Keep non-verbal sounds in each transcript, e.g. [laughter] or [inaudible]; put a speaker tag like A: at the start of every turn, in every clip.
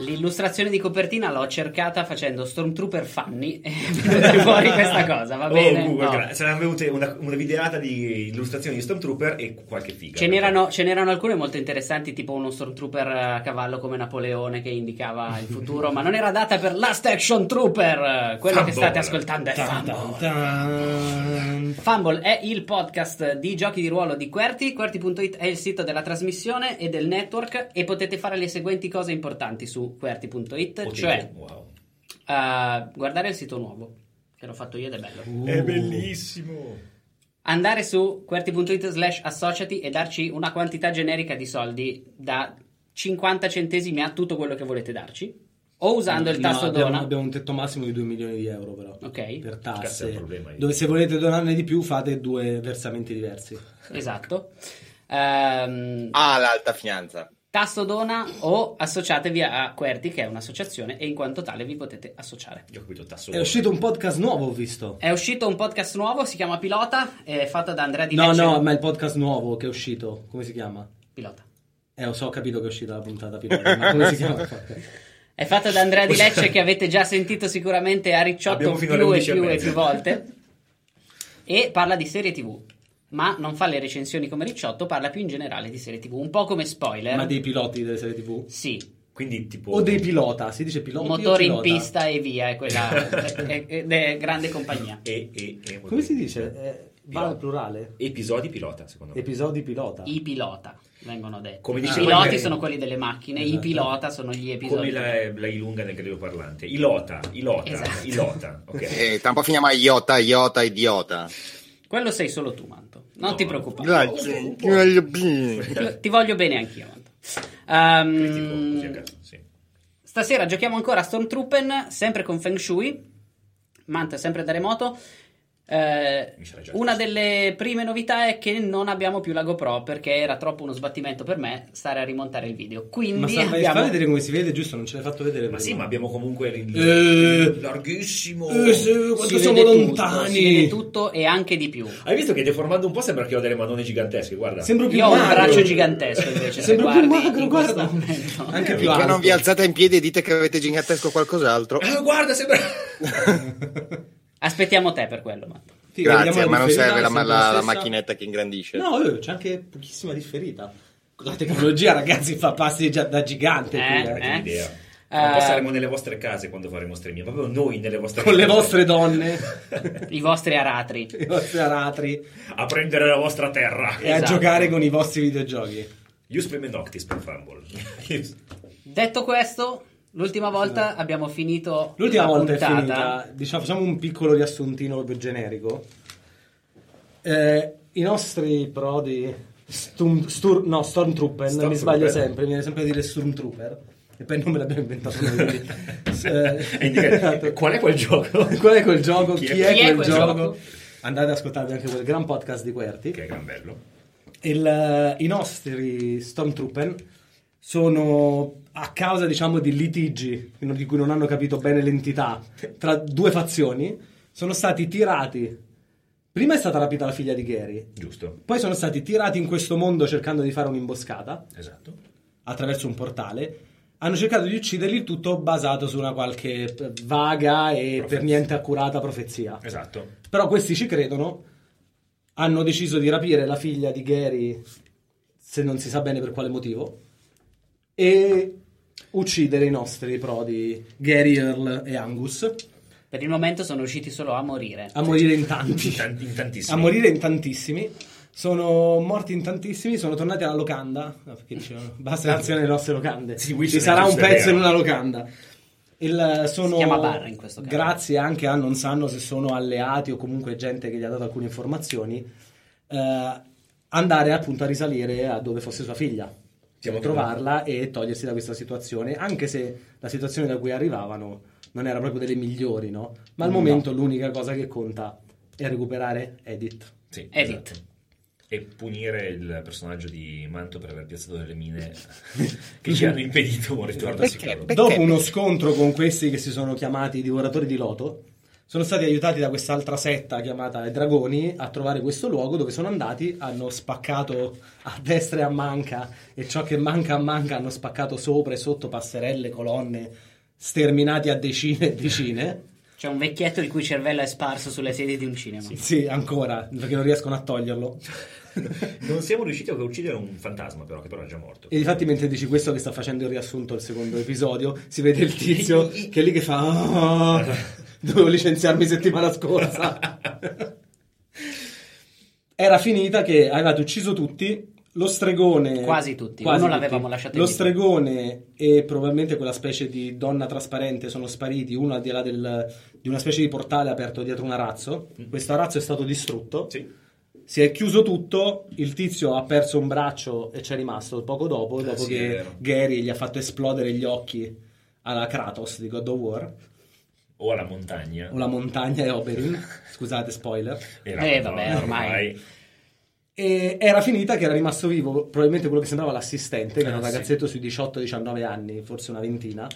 A: L'illustrazione di copertina l'ho cercata facendo Stormtrooper Fanny [laughs] e venuta fuori questa cosa, va bene?
B: Oh, Google,
A: No.
B: gra- saranno venute una, una videata di illustrazioni di Stormtrooper e qualche figa.
A: Ce n'erano, ce n'erano alcune molto interessanti, tipo uno Stormtrooper eh, a cavallo come Napoleone che indicava il futuro, ma non era data per Last Action Trooper, eh, quello che
B: Fumble.
A: state ascoltando è
C: Tan,
A: Fumble.
C: tan,
B: Oh,
C: tan.
A: Fumble è il podcast di giochi di ruolo di QWERTY. QWERTY.it è il sito della trasmissione e del network e potete fare le seguenti cose importanti su QWERTY.it,
B: Potete-
A: cioè
B: wow.
A: eh, guardare il sito nuovo, che l'ho fatto io ed è bello.
B: È bellissimo.
A: Andare su QWERTY.it slash associati e darci una quantità generica di soldi da 50 centesimi a tutto quello che volete darci o usando il
C: No,
A: tasto
C: abbiamo,
A: dona.
C: abbiamo un tetto massimo di 2 milioni di euro però
A: Ok.
C: per
B: Cazzo, è un
C: tasse
B: problema lì.
C: dove se volete donarne di più fate due versamenti diversi
A: Esatto. Ehm,
D: Ah, l'alta finanza.
A: Tasto dona o associatevi a QWERTY che è un'associazione e in quanto tale vi potete associare.
B: Io ho capito il tasso.
C: è uscito un podcast nuovo ho visto
A: È uscito un podcast nuovo, si chiama Pilota, è fatto da Andrea Di
C: no
A: Lecce.
C: no ma il podcast nuovo che è uscito come si chiama?
A: Pilota.
C: eh lo so ho capito che è uscita la puntata pilota ma come
A: [laughs]
C: si chiama il podcast?
A: È fatto da Andrea Di Lecce che avete già sentito sicuramente a Ricciotto
B: Abbiamo
A: più
B: fino alle
A: e
B: 11 e
A: più e
B: mezza.
A: più volte. E parla di serie TV, ma non fa le recensioni come Ricciotto, parla più in generale di serie TV, un po' come spoiler.
C: Eh, ma dei piloti delle serie
B: Boh.
C: tv?
A: Sì,
B: Quindi tipo...
C: o dei pilota si dice pilota
A: motori in
C: pilota?
A: pista e via, è quella
B: [laughs]
A: è, è- è- è grande compagnia.
B: E, e- e-
C: come si dice? Eh, va al plurale?
B: Episodi pilota, secondo me.
C: episodi pilota
A: I pilota vengono detti.
B: Come
A: I
B: dice
A: piloti
B: quello che-
A: sono quelli delle macchine, i
C: Esatto.
A: pilota sono gli episodi.
B: Come la, la ilunga nel greco parlante. Ilota, ilota,
A: Esatto.
B: ilota. Ok.
C: [laughs]
D: Eh, tampa finiamo a iota, iota, idiota.
A: Quello sei solo tu, Manto. Non
B: No.
A: ti preoccupare.
D: Grazie, ti voglio bene.
A: Ti- Ti voglio bene anch'io, Manto. Ehm,
B: Critico, così a caso, sì.
A: stasera giochiamo ancora a Stormtrooper, sempre con Feng Shui. Manto è sempre da remoto. Eh,
B: Mi sarei già
A: una
B: chiesto.
A: delle prime novità è che non abbiamo più la GoPro perché era troppo uno sbattimento per me stare a rimontare il video. Quindi
C: ma sta, ma fa
A: abbiamo...
C: vedere come si vede giusto non ce l'hai fatto vedere
B: Ma
C: prima.
B: sì, ma abbiamo comunque il
C: Eh,
B: larghissimo.
C: eh, sì,
A: si
C: quanto
A: vede
C: siamo
A: tutto,
C: lontani
A: si vede tutto e anche di più.
B: Hai visto che deformando un po' sembra che ho delle madone gigantesche, guarda.
C: Sembro più
A: Io ho un
C: magro.
A: braccio gigantesco invece. se
C: Sembro più
A: guardi
C: magro,
A: in questo
C: guarda.
A: momento.
C: Anche più
D: Perché
C: alto.
D: non vi alzate in piedi e dite che avete gigantesco qualcos'altro?
B: Ah, guarda, sembra...
A: Aspettiamo te per quello, Manto.
C: Sì, vediamo
D: Grazie,
C: la
D: ma non
C: differita,
D: serve la,
C: sembra
D: la- la
C: stessa.
D: macchinetta che ingrandisce.
C: No, eh, c'è anche pochissima differita. La tecnologia, ragazzi, fa passi già da gigante.
A: Eh,
C: qui, ragazzi.
A: eh.
B: Idea.
A: Eh.
B: Un po' saremo nelle vostre case quando faremo streaming, proprio noi nelle vostre
C: Con le
A: eh.
B: case.
C: vostre donne,
A: I vostri aratri.
C: i vostri aratri
B: A prendere la vostra terra.
C: e a
A: Esatto.
C: giocare con i vostri videogiochi.
B: Io spreme Noctis per Fumble. [laughs]
A: Detto questo, l'ultima volta abbiamo finito
C: L'ultima
A: la
C: volta
A: puntata.
C: è finita. Diciamo, facciamo un piccolo riassuntino proprio generico. Eh, I nostri prodi, stum, stur- no, Stormtrooper, mi
B: Stormtrooper.
C: sbaglio sempre, mi viene sempre a dire Stormtrooper. E poi non me l'abbiamo inventato
B: [laughs]
C: noi. quindi, eh,
B: E
C: [laughs]
B: indica-
C: esatto.
B: Qual è quel gioco?
C: Qual è quel gioco? Chi, è, quel, gioco?
A: gioco?
C: Andate ad ascoltarvi anche quel gran podcast di Querti.
B: Che è gran bello.
C: Il, eh, I nostri Stormtrooper sono a causa diciamo di litigi di cui non hanno capito bene l'entità tra due fazioni sono stati tirati prima è stata rapita la figlia di Gary
B: Giusto.
C: poi sono stati tirati in questo mondo cercando di fare un'imboscata
B: Esatto.
C: attraverso un portale hanno cercato di ucciderli il tutto basato su una qualche eh, vaga e per niente accurata profezia
B: Esatto.
C: però questi ci credono, hanno deciso di rapire la figlia di Gary, se non si sa bene per quale motivo, e uccidere i nostri prodi Gary, Earl e Angus,
A: Per il momento sono usciti solo a morire.
C: a morire in tanti.
B: In tanti- in tantissimi.
C: A morire in tantissimi. Sono morti in tantissimi, sono tornati alla locanda. No, perché dicevano, basta l'azione delle nostre locande.
B: Sì,
C: Ci
B: Wilson
C: sarà
B: è
C: un
B: giusto, eh. è
C: pezzo in
B: vero.
C: una locanda. Il, sono,
A: chiama Barra in questo caso.
C: Grazie anche a non sanno se sono alleati o comunque gente che gli ha dato alcune informazioni. eh, andare appunto a risalire a dove fosse sua figlia.
B: Siamo
C: trovarla e togliersi da questa situazione, anche se la situazione da cui arrivavano non era proprio delle migliori, no? Ma al momento l'unica cosa che conta è recuperare Edith.
B: Sì,
A: Edit.
B: esatto. E punire il personaggio di Manto per aver piazzato delle mine che ci hanno impedito un ritorno
D: Perché?
B: sicuro.
D: Perché?
C: Dopo uno scontro con questi che si sono chiamati i divoratori di Loto, sono stati aiutati da quest'altra setta chiamata i Dragoni a trovare questo luogo dove sono andati, hanno spaccato a destra e a manca e ciò che manca a manca hanno spaccato sopra e sotto passerelle, colonne, sterminati a decine e decine.
A: C'è un vecchietto il cui cervello è sparso sulle sedie di un cinema.
C: Sì, ancora, perché non riescono a toglierlo.
B: Non siamo riusciti a uccidere un fantasma, però, che però è già morto.
C: E infatti mentre dici questo che sta facendo il riassunto al secondo episodio, si vede il
A: [laughs]
C: tizio che è lì che fa "Ah, dovevo licenziarmi settimana scorsa. Era finita che avevate ucciso tutti, lo stregone...
A: Quasi tutti, uno l'avevamo lasciato
C: Lo
A: in vita.
C: stregone e probabilmente quella specie di donna trasparente sono spariti, uno al di là del- di una specie di portale aperto dietro un arazzo. Questo arazzo è stato distrutto.
B: Mm. Sì.
C: Si è chiuso tutto, il tizio ha perso un braccio e c'è rimasto poco dopo, dopo
B: Eh, sì, è
C: che
B: vero.
C: Gary gli ha fatto esplodere gli occhi alla Kratos di God of War,
B: O alla montagna.
C: o la montagna
B: [laughs]
C: e Oberyn, scusate spoiler.
B: E
A: Eh, vabbè, ormai.
C: E era finita che era rimasto vivo probabilmente quello che sembrava l'assistente, che era un
B: Ah, sì.
C: ragazzetto sui 18-19 anni, forse una ventina,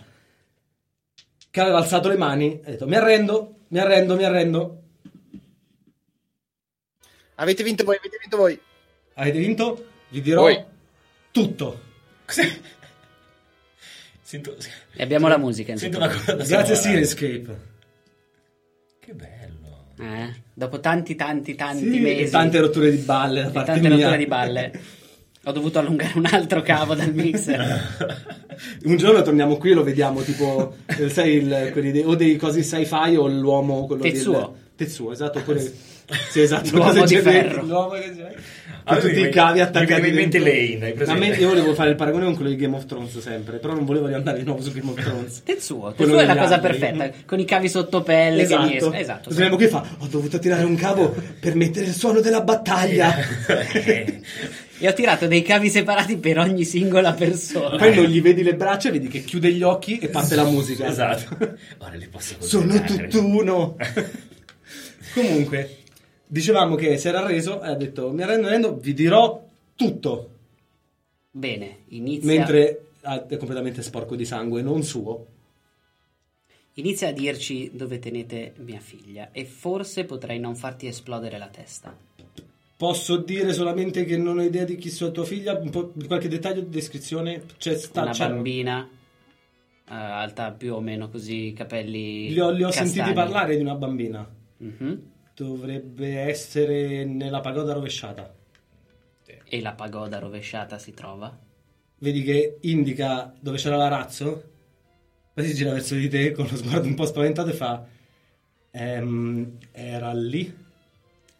C: che aveva alzato le mani e ha detto mi arrendo, mi arrendo, mi arrendo.
D: Avete vinto voi, avete vinto voi.
C: Avete vinto? Vi dirò
D: Voi.
C: tutto.
B: Sento...
A: E abbiamo la musica.
B: Sento
A: insomma.
B: una cosa
C: Grazie
B: sonora.
C: Seriescape.
B: Che
C: [laughs]
B: bello.
A: Eh, dopo tanti, tanti, tanti
C: Sì,
A: mesi.
C: e tante rotture di balle da
A: e
C: parte
A: tante
C: mia.
A: rotture di balle. Ho dovuto allungare un altro cavo dal mixer.
C: [laughs] Un giorno torniamo qui e lo vediamo,
A: [laughs]
C: tipo, eh, sai, il- quelli dei- o dei cosi sci-fi o l'uomo, quello
A: Tetsuo. Eh,
C: del... Tetsuo, esatto, oppure... [laughs] Sì, esatto,
A: L'uomo
C: cose
A: di
C: generiche,
A: ferro.
C: L'uomo che c'è.
B: Ah,
C: Con
B: mi
C: tutti i
B: viene-
C: cavi
B: mi
C: attaccati
B: viene in mente
C: dentro.
B: Lane, hai
C: A
B: presente?
C: me, io volevo fare il paragone con quello di Game of Thrones sempre, però non volevo andare di nuovo su Game of Thrones.
A: Tetsuo,
C: Quello
A: Tetsuo è la
C: degli
A: cosa
C: alberi.
A: perfetta, con i cavi sotto pelle che mi escono. Esatto. sì.
C: Torniamo qui e fa, ho dovuto tirare un cavo per mettere il suono
A: [laughs]
C: della battaglia.
B: Eh,
A: E ho tirato dei cavi separati per ogni singola persona.
C: Poi non gli vedi le braccia, vedi che chiude gli occhi e parte la musica.
B: esatto. Ora li posso
C: Sono
A: [laughs]
B: considerare.
C: tutt'uno. Comunque, dicevamo che si era reso e ha detto: Mi arrendo, mi arrendo, vi dirò tutto.
A: Bene, inizia,
C: Mentre ah, è completamente sporco di sangue, non suo.
A: inizia a dirci dove tenete mia figlia e forse potrei non farti esplodere la testa.
C: Posso dire solamente che non ho idea di chi sia tua figlia. Un po' di qualche dettaglio di descrizione? C'è sta, certo.
A: Una
C: c'erano-
A: bambina eh, alta più o meno così, capelli
C: Li ho, li ho
A: castagni.
C: sentiti parlare di una bambina.
A: Mhm.
C: Dovrebbe essere nella pagoda rovesciata.
A: E la pagoda rovesciata si trova?
C: Vedi che indica dove c'era l'arazzo, poi si gira verso di te con lo sguardo un po' spaventato e fa: "Ehm, Era lì.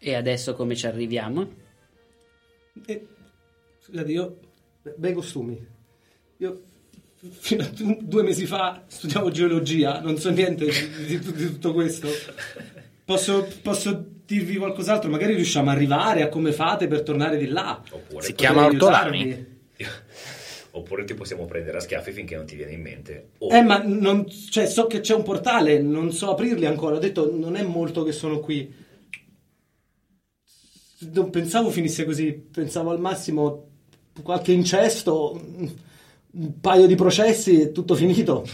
A: E adesso come ci arriviamo?
C: E, scusate, io. Bei costumi. Io. Fino a du- due mesi fa studiavo geologia, non so niente di, di tut- di tutto questo. Posso, posso dirvi qualcos'altro? Magari riusciamo ad arrivare a come fate per tornare di là.
B: Oppure,
D: Si chiama
C: Potrei
D: Ortolani.
C: aiutarvi.
B: oppure ti possiamo prendere a schiaffi finché non ti viene in mente. Oh, O-
C: Eh, ma non, cioè, so che c'è un portale, non so aprirli ancora. Ho detto, non è molto che sono qui. Non pensavo finisse così. Pensavo al massimo qualche incesto, un paio di processi e tutto finito.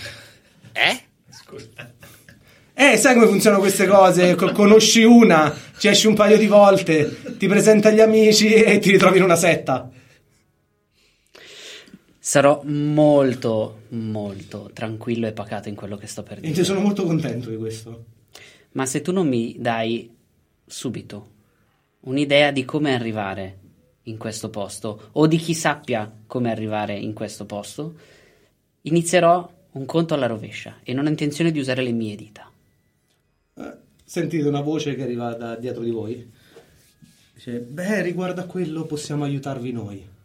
D: Eh?
B: Scusa.
C: Eh, sai come funzionano queste cose? Co- conosci una, ci esci un paio di volte, ti presenta agli amici e ti ritrovi in una setta.
A: Sarò molto, molto tranquillo e pacato in quello che sto per
C: E ti
A: dire.
C: sono molto contento di questo.
A: Ma se tu non mi dai subito un'idea di come arrivare in questo posto o di chi sappia come arrivare in questo posto, inizierò un conto alla rovescia e non ho intenzione di usare le mie dita.
C: Eh, Sentite una voce che arriva da dietro di voi. Dice, beh, riguardo a quello possiamo aiutarvi noi.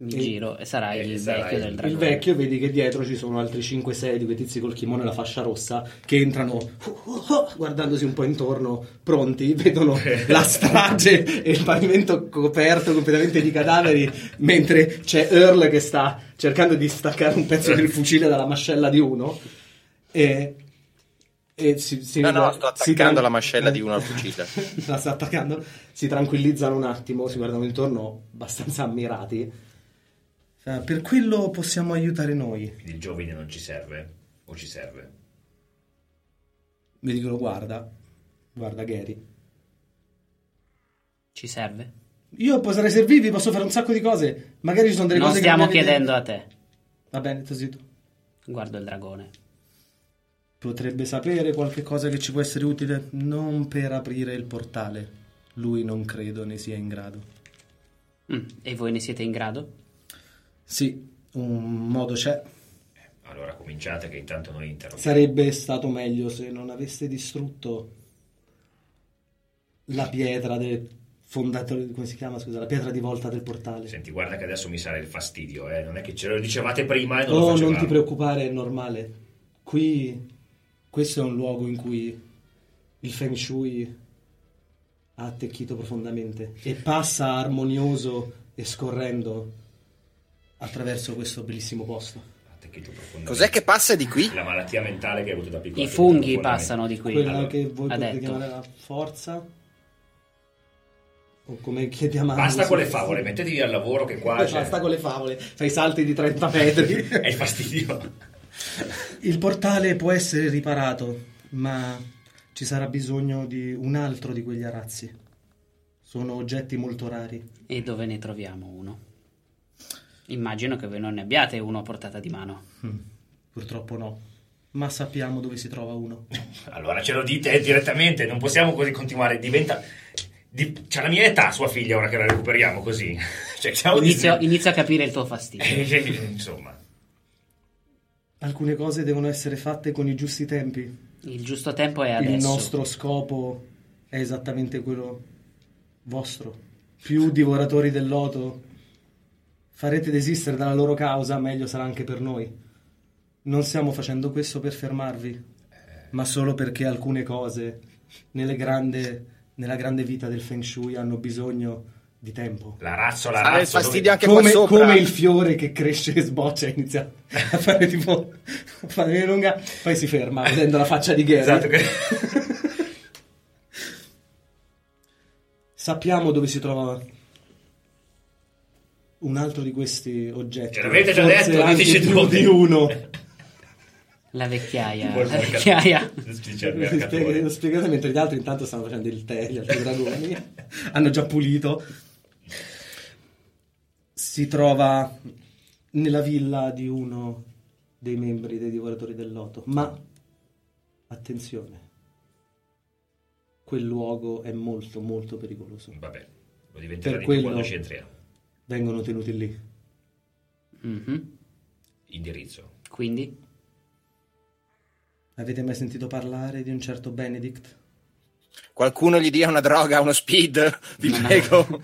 A: Mi
C: E-
A: giro e sarà
B: e
A: il
B: sarai
A: vecchio del
B: il
C: eh, Il
A: dragone.
C: vecchio, vedi che dietro ci sono altri 5-6 di quei tizi col kimono e la fascia rossa che entrano uh, uh, uh, guardandosi un po' intorno, pronti, vedono la strage e il pavimento coperto completamente di cadaveri, mentre c'è Earl che sta cercando di staccare un pezzo del fucile dalla mascella di uno. E, e si, si
D: No, no,
C: guarda-
D: sto
C: si
D: attaccando
C: tran-
D: la mascella di
C: [laughs]
D: uno al fucile.
C: la sta attaccando. Si tranquillizzano un attimo, si guardano intorno abbastanza ammirati. Eh, Per quello possiamo aiutare noi.
B: Quindi il giovine non ci serve? O ci serve?
C: Mi dicono guarda, guarda Gary.
A: Ci serve?
C: Io potrei servirvi, posso fare un sacco di cose. Magari ci sono delle
A: Non
C: cose
A: stiamo
C: che... non avete-
A: chiedendo a te.
C: Va bene, tu zitto.
A: Guardo il dragone.
C: Potrebbe sapere qualche cosa che ci può essere utile? Non per aprire il portale. Lui non credo ne sia in grado.
A: Mm, E voi ne siete in grado?
C: Sì, un modo c'è.
B: Allora cominciate che intanto noi interrompiamo.
C: Sarebbe stato meglio se non aveste distrutto la pietra del fondatore, come si chiama, scusa, la pietra di volta del portale.
B: Senti, guarda che adesso mi sale il fastidio, eh. Non è che ce lo dicevate prima e non lo
C: No,
B: facevamo.
C: Oh, non ti preoccupare, è normale. Qui, questo è un luogo in cui il Feng Shui ha attecchito profondamente e passa armonioso e scorrendo attraverso questo bellissimo posto.
B: Attecchito profondamente.
D: Cos'è che passa di qui?
B: La malattia mentale che hai avuto da piccolo.
A: I
B: ti ha aiutato
A: funghi
B: profondamente.
A: passano di qui.
C: Quella che voi
A: ha
C: potete
A: detto.
C: chiamare la forza, o come chiediamo
B: Basta con le favole, mettetevi al lavoro che qua cioè. Eh. c'è...
C: Ah, [laughs] Basta con le favole, fai salti di 30
B: [laughs]
C: metri.
B: È il fastidio.
C: Il portale può essere riparato, ma ci sarà bisogno di un altro di quegli arazzi. Sono oggetti molto rari.
A: E dove ne troviamo uno? Immagino che voi non ne abbiate uno a portata di mano.
C: Purtroppo no. Ma sappiamo dove si trova uno.
B: Allora ce lo dite eh, direttamente, non possiamo così continuare. Diventa. di- C'ha la mia età, sua figlia, ora che la recuperiamo così. [laughs] Cioè, siamo di-
A: Inizio, inizio a capire il tuo fastidio.
B: [laughs] Insomma,
C: Alcune cose devono essere fatte con i giusti tempi.
A: Il giusto tempo è adesso.
C: Il nostro scopo è esattamente quello vostro. Più divoratori del loto farete desistere dalla loro causa, meglio sarà anche per noi. Non stiamo facendo questo per fermarvi, ma solo perché alcune cose nelle grande- nella grande vita del Feng Shui hanno bisogno di tempo.
B: la razza, la
D: Sale il
B: razza.
D: Ah, fastidio anche qua
C: Ah, Come,
D: sopra.
C: come il fiore che cresce e sboccia e inizia a fare tipo a fare una lunga, poi si ferma vedendo la faccia di
B: [laughs]
C: Gary.
B: Esatto, che-
C: Eh. Sappiamo dove si trova un altro di questi oggetti.
B: Ce l'avete già
C: Forse
B: detto,
C: anche
B: diteci
C: più
B: dove. [laughs]
C: di uno.
A: La vecchiaia.
B: Col
A: La
B: mercato-
C: [laughs] Ah,
A: vecchiaia.
B: Dice al
C: Lo spiega-
B: mercatore.
C: lo
D: [laughs]
C: spiegate mentre gli altri intanto stanno facendo il tè, gli altri dragoni [laughs] hanno già pulito. Si trova nella villa di uno dei membri dei divoratori del loto, ma attenzione. Quel luogo è molto molto pericoloso.
B: Vabbè, lo diventerà di
C: Per
B: più
C: quello-
B: quando ci entriamo.
C: Vengono tenuti lì.
A: Mhm.
B: Indirizzo.
A: Quindi?
C: Avete mai sentito parlare di un certo Benedict?
D: Qualcuno gli dia una droga, uno speed, vi
A: Non-
D: prego.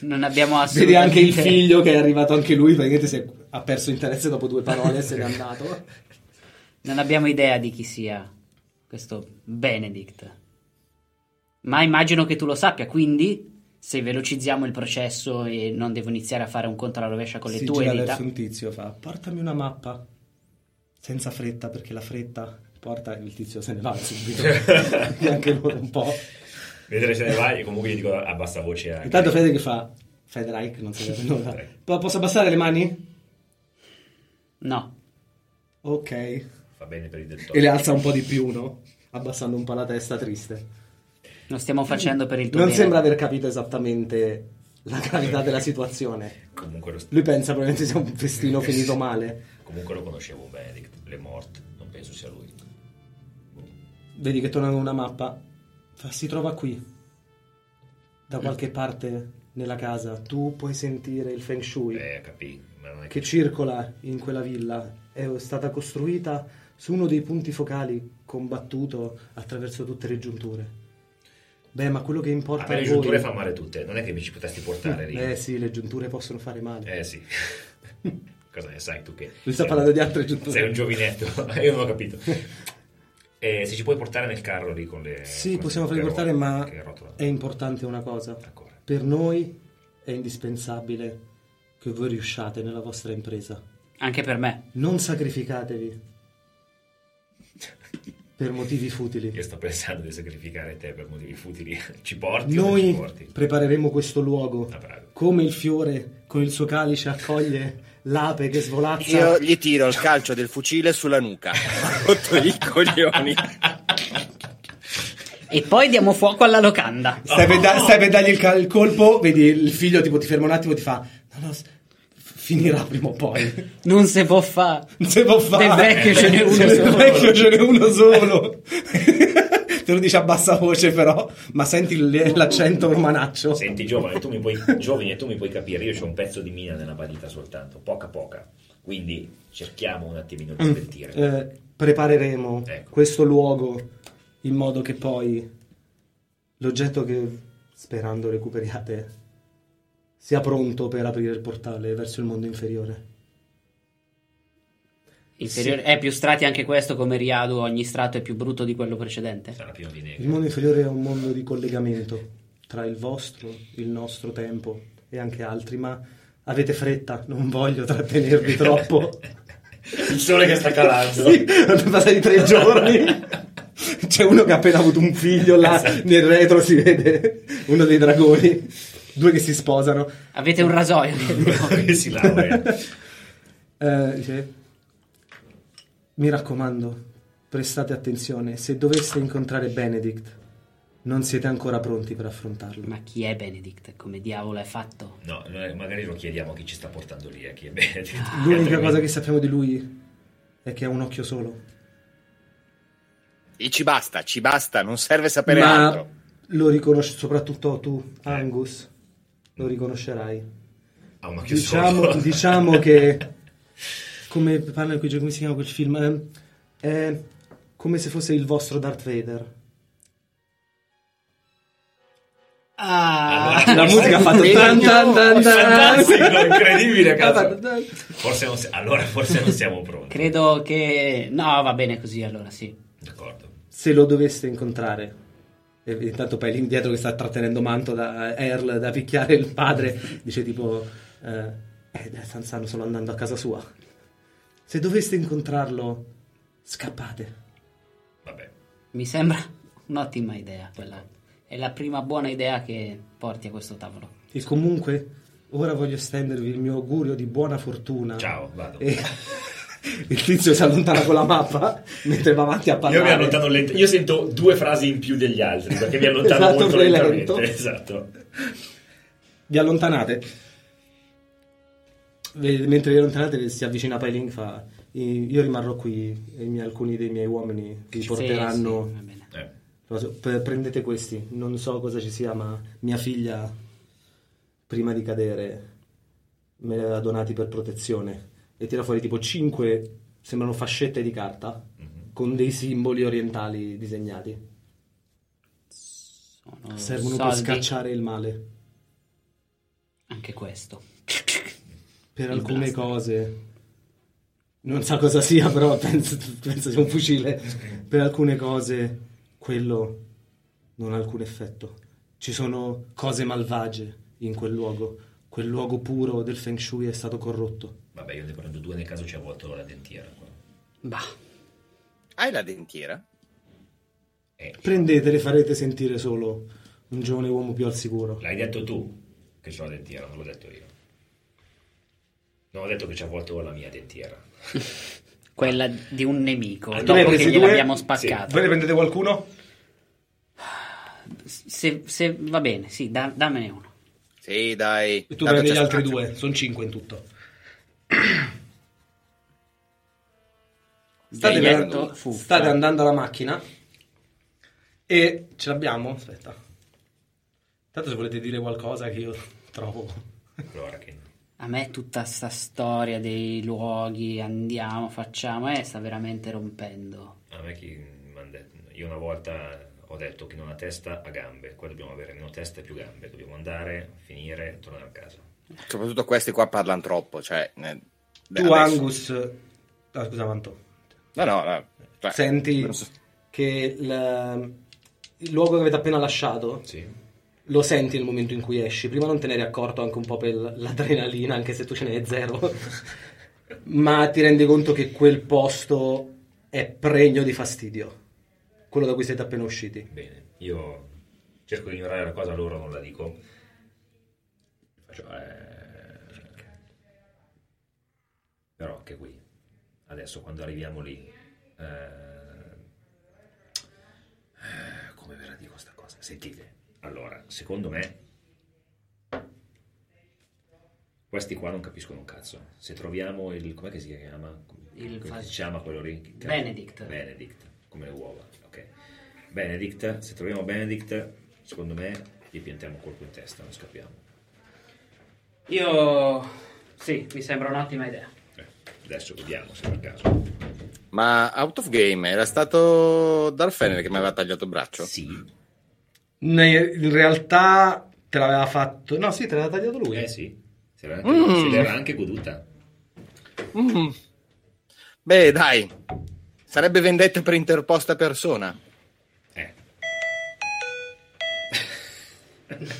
A: Non abbiamo
C: Vedi
A: assolutamente...
C: anche il figlio che è arrivato anche lui, praticamente si è- ha perso interesse dopo due parole e se n'è andato.
A: Non abbiamo idea di chi sia questo Benedict. Ma immagino che tu lo sappia, quindi se velocizziamo il processo e non devo iniziare a fare un conto alla rovescia [laughs] con le
C: si
A: tue
C: gira
A: dita,
C: verso un tizio fa portami una mappa senza fretta perché la fretta porta il tizio se ne
A: [laughs]
C: va subito neanche loro un po'
B: Vedere se ne vai e comunque gli dico a bassa voce. Anche.
C: intanto Fede che fa Federic, non si deve
A: [laughs]
C: nulla. Po- Posso abbassare le mani?
A: No.
C: Ok.
B: Fa bene per il
C: E
B: deltoide.
C: le alza un po' di più, no? Abbassando un po' la testa, triste.
A: Lo stiamo facendo per il tuo
C: Non
A: bene.
C: sembra aver capito esattamente la gravità della situazione.
B: Comunque lo,
C: Lui pensa probabilmente sia
B: [laughs]
C: un festino finito male.
B: comunque lo conoscevo bene, le morte, non penso sia lui.
C: Vedi che torna con una mappa. Fa, Si trova qui.
B: Mm.
C: Da qualche parte nella casa. Tu puoi sentire il feng shui.
B: Eh, capì, ma non è
C: che
B: che...
C: circola in quella villa è stata costruita su uno dei punti focali combattuto attraverso tutte le giunture. Beh, ma quello che importa
B: A me Ah, le
C: è
B: giunture fa male tutte, non è che mi ci potresti portare lì.
C: Eh sì, le giunture possono fare male.
B: Eh sì. [laughs] Cosa ne sai tu che...
C: Lui sta
B: sei-
C: parlando di altre giunture.
B: Sei un giovinetto, [laughs] io non ho
C: [laughs]
B: capito. Eh, se ci puoi portare nel carro lì con le...
C: Sì,
B: con
C: possiamo
B: le
C: farli portare,
B: rotole,
C: ma eh.
B: che rotolano.
C: è importante una cosa.
B: Ancora.
C: Per noi è indispensabile che voi riusciate nella vostra impresa.
A: Anche per me.
C: Non sacrificatevi per motivi futili.
B: Io sto pensando di sacrificare te per motivi futili. [laughs] Ci porti o non ci
C: Noi
B: porti?
C: prepareremo questo luogo
B: Ah, bravo.
C: come il fiore con il suo calice accoglie l'ape che svolazza.
D: Io gli tiro il calcio del fucile sulla
C: [laughs]
D: nuca. Sotto i coglioni.
A: E poi diamo fuoco alla locanda.
C: Stai, per da- stai per dargli il, cal- il colpo, vedi il figlio tipo ti ferma un attimo e ti fa: No, no, s- f- finirà prima o poi.
A: Non se può fare.
C: Non si può fare.
A: Del vecchio ce n'è uno
C: Del
A: solo.
C: vecchio ce n'è uno solo. [laughs] Te lo dice a bassa voce, però, ma senti l- l'accento romanaccio.
B: Senti giovane, tu mi
C: [laughs]
B: puoi, giovane, tu mi puoi capire, io ho un pezzo di mina nella badita soltanto, poca poca. Quindi cerchiamo un attimino di sentire.
C: Eh, prepareremo
B: Ecco.
C: questo luogo in modo che poi l'oggetto che sperando recuperiate sia pronto per aprire il portale verso il mondo inferiore.
A: Inferiore. È più strati anche questo come Riadu, ogni strato è più brutto di quello precedente.
B: Sarà pieno di
C: Il
B: neve.
C: mondo inferiore è un mondo di collegamento tra il vostro, il nostro tempo e anche altri, ma avete fretta, non
B: [laughs]
C: voglio trattenervi troppo.
B: Il sole che sta calando.
C: [laughs] Sì, sono passati tre giorni. C'è uno che ha appena avuto un figlio là
B: Esatto.
C: nel retro si vede uno dei dragoni, due che si sposano.
A: Avete un rasoio.
B: [laughs]
C: [laughs]
B: Che si laurea.
C: Eh, dice, mi raccomando, prestate attenzione, se doveste incontrare Benedict, non siete ancora pronti per affrontarlo.
A: Ma chi è Benedict? Come diavolo è fatto?
B: No, noi magari lo chiediamo a chi ci sta portando lì, a chi è Benedict. [laughs]
C: L'unica cosa che sappiamo di lui è che ha un occhio solo.
D: E ci basta, ci basta, non serve sapere
C: Ma
D: altro.
C: lo riconosci soprattutto tu, Angus, lo riconoscerai.
B: Ha un occhio
C: Diciamo,
B: [laughs] solo.
C: [laughs] diciamo che come parla qui, come si chiama quel film? Eh, È come se fosse il vostro Darth Vader.
A: Ah,
C: La musica ha fatto
D: Vedi?
C: tan tan tan tan.
B: Fantastico, incredibile, cazzo. Forse non si- allora forse non siamo pronti.
A: credo che. No, va bene così allora, sì.
B: D'accordo.
C: Se lo doveste incontrare, e intanto poi lì indietro che sta trattenendo Manto da eh, Earl da picchiare il padre, dice tipo eh, eh, Sanzano sono andando a casa sua. Se doveste incontrarlo, scappate.
B: Vabbè.
A: Mi sembra [laughs] un'ottima idea quella. È la prima buona idea che porti a questo tavolo.
C: E comunque, ora voglio estendervi il mio augurio di buona fortuna.
B: Ciao, vado.
C: E [laughs] il tizio si allontana con la mappa mentre va avanti a parlare.
B: Io mi allontano lentamente. Io sento due frasi in più degli altri perché mi allontano
C: Esatto,
B: molto
C: sei
B: lentamente.
C: lento.
B: Esatto.
C: Vi allontanate. Ve- Mentre vi allontanate si avvicina Pailing fa "I- io rimarrò qui e i miei- alcuni dei miei uomini vi
A: Sì,
C: porteranno
A: sì, va bene.
B: Eh,
C: Cosa- pre- Prendete questi, non so cosa ci sia, ma mia figlia, prima di cadere, me li aveva donati per protezione e tira fuori tipo 5, sembrano fascette di carta,
A: Mhm.
C: con dei simboli orientali disegnati.
A: Sono
C: Servono per
A: Ah, soldi.
C: scacciare il male.
A: Anche questo.
C: Per
A: Il
C: alcune
A: blaster.
C: cose, non so cosa sia, però penso, penso sia un fucile. Per alcune cose, quello non ha alcun effetto. Ci sono cose malvagie in quel luogo. Quel luogo puro del Feng Shui è stato corrotto.
B: Vabbè, io ne prendo due nel caso ci ha volto la dentiera. qua.
A: Bah.
D: Hai la dentiera?
B: Eh,
C: Prendete, le farete sentire solo un giovane uomo più al sicuro.
A: Eh,
B: l'hai detto tu. che c'ho la dentiera, non l'ho detto io. Non ho detto che c'è a volte ho la mia dentiera.
A: Quella di un nemico,
B: Ah,
A: dopo
B: ne hai
A: che
B: presi
A: gliel'abbiamo
C: Eh, due?
A: spaccata.
C: Voi ne prendete qualcuno?
A: Se, se- va bene, sì, da- dammene uno.
D: Sì,
C: E
D: dai.
C: tu
D: tanto
C: prendi
D: c'è
C: gli altri
D: spazio.
C: due, sono cinque in tutto. State,
D: Gli hai
C: per-
D: detto
A: fuffa.
C: state andando alla macchina e ce l'abbiamo? Aspetta. Intanto se volete dire qualcosa che io trovo.
B: Allora, che
A: A me tutta sta storia dei luoghi, andiamo, facciamo, eh, sta veramente rompendo.
B: a me chi mi ha detto, io una volta ho detto che non ha testa ha gambe, qua dobbiamo avere meno testa e più gambe, dobbiamo andare, finire, tornare a casa.
D: Soprattutto questi qua parlano troppo, cioè... ne-
C: tu
D: adesso-
C: Angus... Ah, scusa Manto.
D: No, no, no. cioè,
C: Senti
D: non so-
C: che il, il luogo che avete appena lasciato
B: Sì.
C: lo senti nel momento in cui esci. Prima non te ne eri accorto anche un po' per l'adrenalina, anche se tu ce ne hai
D: [laughs]
C: zero. Ma ti rendi conto che quel posto è pregno di fastidio. Quello da cui siete appena usciti.
B: Bene, io cerco di ignorare la cosa, a loro non la dico. Faccio, eh, Però anche qui, adesso quando arriviamo lì, eh, eh, come ve la dico sta cosa? Sentite, allora, secondo me, questi qua non capiscono un cazzo. Se troviamo il... com'è che si chiama?
A: Il
B: come
A: fas-
B: si chiama quello lì?
A: Benedict.
B: Benedict, come le uova, ok. Benedict, se troviamo Benedict, secondo me gli piantiamo un colpo in testa, non scappiamo.
A: Io... sì, mi sembra un'ottima idea.
B: Eh, adesso vediamo se per caso.
D: Ma out of game era stato Darfener che mi aveva tagliato il braccio?
B: Sì.
C: Ne- In realtà te l'aveva fatto... No, sì, te l'aveva tagliato lui.
B: Eh sì, se l'era anche, se l'era anche goduta.
D: Mm. Beh, dai. Sarebbe vendetta per interposta persona.
B: Eh,
D: Che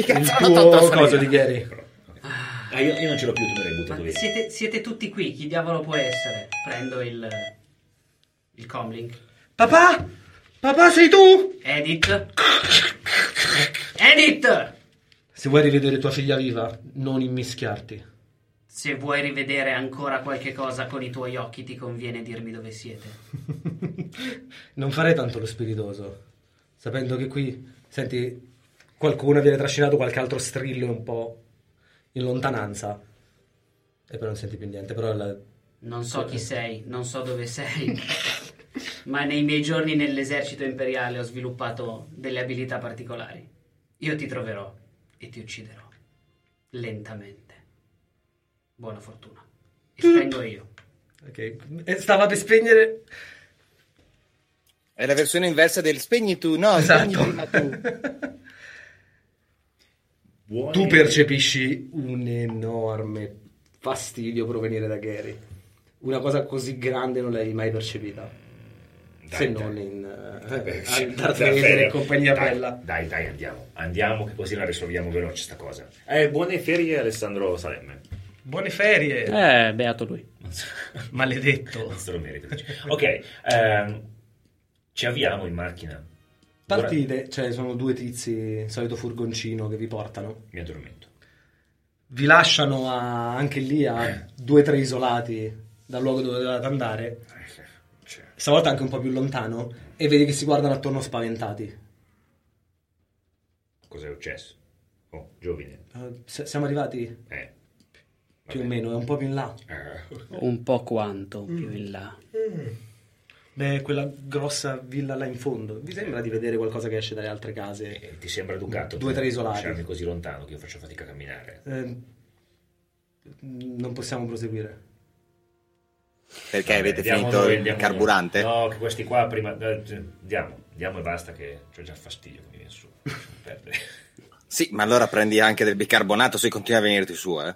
C: Il
D: cazzo hanno tolto la
C: tuo
D: farina?
C: coso di Gary.
B: però, ok. Ah, io, io non ce l'ho più, tu me l'hai buttato
A: Ma
B: via.
A: siete, siete tutti qui, chi diavolo può essere? Prendo il... il comlink.
C: Papà? Papà sei tu?
A: Edit! Edit!
C: Se vuoi rivedere tua figlia viva, non immischiarti. [laughs]
A: Se vuoi rivedere ancora qualche cosa con i tuoi occhi ti conviene dirmi dove siete.
C: Non farei tanto lo spiritoso, sapendo che qui, senti, qualcuno viene trascinato qualche altro strillo un po' in lontananza e poi non senti più niente, però la-
A: Non so chi sei, non so dove [laughs] sei, ma nei miei giorni nell'esercito imperiale ho sviluppato delle abilità particolari. Io ti troverò e ti ucciderò. Lentamente. Buona fortuna. E spengo io.
C: Ok, e stava per spegnere...
D: È la versione inversa del spegni tu, no, spegni
C: Esatto.
D: prima tu.
B: Buone-
C: Tu percepisci un enorme fastidio provenire da Gary. Una cosa così grande non l'hai mai percepita,
B: Dai,
C: se
B: dai.
C: non in eh,
B: Beh,
C: al
B: sì,
C: Darth
B: dai,
C: Vader e
B: dai,
C: compagnia
B: Ah, dai,
C: bella.
B: Dai, dai, andiamo. Andiamo che così la risolviamo veloce sta cosa. Eh, buone ferie Alessandro Salemme.
C: Buone ferie,
A: Eh, beato lui.
B: Non so-
C: [laughs] maledetto.
B: non se lo merita. Ok, ehm, ci avviamo in macchina.
C: Partite, cioè sono due tizi, il solito furgoncino che vi portano.
B: Mi addormento.
C: Vi lasciano a- anche lì
B: Eh.
C: a due o tre isolati dal luogo dove dovevate andare,
B: Cioè,
C: stavolta anche un po' più lontano, e vedi che si guardano attorno spaventati.
B: Cos'è successo? Oh, giovine.
C: Eh, se- siamo arrivati
B: Eh.
C: più o meno, è un po' più in là.
B: Eh,
A: Un po' quanto più
B: Mm.
A: in là.
C: Beh, quella grossa villa là in fondo. Vi sembra di vedere qualcosa che esce dalle altre case?
B: Eh, ti sembra educato? Certo.
C: Due, tre isolati.
B: Lasciarmi così lontano che io faccio fatica a camminare.
C: Eh, non possiamo proseguire.
D: Perché avete
B: Andiamo
D: finito
B: noi,
D: il
B: andiamo
D: carburante?
B: noi. No, che questi qua prima... eh, Andiamo, andiamo e basta che ho già fastidio che mi viene su. Lasciamo perdere.
D: Sì, ma allora prendi anche del bicarbonato se continua a venirti su, eh.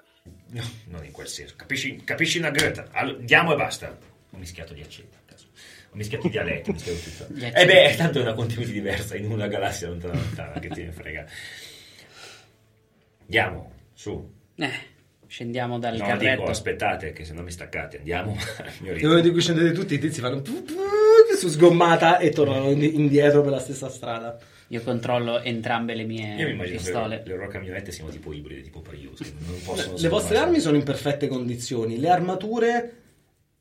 B: No, non in quel senso. Capisci, capisci una Greta? Allo- andiamo e basta. Ho mischiato gli accenti a caso. Ho mischiato i dialetti, ho mischiato tutto.
A: Gli
B: E
A: accenti.
B: beh, tanto è una continuity diversa in una galassia lontana lontana, che te ne frega. Andiamo, su.
A: Eh, scendiamo dal
B: no,
A: carretto.
B: dico, eh. aspettate, che se no mi staccate. Andiamo [laughs] al mio
C: E voi
B: ritmo.
C: di cui scendete tutti, i tizi fanno pu- pu- su sgommata e tornano ind- indietro per la stessa strada.
A: Io controllo entrambe le mie
B: Io mi immagino che
A: pistole.
B: le, le loro camionette siano tipo ibride, tipo Prius. che Non possono
C: Le
B: solo
C: vostre
B: passare.
C: armi sono in perfette condizioni, le armature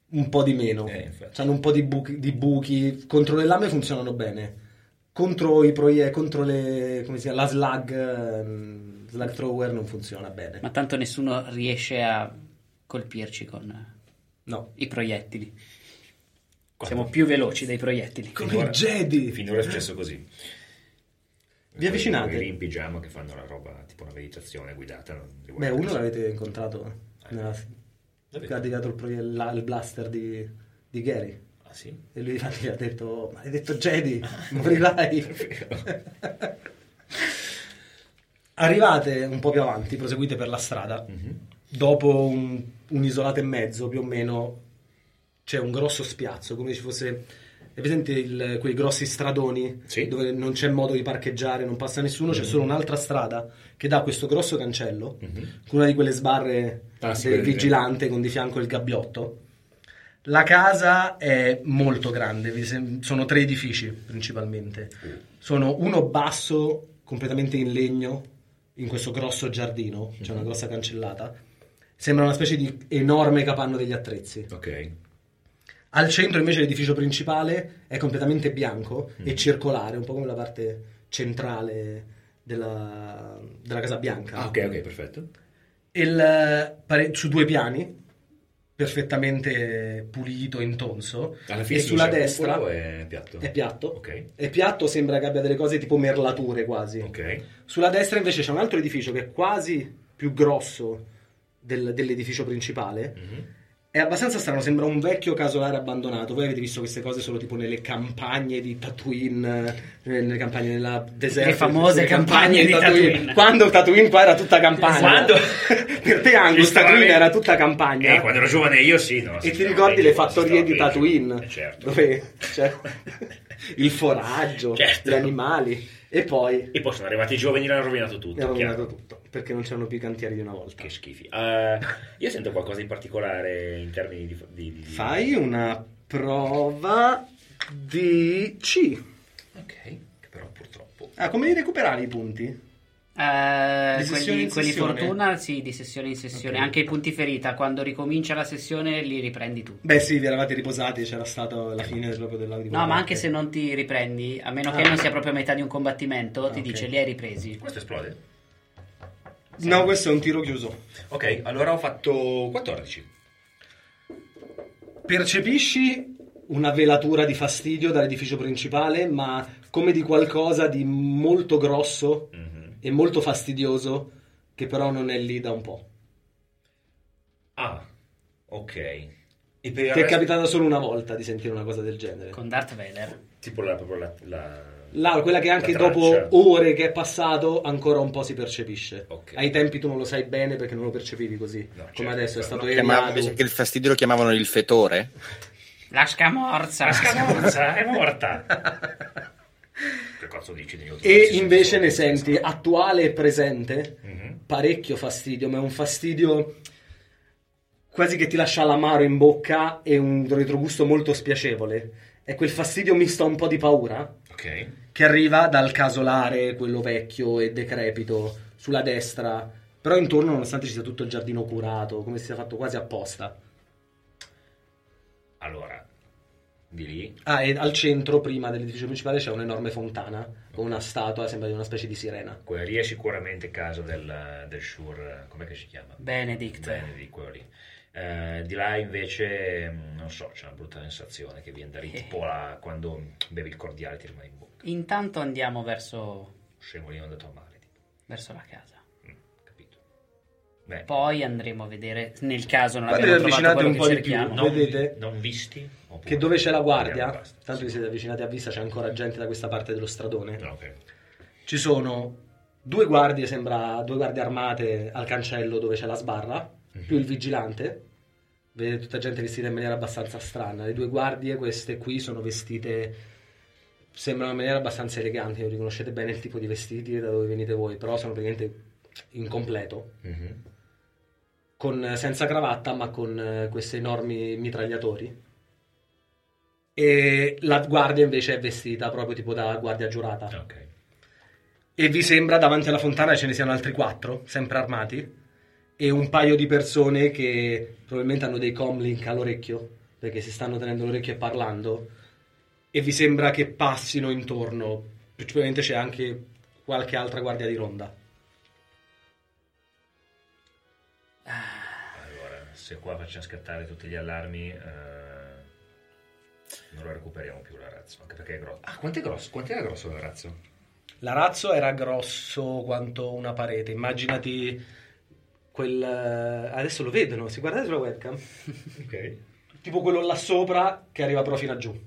C: un po' di meno,
B: Eh, infatti.
C: hanno un po' di buchi, di buchi, contro le lame funzionano bene, contro, i proie- contro le, come si chiama, la slug, ehm, slug thrower non funziona bene.
A: Ma tanto nessuno riesce a colpirci con
C: No.
A: i proiettili.
B: Quando-
A: Siamo più veloci dei proiettili.
C: Come i Jedi!
B: Finora è successo così.
C: Vi avvicinate?
B: Quelli in pigiama che fanno la roba tipo una meditazione guidata. non li
C: Beh,
B: guardo.
C: uno l'avete incontrato, nella,
B: Eh. Davvero?
C: che ha tirato il, proie- la- il blaster di, di Gary.
B: Ah sì?
C: E lui [laughs] infatti gli ha detto, "Oh, maledetto Jedi, morirai. Arrivate un po' più avanti, proseguite per la strada.
B: Mhm.
C: Dopo un, un'isolata e mezzo più o meno c'è un grosso spiazzo, come se ci fosse... È presente il- quei grossi stradoni
B: Sì.
C: dove non c'è modo di parcheggiare, non passa nessuno, c'è solo un'altra strada che dà questo grosso cancello, con una di quelle sbarre
B: Ah, sì,
C: del
B: quelle-
C: vigilante con di fianco il gabbiotto. La casa è molto grande, vi sem- sono tre edifici principalmente. Sono uno basso, completamente in legno, in questo grosso giardino, c'è
B: Mhm.
C: una grossa cancellata. Sembra una specie di enorme capanno degli attrezzi.
B: Ok.
C: Al centro invece l'edificio principale è completamente bianco e
B: Mm.
C: circolare, un po' come la parte centrale della, della Casa Bianca.
B: Ah ok, ok, perfetto.
C: Il, pare- su due piani, perfettamente pulito, intonso,
B: Alla fine
C: e sulla
B: dice, "Culo
C: destra
B: è piatto.
C: è piatto.
B: Ok.
C: È piatto, sembra che abbia delle cose tipo merlature quasi.
B: Ok.
C: Sulla destra invece c'è un altro edificio che è quasi più grosso del- dell'edificio principale.
B: Mhm.
C: È abbastanza strano, sembra un vecchio casolare abbandonato. Voi avete visto queste cose solo tipo nelle campagne di Tatooine, eh, nelle campagne nella deserta.
A: Le famose
C: sulle
A: campagne di Tatooine.
C: Quando Tatooine qua era tutta campagna.
B: Quando?
C: [laughs] per te Angus Tatooine
B: Giustamente.
C: era tutta campagna.
B: Eh, quando ero giovane io sì, no.
C: E ti ricordi le fattorie di Tatooine?
B: Eh, certo.
C: Dove
B: [laughs]
C: c'era il foraggio,
B: Certo.
C: gli animali. E poi
B: E poi sono arrivati i giovani e l'hanno rovinato tutto.
C: mi hanno
B: chiaro.
C: rovinato tutto. Perché non c'erano più i cantieri di una volta.
B: Che schifi. Eh, io sento qualcosa di particolare in termini di... di, di-
C: Fai una prova di C.
B: Ok, che però purtroppo...
C: Ah, come li recuperavi i punti?
A: Eh,
C: Di sessione
A: quelli,
C: in
A: quelli
C: sessione?
A: fortuna, sì, di sessione in sessione.
C: Ok.
A: Anche i punti ferita, quando ricomincia la sessione li riprendi tu.
C: Beh sì, vi eravate riposati, c'era stata la fine proprio della di
A: No,
C: quella
A: ma
C: parte.
A: anche se non ti riprendi, a meno che
C: Ah.
A: non sia proprio a metà di un combattimento, ti
C: ok.
A: dice li hai ripresi.
B: Questo esplode?
C: No, questo è un tiro chiuso.
B: Ok, allora ho fatto 14.
C: Percepisci una velatura di fastidio dall'edificio principale, ma come di qualcosa di molto grosso
B: Mhm.
C: e molto fastidioso, che però non è lì da un po'.
B: Ah, ok. E per il
C: Ti è
B: resto-
C: capitata solo una volta di sentire una cosa del genere.
A: Con Darth Vader.
B: Tipo la... proprio la, la-
C: Là, quella che anche
B: la
C: dopo
B: traccia.
C: ore che è passato ancora un po' si percepisce.
B: Ok.
C: Ai tempi tu non lo sai bene perché non lo percepivi così.
B: No,
C: come
B: certo,
C: adesso
B: certo.
C: è stato
B: Lo
C: Eliadu.
D: Chiamavano- invece che il fastidio lo chiamavano il fetore.
A: La scamorza.
B: La scamorza è morta! che cazzo dici degli ultimi
C: E
B: sessi?
C: invece ne senti attuale e presente
B: Mhm.
C: parecchio fastidio, ma è un fastidio quasi che ti lascia l'amaro in bocca e un retrogusto molto spiacevole. È quel fastidio misto a un po' di paura
B: Ok.
C: che arriva dal casolare, quello vecchio e decrepito, sulla destra. Però intorno, nonostante ci sia tutto il giardino curato, come se sia fatto quasi apposta.
B: Allora, di lì.
C: Ah, e al centro, prima dell'edificio principale, c'è un'enorme fontana con una statua, sembra di una specie di sirena.
B: Quella lì è sicuramente caso del, del Shur, com'è che si chiama?
A: Benedict.
B: Bene, di quello lì. Eh, di là invece, mh, non so, c'è una brutta sensazione che viene da lì,
A: Eh.
B: tipo la- quando bevi il cordiale ti rimane in bocca.
A: [laughs] Intanto andiamo verso,
B: Scemo lì è andato a male, tipo.
A: verso la casa.
B: Mm, capito? Beh,
A: Poi andremo a vedere, nel caso non
C: Quando
A: abbiamo
C: vi
A: trovato quello
C: avvicinate
A: che
C: un po' di più,
A: cerchiamo.
C: no? vedete?
B: non visti? oppure-
C: Che dove c'è la guardia,
B: Vediamo, basta.
C: tanto vi siete avvicinati a vista, c'è ancora gente da questa parte dello stradone.
B: No, ok.
C: Ci sono due guardie, sembra due guardie armate al cancello dove c'è la sbarra, più il vigilante. Vedete tutta gente vestita in maniera abbastanza strana. Le due guardie, queste qui, sono vestite, sembrano in maniera abbastanza elegante, non riconoscete bene il tipo di vestiti e da dove venite voi, però sono praticamente in completo,
B: Mhm.
C: con- eh, senza cravatta ma con eh, questi enormi mitragliatori. E la guardia invece è vestita proprio tipo da guardia giurata.
B: Ok.
C: E vi sembra davanti alla fontana ce ne siano altri quattro, sempre armati, e un paio di persone che probabilmente hanno dei comlink all'orecchio, perché si stanno tenendo l'orecchio e parlando, e vi sembra che passino intorno. Principalmente c'è anche qualche altra guardia di ronda.
B: Allora, se qua facciamo scattare tutti gli allarmi, eh, non lo recuperiamo più la razza, anche perché è grosso. Ah, quanto è grosso? Quanto era grosso la razza?
C: L'arazzo era grosso quanto una parete, immaginati quel... eh, adesso lo vedono, se guardate sulla webcam, [laughs]
B: Ok.
C: tipo quello là sopra che arriva però fino a giù.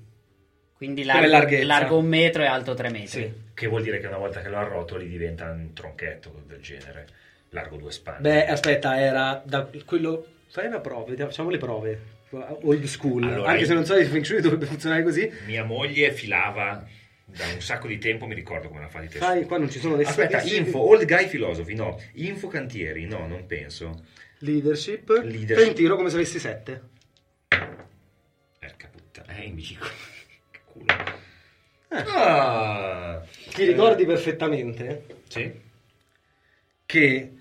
A: Quindi
C: Come
A: largo,
C: larghezza.
A: largo un metro e alto tre metri.
C: Sì.
B: Che vuol dire che una volta che lo arrotoli diventa un tronchetto del genere, largo due spanne.
C: Beh, aspetta, era da quello. Fai una prova, vediamo- facciamo le prove. Old school.
B: Allora,
C: Anche
B: io-
C: se non so se il Feng Shui dovrebbe funzionare così.
B: Mia moglie filava da un sacco di tempo, mi ricordo come la fa di testa.
C: Sai, qua non ci sono le
B: Aspetta,
C: statistiche.
B: info, old guy filosofi, no. Info cantieri, no, non penso.
C: Leadership.
B: Leadership.
C: Fai un tiro come se avessi 7.
B: Porca puttana, eh, mi dico. [laughs] che culo.
C: Eh.
B: Ah,
C: Ti ricordi perfettamente
B: Sì.
C: che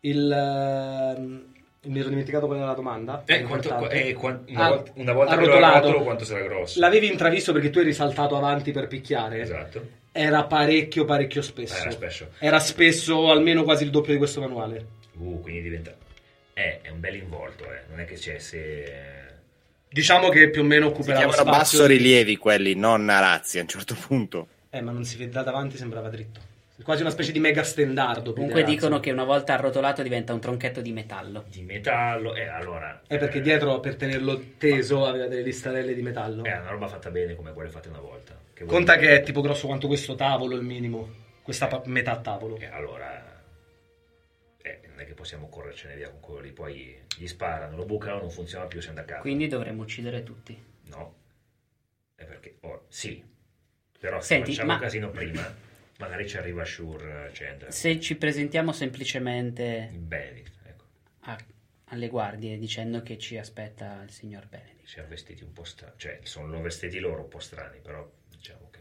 C: il. ehm, Mi ero dimenticato qual era la domanda.
B: Eh,
C: Era
B: quanto-
C: importante.
B: eh, quan- una
C: Ah,
B: volta- una volta che lo
C: arrotolato.
B: arrotolo, quanto sarà grosso?
C: L'avevi intravisto perché tu eri saltato avanti per picchiare.
B: Esatto.
C: Era parecchio, parecchio spesso.
B: Ah, era spesso.
C: Era spesso, almeno quasi il doppio di questo manuale.
B: Uh, quindi diventa... Eh, è un bel involto, eh. Non è che c'è se...
C: Diciamo che più o meno occuperà lo
D: Chiamano
C: spazio.
D: basso rilievi quelli, non razzi a un certo punto.
C: Eh, ma non si vede da davanti, sembrava dritto. Quasi una specie di mega stendardo.
A: Comunque
C: più che
A: dicono
C: razzo.
A: che una volta arrotolato diventa un tronchetto di metallo.
B: Di metallo... Eh, allora...
C: È perché
B: eh,
C: dietro, per tenerlo teso, aveva delle listarelle di metallo.
B: È una roba fatta bene come quelle fatte una volta. Che vuol
C: Conta
B: dire-
C: che è tipo grosso quanto questo tavolo, il minimo. Questa pa- metà tavolo.
B: Eh, allora... eh, non è che possiamo corrercene via con quello lì. Poi gli sparano, lo bucano, non funziona più, siamo da casa.
A: Quindi dovremmo uccidere tutti.
B: No. È perché... oh, sì. Però se
A: Senti,
B: facciamo
A: ma-
B: casino prima, magari ci arriva eh, Shure Chandler.
A: Se ci presentiamo semplicemente
B: Benedict, ecco.
A: a- alle guardie dicendo che ci aspetta il signor Benedict.
B: siamo vestiti un po' strani, cioè sono vestiti loro un po' strani, però diciamo che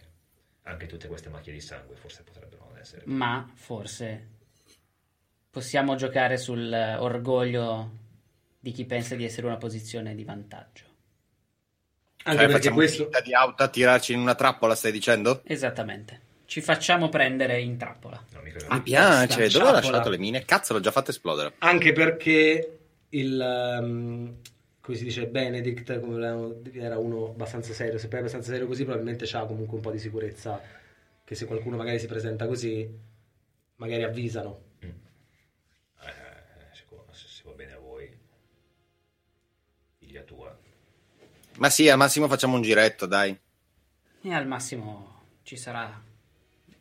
B: anche tutte queste macchie di sangue forse potrebbero non essere.
A: Ma forse possiamo giocare sull'orgoglio di chi pensa di essere in una posizione di vantaggio.
C: Anche
D: Cioè,
C: perché
D: facciamo
C: questo...
D: finta di auto a tirarci in una trappola, stai dicendo?
A: Esattamente. Ci facciamo prendere in trappola.
B: No, mica
D: Mi
C: Sta
D: piace, dove ho
C: Ah, trappola.
D: lasciato le mine? Cazzo, l'ho già fatto esplodere.
C: Anche perché il... ehm, come si dice, Benedict, come volevamo dire, era uno abbastanza serio. Se poi è abbastanza serio così, probabilmente c'ha comunque un po' di sicurezza. Che se qualcuno magari si presenta così, magari avvisano.
B: Eh, se, se- se va bene a voi, figlia tua.
D: Ma sì, al massimo facciamo un giretto, dai.
A: E al massimo ci sarà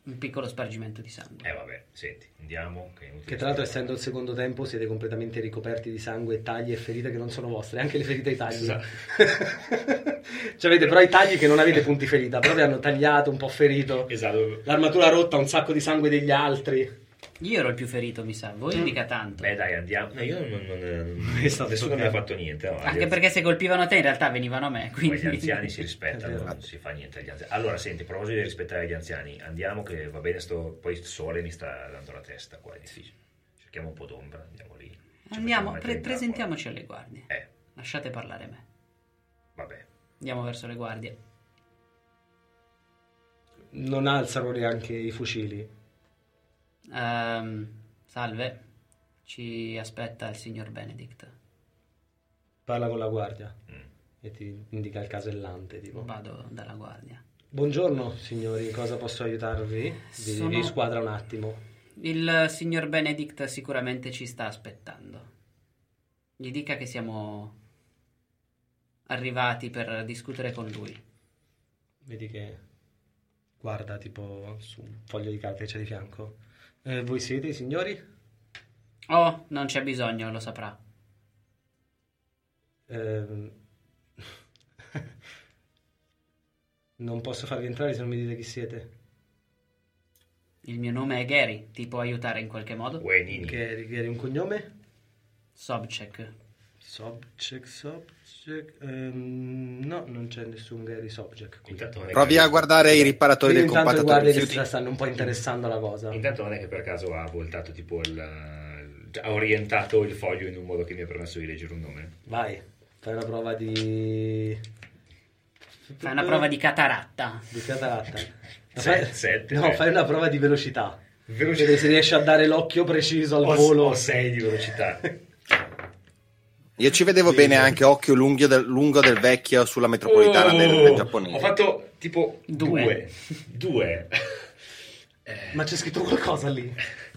A: un piccolo spargimento di sangue.
B: Eh vabbè, senti, andiamo. Che, è inutile
C: Che tra l'altro,
B: stare-
C: essendo il secondo tempo, siete completamente ricoperti di sangue, tagli e ferite che non sono vostre, anche le ferite ai tagli.
B: Esatto.
C: [laughs] cioè, avete però i tagli che non avete punti ferita, però vi hanno tagliato, un po' ferito.
B: Esatto.
C: L'armatura rotta, un sacco di sangue degli altri.
A: Io ero il più ferito, mi sa. Voi mica tanto.
B: Mm. Beh dai, andiamo. No, io non... non- non-
C: È stato
B: nessuno mi ha
C: toccato.
B: fatto niente. no,
A: Anche
B: gli-
A: perché se colpivano te in realtà venivano a me,
B: poi
A: quindi...
B: gli
A: [laughs]
B: anziani si
C: È
B: rispettano,
C: vero.
B: non si fa niente agli anziani. Allora, senti, a proposito di rispettare gli anziani, andiamo che va bene, sto, poi il sole mi sta dando la testa qua, è difficile. Cerchiamo un po' d'ombra, andiamo lì. Ci
A: Andiamo,
B: facciamo
A: pre-
B: mettere in
A: presentiamoci alle guardie.
B: tavola. Eh,
A: Lasciate parlare me.
B: vabbè.
A: Andiamo verso le guardie.
C: Non alzano neanche i fucili.
A: Ehm, salve, ci aspetta il signor Benedict.
C: Parla con la guardia
B: Mm.
C: e ti indica il casellante. Tipo.
A: Vado dalla guardia.
C: Buongiorno signori, cosa posso aiutarvi? Vi,
A: Sono-
C: vi squadra un attimo.
A: Il signor Benedict sicuramente ci sta aspettando. Gli dica che siamo arrivati per discutere con lui.
C: Vedi che guarda tipo su un foglio di carta che c'è di fianco. Eh, voi siete i signori?
A: Oh, non c'è bisogno, lo saprà.
C: Ehm, [laughs] non posso farvi entrare se non mi dite chi siete.
A: Il mio nome è Gary, ti può aiutare in qualche modo?
B: Uè, Nini.
C: Che eri un cognome?
A: Sobchak.
C: Sobchak, Sobchak. ehm, no, non c'è nessun Gary Sobchak qui.
B: Intanto non è
D: Provi
B: che-
D: a guardare i riparatori
C: Io
D: del
C: intanto
D: compattatore
C: guardi
D: di
C: che
D: rifiuti.
C: si stanno un po' interessando alla cosa.
B: Intanto non è che per caso ha voltato tipo il... cioè, ha orientato il foglio in un modo che mi ha permesso di leggere un nome.
C: Vai, fai una prova di...
A: Fai una prova di cataratta.
C: Di
B: [laughs]
C: cataratta. Ma
B: Se-
C: fai-
B: sette,
C: No,
B: eh.
C: fai una prova di velocità.
B: Velocità.
C: Vedere se riesci a dare l'occhio preciso al
B: Ho-
C: volo.
B: ho 6 di
D: [laughs]
B: velocità.
D: Io ci vedevo bene anche occhio lungo del, lungo del vecchio sulla metropolitana del,
C: Oh,
D: del giapponese.
B: Oh! Ho fatto tipo
A: Due.
B: 2.
A: [laughs]
B: 2.
C: Ma c'è scritto qualcosa lì?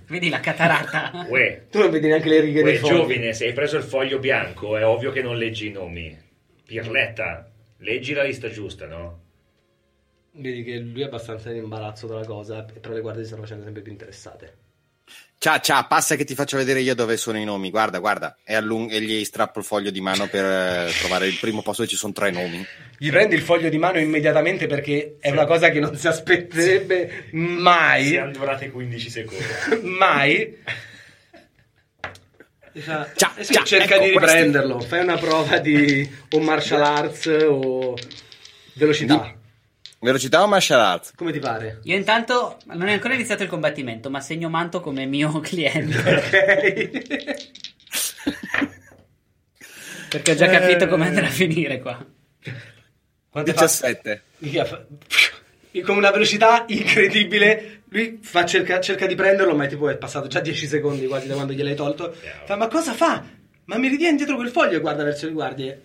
A: Vedi la cataratta?
B: Uè,
C: Tu non vedi neanche le righe
B: uè
C: dei fogli.
B: giovine, se hai preso il foglio bianco è ovvio che non leggi i nomi. Pirletta, leggi la lista giusta, no?
C: Vedi che lui è abbastanza in imbarazzo dalla cosa, però le guardie si stanno facendo sempre più interessate.
D: Ciao, ciao, passa che ti faccio vedere io dove sono i nomi. Guarda, guarda, e, allung- e gli strappo il foglio di mano per eh, trovare il primo posto dove ci sono tre nomi.
C: Gli prendi il foglio di mano immediatamente perché è una cosa che non si aspetterebbe mai.
B: Siamo durate 15 secondi.
C: Mai. E fa-
D: Ciao,
C: e eh sì,
D: ciao,
C: cerca
D: ecco
C: di
D: questi.
C: riprenderlo. Fai una prova di o martial arts o velocità.
D: Velocità o martial arts?
C: Come ti pare?
A: Io intanto non è ancora iniziato il combattimento, ma segno Manto come mio [laughs] cliente.
C: Ok.
A: Perché ho già
D: Eh,
A: capito come andrà a finire qua.
C: Quante fa?
D: 17.
C: Minchia, fa- Con una velocità incredibile, lui fa- cerca, cerca di prenderlo, ma è tipo è passato già 10 secondi quasi da quando gliel'hai tolto.
B: Bravo.
C: Fa, ma cosa fa? Ma mi ridia indietro quel foglio e guarda verso le guardie.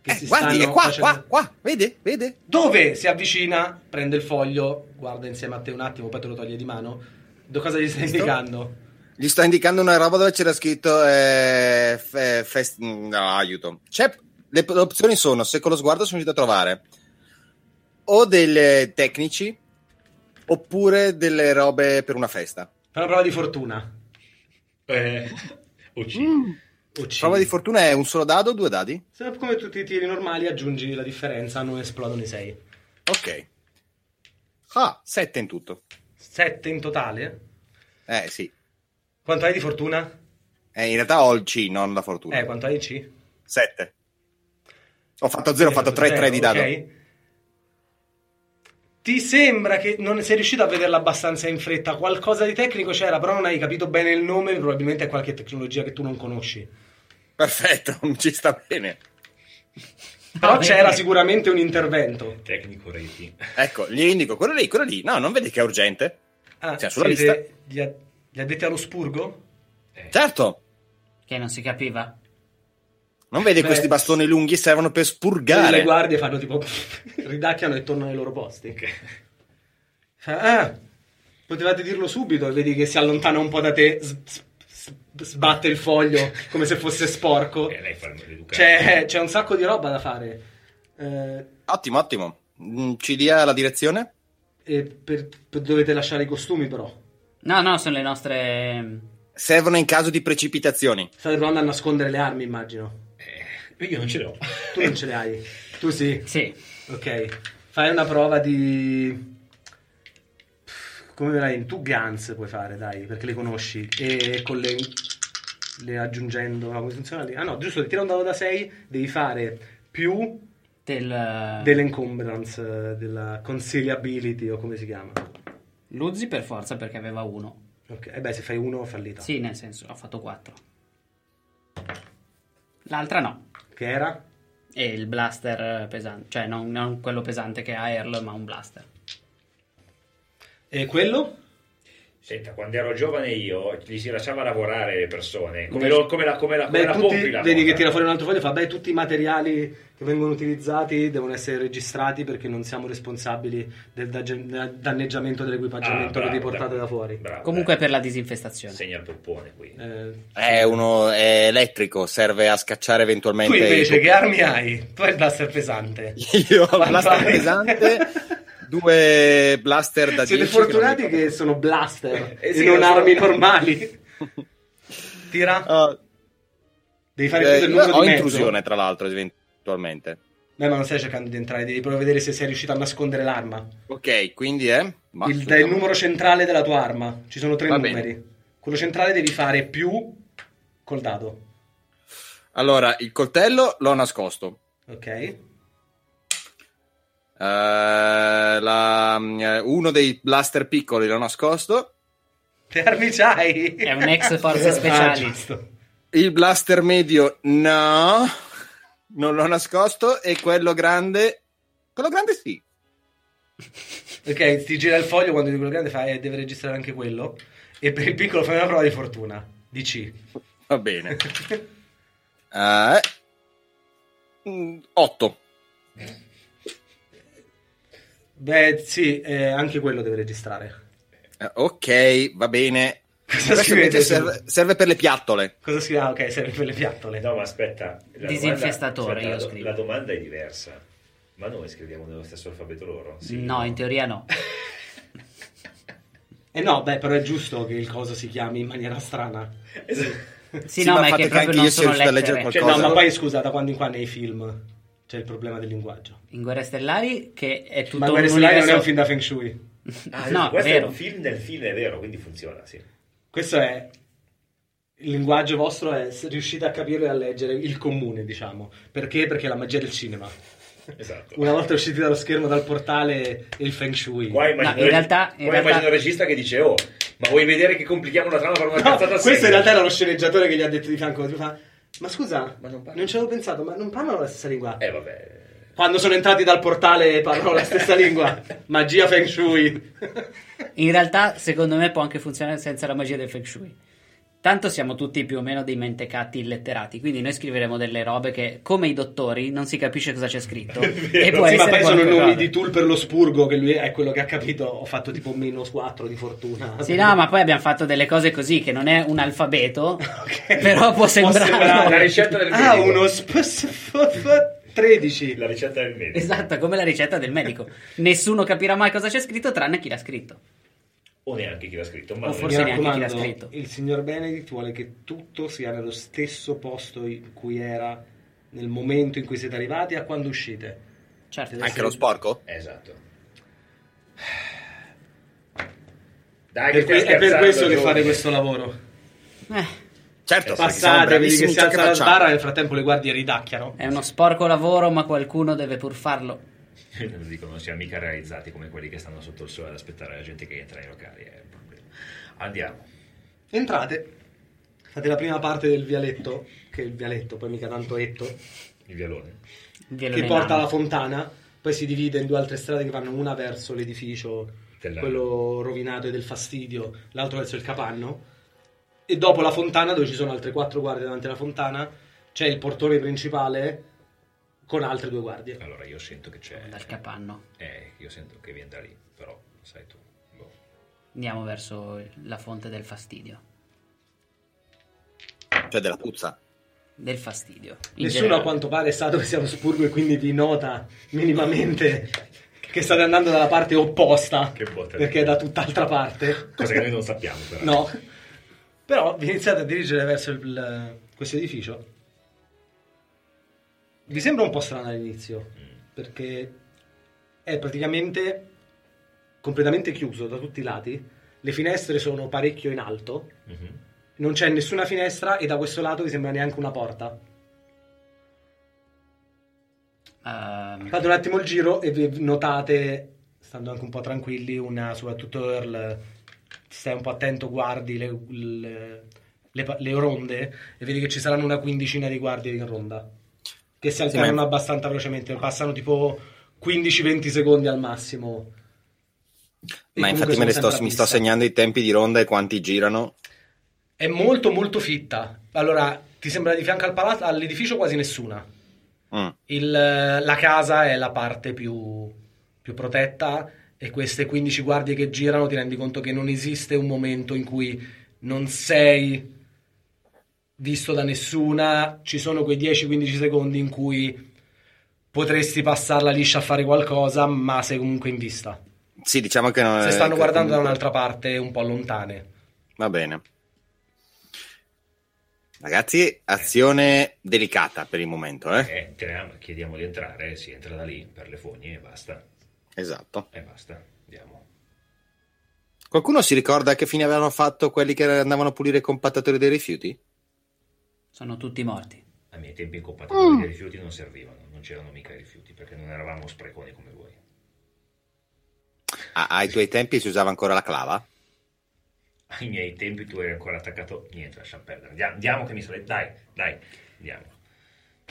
C: Che
D: Eh,
C: si
D: guardi,
C: stanno
D: è qua,
C: facendo-
D: qua, qua, vede, vede.
C: Dove si avvicina, prende il foglio, guarda insieme a te un attimo, poi te lo toglie di mano. Do- cosa gli stai indicando?
D: Gli sto indicando una roba dove c'era scritto eh, fe- fest- mm, no, aiuto. C'è, le p- le opzioni sono, se con lo sguardo sono riuscito a trovare, o dei tecnici, oppure delle robe per una festa.
C: Fa una prova di fortuna.
B: [laughs] Eh, Mm. uccidi.
C: Uccidi.
D: Prova di fortuna è un solo dado o due dadi?
C: Se come tutti i tiri normali aggiungi la differenza, non esplodono i 6.
D: Ok. Ah, sette in tutto.
C: 7 in totale.
D: Eh sì.
C: Quanto hai di fortuna?
D: Eh, in realtà ho il C, non la fortuna.
C: Eh, quanto hai in C?
D: 7. Ho fatto 0, ho fatto 3, 3 di dado.
C: Ok. Ti sembra che non sei riuscito a vederla abbastanza in fretta? Qualcosa di tecnico c'era, però non hai capito bene il nome, probabilmente è qualche tecnologia che tu non conosci.
D: Perfetto, [laughs] ci sta bene.
C: Però
A: Va bene.
C: c'era sicuramente un intervento.
B: Tecnico reti.
D: Ecco, gli indico quello lì, quello lì. No, non vedi che è urgente?
C: Ah,
D: Cioè, sulla
C: siete
D: lista.
C: Gli, a- gli addetti allo spurgo? Eh.
D: Certo.
A: Che non si capiva.
D: Non vedi
C: Beh. Eh,
D: questi bastoni lunghi servono per
C: Le
D: spurgare.
C: guardie fanno tipo... [laughs] ridacchiano e tornano ai loro posti. Fa, Ah, potevate dirlo subito, e vedi che si allontana un po' da te, s- s- s- sbatte il foglio come se fosse sporco.
B: Eh, lei fa l'educato.
C: C'è, Cioè, [laughs] c'è un sacco di roba da fare. Eh,
D: Ottimo, ottimo. Mm, Ci dia la direzione?
C: e per- per- dovete lasciare i costumi, però.
A: No, no, sono le nostre...
D: Servono in caso di precipitazioni.
C: State provando a nascondere le armi, immagino.
B: Eh, io non ce l'ho.
C: Tu non ce le hai. Tu sì.
A: Sì.
C: Ok. Fai una prova di. Come verrai in tu Guns puoi fare, dai, perché le conosci. E con le. le aggiungendo. no, come funziona lì? Ah no, giusto, tira un dado da 6, devi fare più
A: Del...
C: dell'encumbrance, eh, della conciliability o come si chiama.
A: Luzzi per forza perché aveva uno.
C: Ok, e beh, se fai uno fallita.
A: Sì, nel senso, ho fatto quattro. L'altra no.
C: Che era?
A: E il blaster eh, pesante. Cioè, non, non quello pesante che ha Earl, ma un blaster.
C: E quello?
B: Senta, quando ero giovane io gli si lasciava lavorare le persone, come, lo- come la, come la, come
C: Beh,
B: la
C: tutti,
B: pompi la
C: vedi
B: cosa.
C: che tira fuori un altro foglio e fa, beh, tutti i materiali che vengono utilizzati devono essere registrati perché non siamo responsabili del dagge- da- danneggiamento
B: Ah,
C: dell'equipaggiamento
B: bravo,
C: che vi portate
B: bravo,
C: da fuori.
B: bravo,
A: Comunque
B: dai.
A: per la disinfestazione.
B: segna il poppone qui.
C: Eh,
D: È uno è elettrico, serve a scacciare
C: tu
D: eventualmente.
C: invece
D: i-
C: che armi hai? Tu hai il blaster
D: [laughs]
C: pesante.
D: Io
C: [laughs]
D: ho un blaster
C: Vai.
D: pesante, due blaster da 10.
C: Siete
D: che non
C: fortunati
D: mi
C: che, sono
D: [laughs]
C: blaster
B: Eh
C: e
B: sì,
C: non
B: lo so.
C: armi normali.
D: [laughs]
C: Tira.
D: ricordo.
C: Devi
D: Ah,
C: fare tutto
D: Oh, eh,
C: il numero
D: ho
C: di mezzo.
D: intrusione, tra l'altro, eventualmente.
C: Beh, ma non stai cercando di entrare, devi proprio vedere se sei riuscito a nascondere l'arma.
D: Ok, quindi è... Ma
C: il,
D: scusa,
C: dai il numero centrale della tua arma. Ci sono tre
D: Va
C: numeri.
D: bene.
C: Quello centrale devi fare più col dado.
D: Allora, il coltello l'ho nascosto.
C: Ok.
D: Eh, la- eh, uno dei blaster piccoli l'ho nascosto.
C: Che armi c'hai? Ah,
A: È un ex
C: [laughs]
D: [laughs] Ah,
A: forze speciali.
D: Il blaster medio, no, non l'ho nascosto. E quello grande, quello grande sì.
C: ok, ti gira il foglio quando di quello grande fa eh, deve registrare anche quello. E per il piccolo fai una prova di fortuna. DC.
D: Va
C: [laughs]
D: bene. Eh, 8.
C: Beh, sì, eh, anche quello deve registrare.
D: Eh, ok, va bene.
C: Cosa
D: Questo
C: scrivete?
D: invece
C: su-
D: serve, serve per le piattole.
C: Cosa scrive? Ah, ok, serve per le piattole.
B: No, ma aspetta. la
A: Disinfestatore,
B: domanda-
A: io
B: aspetta, la,
A: scrivo.
B: la domanda è diversa. Ma noi scriviamo nello stesso alfabeto loro? Sì.
A: No, in teoria
D: [laughs]
A: no.
C: Eh no, beh, però è giusto che il coso si chiami in maniera strana.
B: Esatto.
A: Sì,
D: Sì,
A: no,
D: ma
A: ma è
D: fate
A: che
D: che
A: proprio
D: anche
A: non
D: io sia
A: sono
D: riuscito a leggere
A: lettere.
D: qualcosa.
C: Cioè, no,
D: Cosa?
C: ma poi scusa, da quando in qua nei film c'è il problema del linguaggio.
A: In Guerre Stellari, che è tutto
C: Ma
A: un
C: Guerre
A: universo...
C: Stellari non è un film da Feng Shui.
A: [laughs]
B: Ah,
A: no, è
B: questo è
A: vero.
B: un film del film, è vero, quindi funziona, sì.
C: Questo è il linguaggio vostro è se riuscite a capirlo e a leggere il comune, diciamo. Perché? Perché è la magia del cinema.
B: Esatto.
C: Una volta usciti dallo schermo dal portale il Feng Shui.
B: Qua immagino,
A: No, in realtà- in
B: qua
A: realtà-
B: immagino il regista che dice, oh, ma vuoi vedere che complichiamo la trama per una
C: No,
B: cazzata
C: questo
B: seria?"
C: in realtà era lo sceneggiatore che gli ha detto di fianco. tipo, fa, ma scusa,
B: Ma non parla-
C: non ci avevo pensato, ma non parlano la stessa lingua.
B: Eh, vabbè.
C: Quando sono entrati dal portale parlano
A: [laughs]
C: la stessa lingua. Magia Feng Shui.
A: In realtà, secondo me, può anche funzionare senza la magia del Feng Shui. Tanto siamo tutti più o meno dei mentecatti illetterati, quindi noi scriveremo delle robe che, come i dottori, non si capisce cosa c'è
C: [laughs]
A: scritto. e può
C: sì, ma
A: essere
C: poi sono
A: qualcosa.
C: nomi di tool per lo spurgo, che lui è quello che ha capito. Ho fatto tipo meno 4 di fortuna.
A: [laughs] Sì, no, ma poi abbiamo fatto delle cose così, che non è un alfabeto,
C: [laughs] Ok.
A: però può sembrare...
C: sembrare.
B: La ricetta del
C: Ah,
B: medico.
C: uno spes- 13.
B: La ricetta del medico.
A: [laughs] Esatto, come la ricetta del
C: [laughs]
A: medico. Nessuno capirà mai cosa c'è scritto tranne chi l'ha scritto.
B: O neanche chi l'ha scritto. Ma
A: O
B: non-
A: forse
C: Mi
A: neanche chi l'ha
C: raccomando,
A: scritto.
C: Il signor Benedict vuole che tutto sia nello stesso posto in cui era nel momento in cui siete arrivati a quando uscite.
A: Certo.
D: Anche lo sporco?
B: Esatto. Dai, che
C: Per que-
B: stai
C: è per
B: scherzando,
C: questo che
B: Giorgio.
C: fate questo lavoro.
A: Eh,
D: Certo, perché siamo
C: Passate, vedi che
D: bravissimi in
C: si
D: ciò
C: alza la
D: facciamo.
C: sbarra nel frattempo le guardie ridacchiano.
A: è uno sporco lavoro, ma qualcuno deve pur farlo.
B: [laughs] Non dico, non siamo mica realizzati come quelli che stanno sotto il sole ad aspettare la gente che entra nei locali. È un problema. Andiamo.
C: Entrate, fate la prima parte del vialetto, che è il vialetto, poi mica tanto etto.
B: Il vialone.
A: Ve lo
C: che
A: ne
C: porta
A: mando.
C: alla fontana, poi si divide in due altre strade che vanno una verso l'edificio,
B: Della-
C: quello rovinato e del fastidio, l'altro verso il capanno. E dopo la fontana, dove ci sono altre quattro guardie davanti alla fontana, c'è il portone principale con altre due guardie.
B: Allora, io sento che c'è...
A: Dal capanno.
B: Eh, io sento che viene da lì, però, lo sai tu. boh.
A: Andiamo verso la fonte del fastidio.
D: Cioè della puzza.
A: Del fastidio. in
C: Nessuno
A: generale.
C: a quanto pare sa dove siamo spurgo e quindi vi nota minimamente che state andando dalla parte opposta,
B: Che botta.
C: perché è da tutt'altra parte.
B: Cosa che noi non sappiamo, però.
C: No. Esatto. [laughs] Però vi iniziate a dirigere verso il- il- questo edificio. Vi sembra un po' strano all'inizio, perché è praticamente completamente chiuso da tutti i lati. Le finestre sono parecchio in alto,
B: Mhm.
C: non c'è nessuna finestra e da questo lato vi sembra neanche una porta.
A: Ehm,
C: Fate un attimo il giro e vi notate, stando anche un po' tranquilli, una, soprattutto Earl, stai un po' attento, guardi le, le- le pa- le ronde e vedi che ci saranno una quindicina di guardie in ronda, che si alternano
D: ma-
C: abbastanza velocemente, passano tipo 15-20 secondi al massimo. E
D: Ma
C: comunque
D: infatti
C: sono
D: me
C: sempre
D: ne sto,
C: a
D: mi sto
C: vista.
D: segnando i tempi di ronda e quanti girano.
C: È molto molto fitta. Allora, ti sembra di fianco al palazzo, all'edificio quasi nessuna.
D: Mm.
C: Il- eh, la casa è la parte più, più protetta e queste 15 guardie che girano ti rendi conto che non esiste un momento in cui non sei visto da nessuna, ci sono quei 10-15 secondi in cui potresti passarla liscia a fare qualcosa, ma sei comunque in vista.
D: Sì, diciamo che non
C: Se stanno
D: che
C: guardando da
D: comunque-
C: un'altra parte un po' lontane.
D: Va bene. Ragazzi, azione delicata per il momento, eh?
B: Eh, teniamo- chiediamo di entrare, si entra da lì per le fogne e basta.
D: Esatto.
B: E basta. Andiamo.
D: Qualcuno si ricorda che fine avevano fatto quelli che andavano a pulire i compattatori dei rifiuti?
A: sono tutti morti.
B: Eh, ai miei tempi in Coppa
C: Mm.
B: Italia i rifiuti non servivano, non c'erano mica i rifiuti perché non eravamo spreconi come voi.
D: Ah, ai tuoi tempi si usava ancora la clava?
B: Ai miei tempi tu eri ancora attaccato, niente, lascia perdere. Andiamo, andiamo che mi sale, dai, dai, andiamo.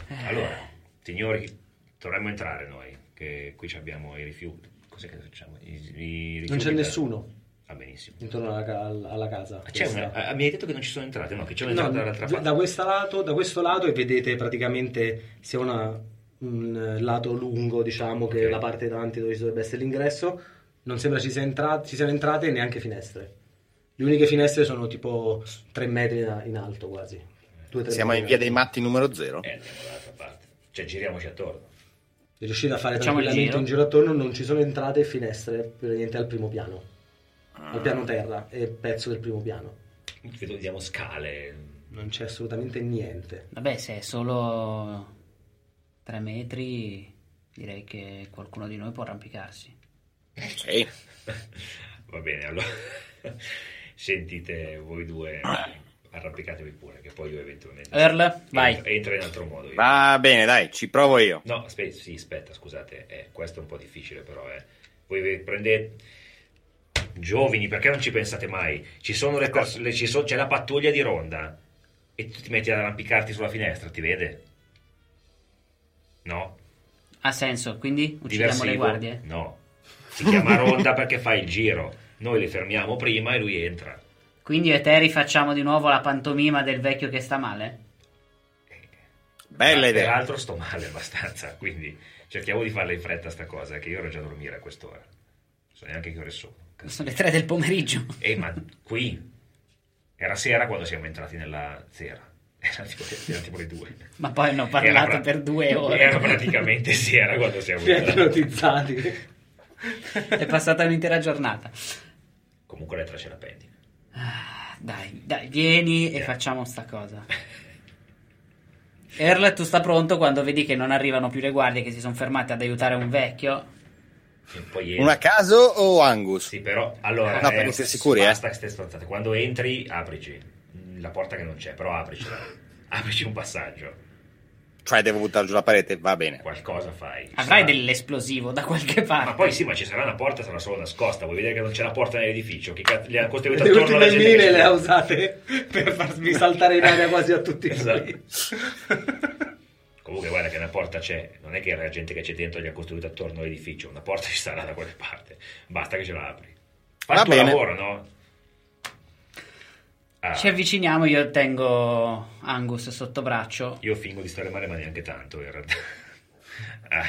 C: Eh.
B: Allora, signori, dovremmo entrare noi, che qui ci abbiamo i rifiuti. Cos'è che facciamo? I- i rifiuti
C: Non c'è
B: per-
C: nessuno
B: Va benissimo.
C: intorno alla, ca- alla casa.
B: Ah, c'è una-
C: Questa-
B: ah, mi hai detto che non ci sono entrate, no, che c'è
C: No,
B: un'entrata dall'altra
C: da,
B: parte.
C: da questo lato, da questo lato e vedete praticamente sia una- un eh, lato lungo, diciamo, che
B: Ok.
C: la parte davanti dove ci dovrebbe essere l'ingresso, non sembra ci, sia entra- ci siano entrate neanche finestre. Le uniche finestre sono tipo 3 metri in in alto quasi. Due, tre
D: Siamo
C: metri
D: in via
C: alto.
D: dei matti numero zero.
B: Eh, andiamo dall'altra parte. Cioè, giriamoci attorno.
C: Se riuscite a fare
A: Facciamo il
C: tranquillamente
A: giro.
C: un giro attorno, non ci sono entrate e finestre, praticamente al primo piano,
D: Ah,
C: al piano terra e pezzo del primo piano.
B: Vedo, vediamo scale. [laughs]
C: Non c'è assolutamente niente.
A: Vabbè, se è solo 3 metri, direi che qualcuno di noi può arrampicarsi.
D: Sì.
B: Va bene, allora. [laughs] Sentite voi due, arrampicatevi pure, che poi io eventualmente...
A: Earl, vai.
B: Entro, entro in altro modo. io.
D: Va bene, dai, ci provo io.
B: No, aspe- sì, aspetta, scusate, eh, questo è un po' difficile però. Eh. Voi vi prendete... Giovani, perché non ci pensate mai? Ci sono le pers- le- ci so- c'è la pattuglia di ronda e tu ti metti ad arrampicarti sulla finestra, ti vede? No?
A: Ha senso, quindi uccidiamo
B: Diversivo?
A: le guardie?
B: No. Si chiama ronda perché fa il giro. Noi le fermiamo prima e lui entra.
A: Quindi io e te rifacciamo di nuovo la pantomima del vecchio che sta male?
D: Bella
B: Ma
D: idea.
B: Ah, Peraltro sto male abbastanza, quindi cerchiamo di farla in fretta sta cosa, che io ero già a dormire a quest'ora. Non so neanche che ore sono.
A: Sono le 3 del pomeriggio. [laughs]
B: Eh, ma qui era sera quando siamo entrati nella sera. [laughs] Era tipo, era tipo le due.
A: Ma poi hanno
B: Era
A: parlato
B: pra-
A: per due ore.
B: Era [laughs] praticamente sera quando siamo
C: Vi
B: entrati.
C: ipnotizzati.
A: È passata un'intera giornata.
B: Comunque lettera ce la pendina.
A: Dai, dai, vieni e facciamo sta cosa. Earl, tu sta pronto quando vedi che non arrivano più le guardie che si sono fermate ad aiutare un vecchio?
B: E poi entra.
D: Un a caso o Angus?
B: Sì, però allora.
D: No, per essere sicuri, eh.
B: Basta queste stronzate. Quando entri, aprici Mm, la porta che non c'è, però apricela. [laughs] aprici un passaggio.
D: Cioè, devo buttare giù la parete? Va bene.
B: Qualcosa fai.
A: Avrai
B: Sarà-
A: dell'esplosivo da qualche
B: Ma
A: parte.
B: poi sì, ma ci sarà una porta, sarà solo nascosta. Vuoi vedere che non c'è la porta nell'edificio? Che cazzo le hanno costruito
C: Le
B: attorno alla
C: ultime
B: gente?
C: mine
B: che-
C: le ha usate per farmi saltare in aria quasi a
B: [laughs]
C: tutti i
B: Esatto.
C: voi.
B: Comunque, guarda che una porta c'è. Non è che la gente che c'è dentro gli ha costruito attorno all'edificio. Una porta [laughs] ci sarà da qualche parte. Basta che ce la apri. Fai
D: Va
B: il tuo
D: bene.
B: lavoro, no? Ah,
A: Ci avviciniamo, io tengo Angus sotto braccio.
B: io fingo di stare male, ma neanche tanto in realtà. [laughs]
C: [laughs]
B: Ah.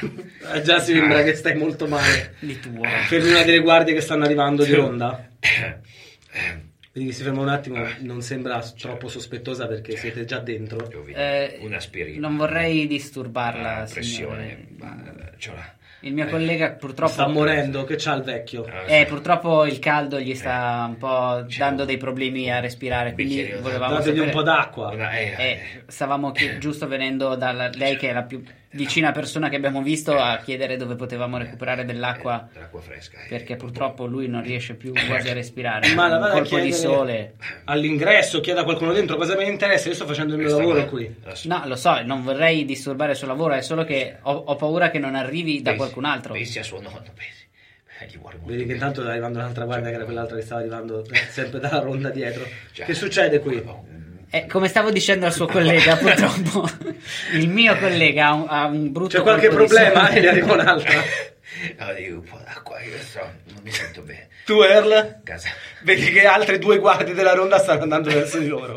C: Ah, già si sembra che stai molto male.
A: Di tuo.
C: Fermi una delle guardie che stanno arrivando di ronda.
B: Ehm,
C: Vedi che si ferma un attimo, non sembra troppo sospettosa perché siete già dentro.
B: devo vedere.
A: Eh,
B: una spirina.
A: Non vorrei
B: Una
A: disturbarla,
B: Ah, pressione.
A: signore.
B: eh, c'ho la-
A: Il mio collega purtroppo...
C: Sta morendo, che c'ha il vecchio?
B: Ah,
A: Eh,
B: sì. Eh,
A: purtroppo il caldo gli sta un po'
B: C'è
A: dando
B: un-
A: dei problemi a respirare,
B: un
A: quindi
B: bicchiere-
A: volevamo
C: Dategli
A: sapere...
C: un po' d'acqua.
B: Una- eh,
A: Eh, stavamo chi- giusto venendo da lei, che è la più vicina persona che abbiamo visto, a chiedere dove potevamo recuperare dell'acqua,
B: eh, dell'acqua fresca. eh.
A: perché purtroppo lui non riesce più quasi a respirare.
C: Ma la
A: Un
C: vada a
A: colpo di
C: chiedere
A: sole.
C: All'ingresso, chieda a qualcuno dentro cosa me ne interessa, io sto facendo il mio
B: Questa
C: lavoro
B: qua-
C: qui.
B: la s-
A: No, lo so, non vorrei disturbare il suo lavoro, è solo che ho, ho paura che non arrivi da
B: pensi-
A: qualcun altro.
B: Pensi a suo nonno, pensi. Eh, gli vuole molto
C: Vedi che
B: bene.
C: intanto sta arrivando un'altra guardia che era quell'altra che stava arrivando eh, sempre dalla ronda dietro.
B: Già.
C: Che succede qui?
A: Eh, come stavo dicendo al suo collega, purtroppo, [laughs] il mio collega ha un, ha un brutto
C: C'è qualche
A: colpo di
C: problema?
A: sole.
C: [laughs] E ne arriva un'altra.
B: [laughs] No, dico un po' d'acqua, io so, non mi sento bene.
C: Tu, Earl,
B: Casa.
C: vedi che altre due guardie della ronda stanno andando verso di loro.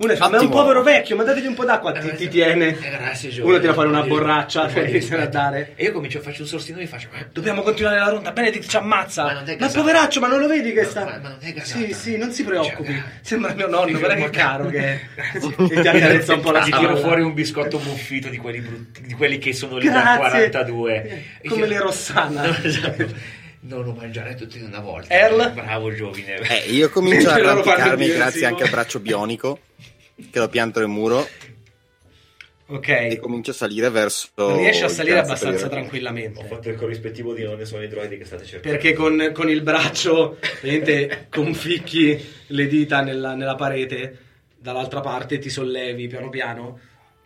C: Uno fa, ma è un
D: Ottimo.
C: povero vecchio, ma dategli un po' d'acqua, ti, ti tiene.
B: Eh, grazie, Giovanni.
C: Uno tira fuori una borraccia, cioè,
B: Io-
C: te la inizia a dare.
B: E io comincio, faccio un sorsino e faccio...
C: Dobbiamo continuare la ronda, Benedict ci ammazza.
B: Ma
C: Ma,
B: non è gasata.
C: poveraccio, ma non lo vedi che
B: No,
C: sta...
B: ma- ma non è gasata.
C: Sì, sì, non si preoccupi.
B: Cioè,
C: Sembra mio nonno,
B: Io-
C: guarda che
B: guarda-
C: caro che è.
B: [laughs]
C: E ti accarezza un po' la
B: Gli tiro
C: spalla.
B: fuori un biscotto muffito di quelli, brutti, di quelli che sono lì da
C: Grazie.
B: 42.
C: Eh, come le Rossana.
B: No, [laughs] esatto. Non lo mangiare tutti in una volta.
C: Erl?
B: Bravo giovine.
D: Eh, io comincio a
C: Mentre loro fanno il
D: arrampicarmi
C: giro,
D: grazie
C: sì,
D: anche
C: no?
D: al braccio bionico che lo pianto nel muro e
C: Ok,
D: comincio a salire verso...
C: riesci a
D: il
C: salire
D: terzo
C: abbastanza
D: superiore.
C: tranquillamente.
B: il corrispettivo di non ne sono i droidi che state cercando.
C: Perché con, con il braccio ovviamente conficchi le dita nella, nella parete, dall'altra parte ti sollevi piano piano
D: Per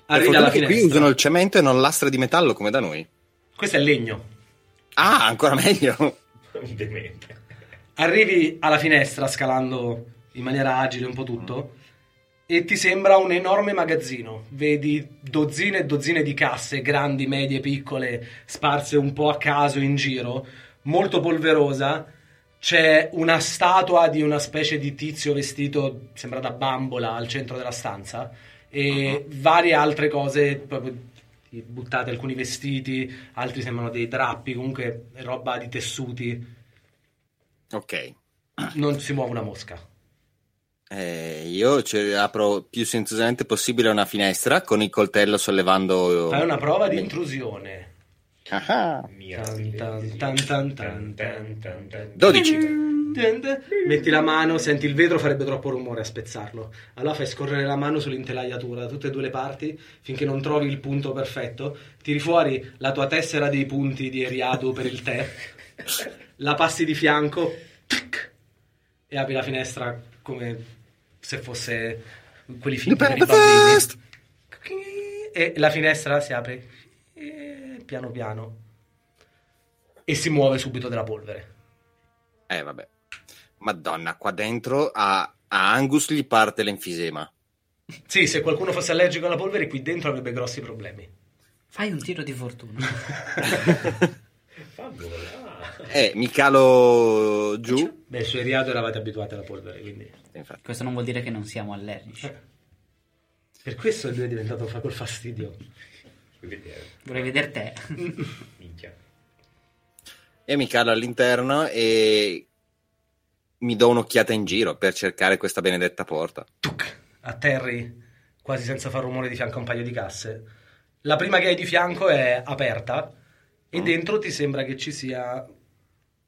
E: Arrivi
D: fortuna
E: alla
D: che qui
E: finestra.
D: usano il cemento e non lastre di metallo come da noi.
E: Questo è il legno.
D: Ah, ancora meglio.
B: [laughs] Un demente.
C: Arrivi alla finestra scalando in maniera agile un po' tutto e ti sembra un enorme magazzino. Vedi dozzine e dozzine di casse, grandi, medie, piccole, sparse un po' a caso in giro, molto polverosa. C'è una statua di una specie di tizio vestito, sembra da bambola, al centro della stanza e varie altre cose proprio buttate, alcuni vestiti, altri sembrano dei drappi, comunque roba di tessuti
D: Ok.
C: non si muove una mosca.
D: Eh, io ce- apro più silenziosamente possibile una finestra con il coltello sollevando.
C: Fai una prova di intrusione.
D: Ah, ah.
B: Mia.
C: Tan, tan, tan, tan, tan, tan, tan, tan.
D: 12.
C: Metti la mano, senti il vetro farebbe troppo rumore a spezzarlo. Allora fai scorrere la mano sull'intelaiatura da tutte e due le parti finché non trovi il punto perfetto. Tiri fuori la tua tessera dei punti di Eriadu per il tè, la passi di fianco tic, e apri la finestra come se fosse quelli film per i
D: Budapest!
C: bambini. E la finestra si apre eh, piano piano e si muove subito della polvere.
D: Eh, vabbè. Madonna, qua dentro a, a Angus gli parte l'enfisema.
C: Sì, se qualcuno fosse allergico alla polvere, qui dentro avrebbe grossi
A: [laughs]
C: problemi.
A: Fai un tiro di fortuna.
B: Fa volare.
D: Eh, mi calo giù.
C: Beh, su Eriado eravate abituati alla polvere, quindi.
D: Infatti.
A: Questo non vuol dire che non siamo allergici.
C: Per questo lui è diventato fa col fastidio.
B: Vuoi vedere?
A: Vorrei vedere te. [laughs]
B: Minchia.
D: E mi calo all'interno e mi do un'occhiata in giro per cercare questa benedetta porta.
C: Tuc! Atterri quasi senza far rumore di fianco a un paio di casse. La prima che hai di fianco è aperta e dentro ti sembra che ci sia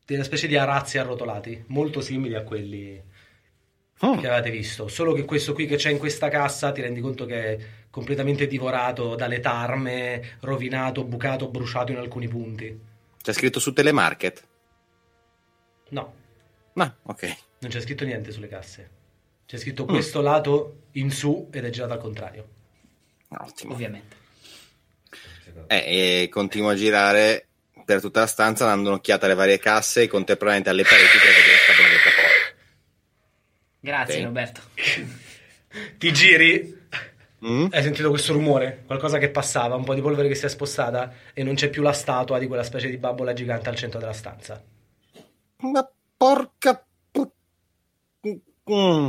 C: delle specie di arazzi arrotolati, molto simili a quelli che avevate visto. Solo che questo qui che c'è in questa cassa ti rendi conto che è completamente divorato dalle tarme, rovinato, bucato, bruciato in alcuni punti.
D: C'è scritto su telemarket?
C: No,
D: Ma, ok.
C: non c'è scritto niente sulle casse. C'è
A: Mm.
C: scritto questo lato in su ed è girato al contrario.
D: Ottimo.
A: Ovviamente.
D: Eh, e continuo a girare per tutta la stanza dando un'occhiata alle varie casse e contemporaneamente alle pareti per vedere sta benedetta porta.
A: Grazie
D: Ok.
A: Roberto.
C: Ti giri
D: Mm?
C: Hai sentito questo rumore? Qualcosa che passava, un po' di polvere che si è spostata e non c'è più la statua di quella specie di bambola gigante al centro
A: [coughs]
C: della stanza.
D: Mm. Ma porca... pu- Mm.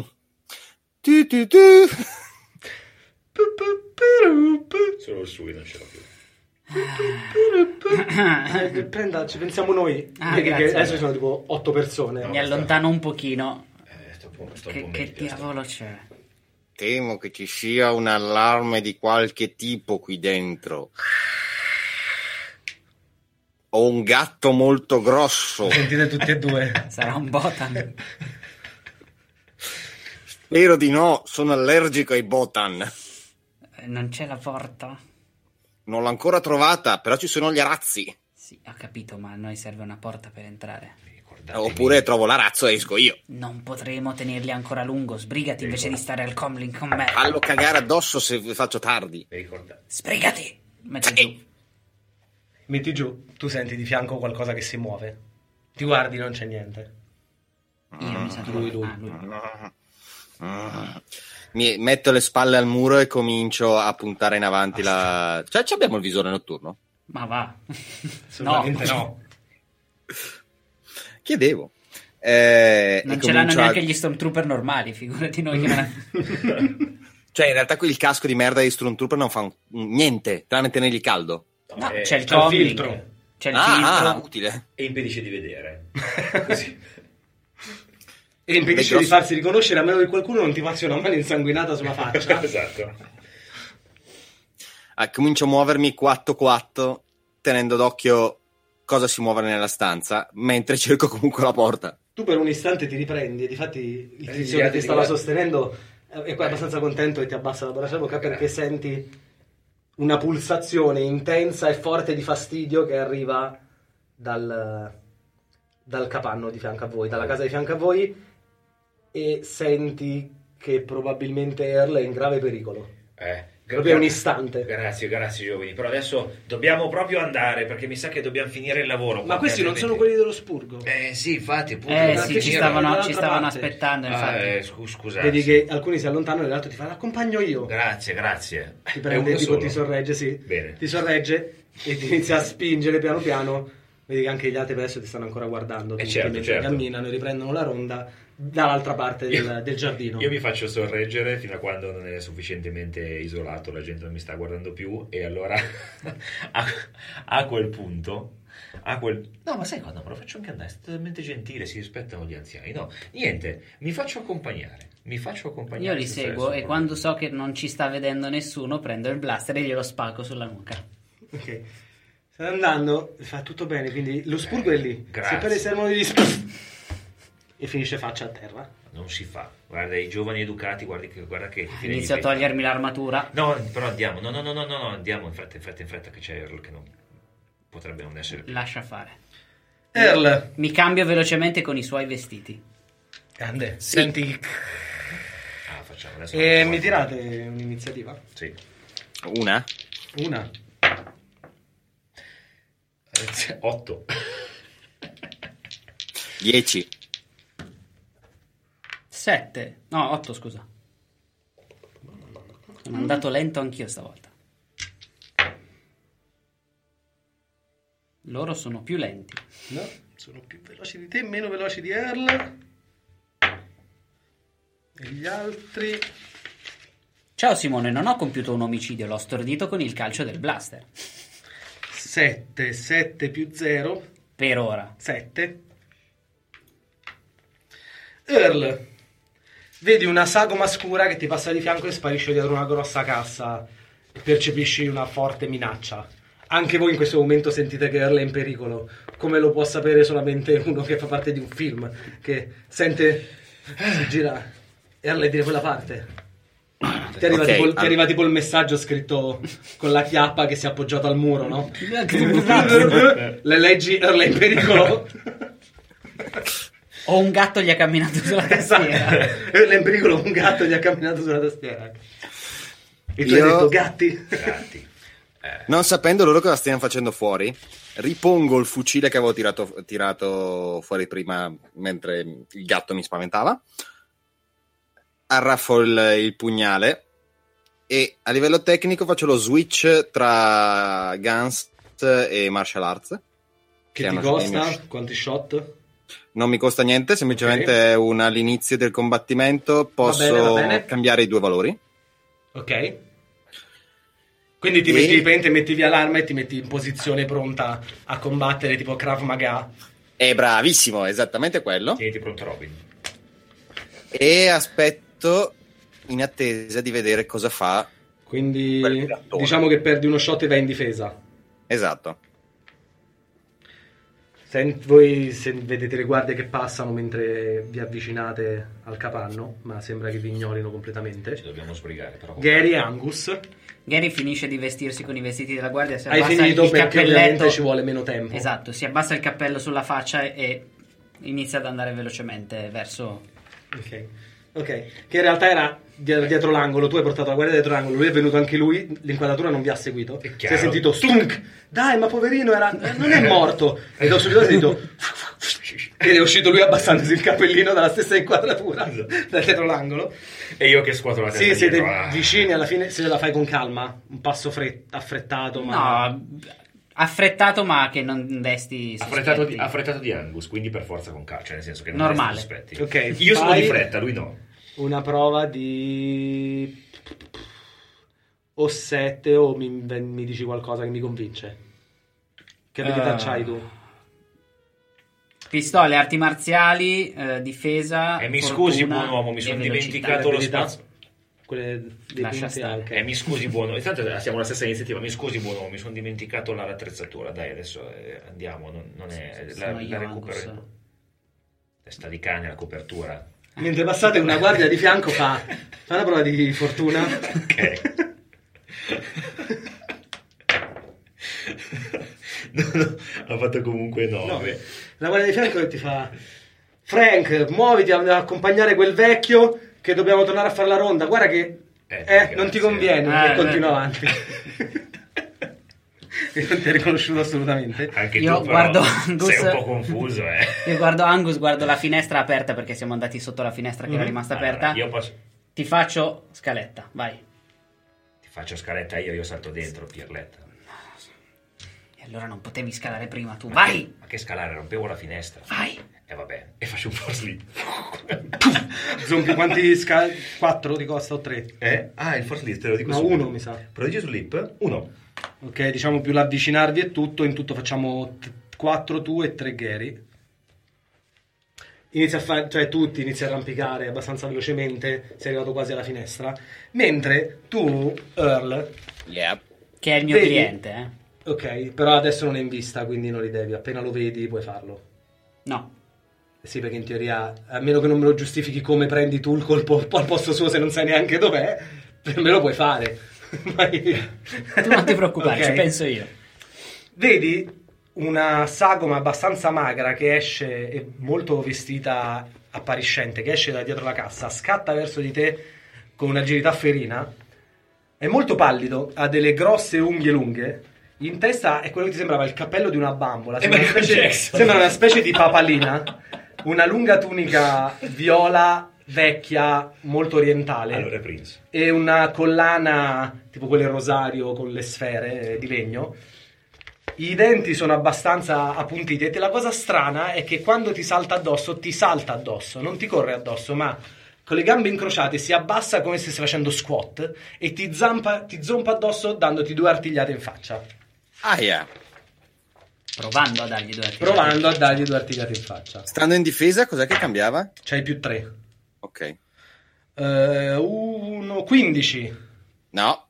D: Tu, tu, tu.
B: Solo il suo, io non ce l'ho più.
C: Eh, Prenda, ci pensiamo noi.
A: Ah,
C: Vedi
A: grazie.
C: adesso ci sono tipo otto persone.
A: Mi allontano un pochino.
B: Eh, sto un po', sto un
A: Che,
B: po'
A: che
B: meglio, sto-
A: diavolo c'è?
D: Temo che ci sia un allarme di qualche tipo qui dentro. Ho un gatto molto grosso.
C: Sentite tutti e due.
A: Sarà un botan.
D: Spero di no, sono allergico ai botan.
A: Eh, Non c'è la porta?
D: Non l'ho ancora trovata, però ci sono gli arazzi.
A: Sì, ho capito, ma a noi serve una porta per entrare.
B: Ricordatevi-
D: Oppure trovo l'arazzo e esco io.
A: Non potremo tenerli ancora a lungo. Sbrigati invece di stare al comlink con me.
D: Fallo cagare addosso se faccio tardi.
B: vi ricordate-
A: Sbrigati! Metti giù.
C: Metti giù, tu senti di fianco qualcosa che si muove. Ti guardi, non c'è niente.
A: Io mi sa che-
C: Lui, lui.
A: Ah, lui.
D: Mi metto le spalle al muro e comincio a puntare in avanti la... Cioè, ci abbiamo il visore notturno?
A: Ma va. no,
C: Assolutamente
A: [laughs]
C: no.
D: Chiedevo. Eh,
A: non
D: e
A: ce l'hanno
D: comincio a-
A: neanche gli stormtrooper normali, figurati noi che non
D: Cioè, in realtà il casco di merda di Stormtrooper non fa un- niente, tranne tenergli caldo.
A: No,
B: Eh,
A: c'è il
C: c'è il
A: comlink.
C: filtro.
A: C'è il
D: Ah, ah,
A: filtro.
D: utile.
B: E impedisce di [laughs] vedere. Così.
C: E impedisce
D: Beh,
C: di
D: grosso.
C: farsi riconoscere a meno che qualcuno non ti faccia una mano
B: [laughs]
C: insanguinata sulla faccia.
B: esatto.
D: Ah, comincio a muovermi 4-4, tenendo d'occhio cosa si muove nella stanza, mentre cerco comunque la porta.
C: Tu per un istante ti riprendi, e difatti il
B: Eh,
C: tizio
B: gli
C: che
B: altri
C: ti
B: ti
C: stava
B: guardano.
C: sostenendo eh, è qua abbastanza contento e ti abbassa la braccia bocca
B: Eh.
C: perché senti una pulsazione intensa e forte di fastidio che arriva dal, dal capanno di fianco a voi, dalla casa di fianco a voi e senti che probabilmente Earl è in grave pericolo.
B: Eh,
C: Proprio un istante.
B: Grazie, grazie giovani. Però adesso dobbiamo proprio andare perché mi sa che dobbiamo finire il lavoro. qua,
C: Ma questi non sono quelli
B: veramente.
C: dello spurgo.
B: Eh sì, infatti, appunto,
A: Eh
B: non
A: sì,
B: finire.
A: ci
C: c'era
A: stavano,
C: dall'altra
A: ci stavano
C: parte.
A: aspettando,
B: Ah,
A: infatti.
B: eh, scu- scusate.
C: Vedi che alcuni si allontanano e l'altro ti fa accompagno io.
B: Grazie, grazie.
C: Ti
B: È
C: prende,
B: Eh, uno
C: tipo,
B: solo.
C: ti sorregge, sì.
B: Bene.
C: Ti sorregge e ti inizia a spingere piano piano. Vedi che anche gli altri adesso ti stanno ancora guardando.
B: Eh,
C: tutti,
B: certo,
C: mentre
B: certo.
C: camminano e riprendono la ronda dall'altra parte del, del giardino.
B: Io mi faccio sorreggere fino a quando non è sufficientemente isolato, la gente non mi sta guardando più e allora [laughs] a, a quel punto... A quel... No, ma sai cosa? Me lo faccio anche andare, è totalmente gentile, si rispettano gli anziani. No, niente, mi faccio accompagnare. Mi faccio
A: Io
B: accompagnare.
A: li
B: senza
A: seguo
B: nessun
A: e
B: problema.
A: quando so che non ci sta vedendo nessuno, prendo il blaster e glielo spacco sulla nuca.
C: Ok. Stai andando, fa tutto bene, quindi lo spurgo è lì.
B: Eh, Grazie.
C: Se perde il sermone di e finisce faccia a terra.
B: Non si fa. Guarda, i giovani educati, guardi che, guarda che...
A: Inizio a togliermi l'armatura.
B: No, però andiamo, no, no, no, no, no, no, andiamo, in fretta, in fretta, in fretta, che c'è Earl che non... Potrebbe non essere più.
A: Lascia fare.
F: Earl,
A: Mi cambio velocemente con i suoi vestiti.
F: grande, senti.
B: Ah, facciamo adesso.
A: Eh.
C: E mi tirate un'iniziativa?
B: Sì.
D: Una?
C: Una.
B: 8.
D: Dieci.
A: 7. No, 8, scusa. Sono andato lento anch'io stavolta. Loro sono più lenti.
C: No, sono più veloci di te, meno veloci di Earl. E gli altri...
A: Ciao Simone, non ho compiuto un omicidio, l'ho stordito con il calcio del blaster.
C: 7, 7 più 0,
A: Per ora.
C: 7. Earl, vedi una sagoma scura che ti passa di fianco e sparisce dietro una grossa cassa e percepisci una forte minaccia. Anche voi in questo momento sentite che Earl è in pericolo, come lo può sapere solamente uno che fa parte di un film, che sente, si gira, Earl è di quella parte. Ti arriva,
D: Ok,
C: tipo, ti
D: all-
C: arriva tipo il messaggio scritto con la chiappa che si è appoggiata al muro, no? Le leggi Earl è in pericolo.
A: Ho un gatto gli ha camminato sulla
C: Esatto.
A: tastiera.
C: Earl è in pericolo, un gatto gli ha camminato sulla tastiera. E tu hai
D: Io-
C: detto gatti.
B: Gatti.
D: Non sapendo loro cosa stiano facendo fuori, ripongo il fucile che avevo tirato, tirato fuori prima mentre il gatto mi spaventava, arraffo il, il pugnale e a livello tecnico faccio lo switch tra guns e martial arts.
C: Che ti
D: hanno-
C: costa? Quanti shot?
D: Non mi costa niente, semplicemente
C: Ok.
D: è una all'inizio del combattimento posso
C: bene, va bene.
D: cambiare i due valori.
C: Ok. Quindi ti
D: E-
C: metti, praticamente metti via l'arma e ti metti in posizione pronta a combattere tipo Krav Maga.
D: È bravissimo, esattamente quello.
B: Tieniti pronto, Robin.
D: E aspetto in attesa di vedere cosa fa.
C: Quindi
D: Quel gattone.
C: diciamo che perdi uno shot e vai in difesa.
D: Esatto.
C: Sen- voi se- vedete le guardie che passano mentre vi avvicinate al capanno, ma sembra che vi ignorino
B: Ci
C: completamente.
B: dobbiamo sbrigare, però.
C: Gary e Angus,
A: Gary finisce di vestirsi con i vestiti della guardia. Si
C: hai
A: abbassa
C: finito
A: il
C: perché
A: cappelletto.
C: ovviamente ci vuole meno tempo.
A: Esatto, si abbassa il cappello sulla faccia e inizia ad andare velocemente verso...
C: Ok, ok. Che in realtà era dietro, dietro l'angolo, tu hai portato la guardia dietro l'angolo, lui è venuto anche lui, l'inquadratura non vi ha seguito.
B: È
C: Si
B: chiaro. Eh.
C: è sentito stunk! Dai, ma poverino era. eh, non è morto! E da subito ho
B: [laughs]
C: sentito. Ed è uscito lui abbassandosi il cappellino dalla stessa inquadratura, da dietro l'angolo.
B: E io Esatto. che scuoto la testa.
C: Sì, siete
B: dietro, ah.
C: vicini alla fine, se la fai con calma, un passo fret- affrettato, ma...
A: No, affrettato ma che non vesti...
B: Affrettato
A: sospetti.
B: di, affrettato di Angus, quindi per forza con calcio, cioè, nel senso che non
A: Normale.
B: hai sospetti.
C: Ok,
B: Io sono
C: fai-
B: di fretta, lui no.
C: Una prova di... o 7 o mi, mi dici qualcosa che mi convince. Che abilità
A: Ah.
C: c'hai tu?
A: Pistole, arti marziali, eh, difesa...
B: E mi
A: fortuna
B: scusi, buon uomo, mi
A: e
B: sono
A: velocità.
B: dimenticato lo
C: velocità.
B: spazio.
C: Quelle dei
A: Lascia
C: punti
A: stare.
C: ah, ok.
B: Eh, mi scusi, buono. Intanto eh, siamo alla stessa iniziativa. Mi scusi, buono, mi sono dimenticato la- l'attrezzatura. Dai, adesso eh, andiamo. Non, non è.
A: Sono
B: Eh, la,
A: io,
B: la
A: Angus.
B: recupero. Testa di cane, la copertura.
C: Mentre passate una guardia di fianco fa... fa una prova di fortuna.
B: Ok. [laughs] no, no, ha fatto comunque 9.
C: No, la guardia di fianco ti fa... Frank, muoviti ad accompagnare quel vecchio che dobbiamo tornare a fare la ronda. Guarda che Eh, non ti
B: grazie.
C: conviene,
A: Eh,
C: e continua
A: eh.
C: avanti. [laughs] Io non ti ho riconosciuto assolutamente.
B: Anche
A: Io
B: tu però,
A: guardo Angus-
B: sei un po' confuso, eh.
A: Io guardo Angus, guardo la finestra aperta perché siamo andati sotto la finestra che era rimasta
B: Mm-hmm. Allora,
A: aperta.
B: io posso...
A: Ti faccio scaletta, vai.
B: Ti faccio scaletta io, io salto dentro, Pierletta.
A: E allora non potevi scalare prima tu, vai!
B: Ma che scalare, rompevo la finestra.
A: Vai!
B: E vabbè, e faccio un force lead.
C: [laughs] Zombie, quanti scali? 4 ti costa o 3?
B: Eh? Ah, il force lead, te lo dico
C: No,
B: subito.
C: uno, mi sa.
B: Prodigio slip, uno.
C: Ok, diciamo più l'avvicinarvi e tutto, in tutto facciamo 4 tu e 3 Gary. Inizia a fare, cioè tutti inizi a arrampicare abbastanza velocemente, sei arrivato quasi alla finestra, mentre tu, Earl,
D: Yeah.
A: Che è il mio
C: Vedi?
A: cliente, eh?
C: ok, però adesso non è in vista, quindi non li devi, appena lo vedi puoi farlo.
A: No.
C: [laughs] Sì, perché in teoria, a meno che non me lo giustifichi come prendi tu il colpo al posto suo se non sai neanche dov'è, [laughs] me lo puoi fare. [laughs]
A: Tu non ti preoccupare, ci
C: Ok.
A: penso io.
C: Vedi una sagoma abbastanza magra che esce, e molto vestita appariscente, che esce da dietro la cassa, scatta verso di te con un'agilità ferina. È molto pallido, ha delle grosse unghie lunghe. In testa è quello che ti sembrava il cappello di una bambola. Sembra una
B: Eh, Michael
C: specie,
B: Jackson.
C: sembra una specie di papalina. Una lunga tunica viola, vecchia, molto orientale
B: Allora, Prince.
C: e una collana tipo quelle rosario con le sfere eh, di legno. I denti sono abbastanza appuntiti e te- la cosa strana è che quando ti salta addosso ti salta addosso, non ti corre addosso, ma con le gambe incrociate si abbassa come se stesse facendo squat e ti, zampa, ti zompa addosso dandoti due artigliate in faccia,
D: Ah, yeah.
A: Provando a dargli due attività.
C: provando a dargli due artigliate in faccia.
D: Stando in difesa, cos'è che cambiava?
C: C'hai più Eh, 3.
D: Ok.
C: 1, 15.
D: No.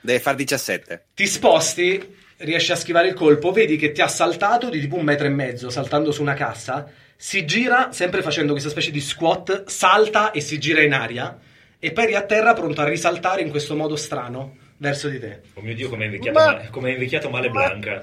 D: Deve far 17.
C: ti sposti, riesci a schivare il colpo, vedi che ti ha saltato di tipo un metro e mezzo, saltando su una cassa, si gira, sempre facendo questa specie di squat, salta e si gira in aria, e poi riatterra pronto a risaltare in questo modo strano verso di te.
B: Oh mio Dio, come è invecchiato,
D: Ma-
B: male, com'è invecchiato male Blanca.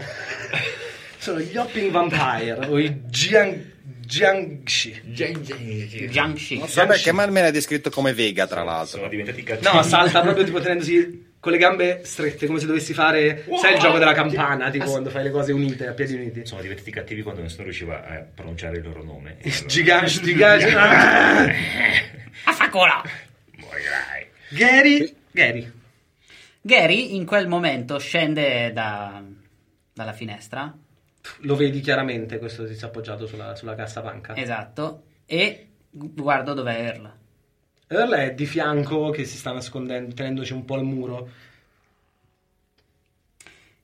C: Sono gli Hopping Vampire, o i Jiang... Jiangshi.
A: Jiangxi.
D: Non so perché, ma me l'ha descritto come Vega, tra l'altro.
B: Sono diventati cattivi.
C: No, salta proprio tipo tenendosi con le gambe strette, come se dovessi fare... Sai il gioco della campana, tipo quando fai le cose unite, a piedi uniti.
B: Sono diventati cattivi quando nessuno riusciva a pronunciare il loro nome. E allora-
C: Giganti, giganti...
A: Affacola!
B: Morirai.
C: Gary... Gary.
A: Gary in quel momento scende da- dalla finestra,
C: Lo vedi chiaramente questo si è appoggiato sulla, sulla cassa banca.
A: esatto, e gu- guardo dov'è Earl.
C: Earl è di fianco che si sta nascondendo, tenendoci un po' al muro.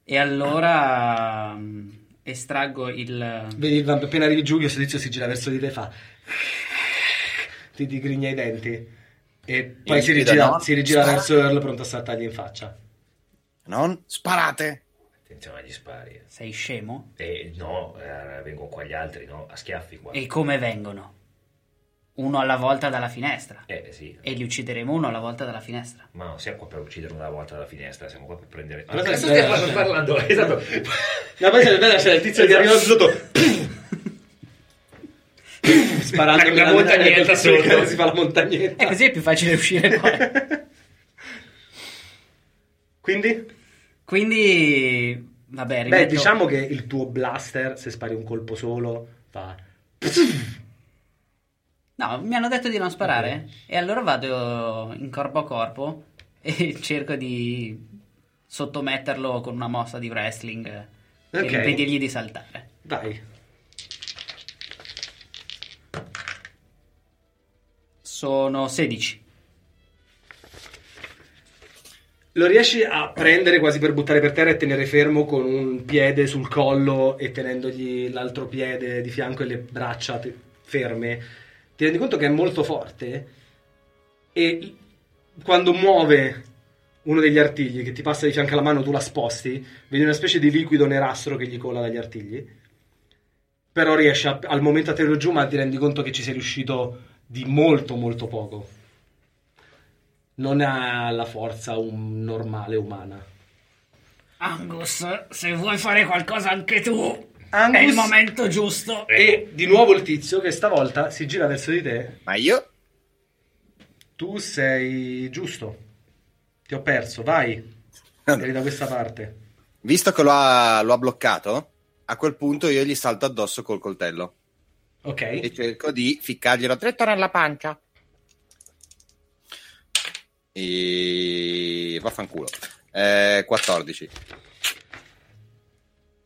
A: E allora mm, estraggo il...
C: Vedi il vamp- appena arrivi giù, questo tizio si gira verso di te e fa. Ti digrigna i denti. E poi
D: Io
C: si
D: gli do
C: rigira,
D: no.
C: si rigira verso Earl pronto a saltargli in faccia.
D: Non sparate.
B: Attenzione agli spari. eh.
A: Sei scemo?
B: Eh, no, eh, vengono qua gli altri, no? A schiaffi qua.
A: E come vengono? Uno alla volta dalla finestra.
B: Eh, sì.
A: E li uccideremo uno alla volta dalla finestra.
B: Ma non siamo qua per uccidere una volta dalla finestra, siamo qua per prendere... Ma
C: Però
B: cosa
C: sarebbe-
B: stiamo parlando? Esatto.
C: La poi c'è bella, c'è il tizio che arriva sotto. Sparando
B: La montagnetta sotto.
C: Si fa la montagnetta.
A: E così è più facile uscire poi.
C: Quindi?
A: Quindi... Vabbè, rimetto...
C: Beh, diciamo che il tuo blaster, se spari un colpo solo, fa.
A: No, mi hanno detto di non sparare. E allora vado in corpo a corpo [laughs] e cerco di sottometterlo con una mossa di wrestling eh,
C: Ok.
A: per impedirgli di saltare.
C: Dai.
A: Sono 16.
C: Lo riesci a prendere quasi per buttare per terra e tenere fermo con un piede sul collo e tenendogli l'altro piede di fianco e le braccia te- ferme. Ti rendi conto che è molto forte e quando muove uno degli artigli che ti passa di fianco alla mano, tu la sposti, vedi una specie di liquido nerastro che gli cola dagli artigli. Però riesci a- al momento a tenerlo giù, ma ti rendi conto che ci sei riuscito di molto molto poco non ha la forza un- normale umana.
A: Angus, se vuoi fare qualcosa anche tu,
C: Angus- è il momento
A: giusto.
C: E di nuovo il tizio che stavolta si gira verso di te.
D: Ma io?
C: Tu sei giusto.
G: Ti ho perso, vai. Eri da questa parte.
D: Visto che lo ha, lo ha bloccato, a quel punto io gli salto addosso col coltello e
G: Ok.
D: cerco di ficcarglielo dritto nella pancia. E vaffanculo. Eh, 14.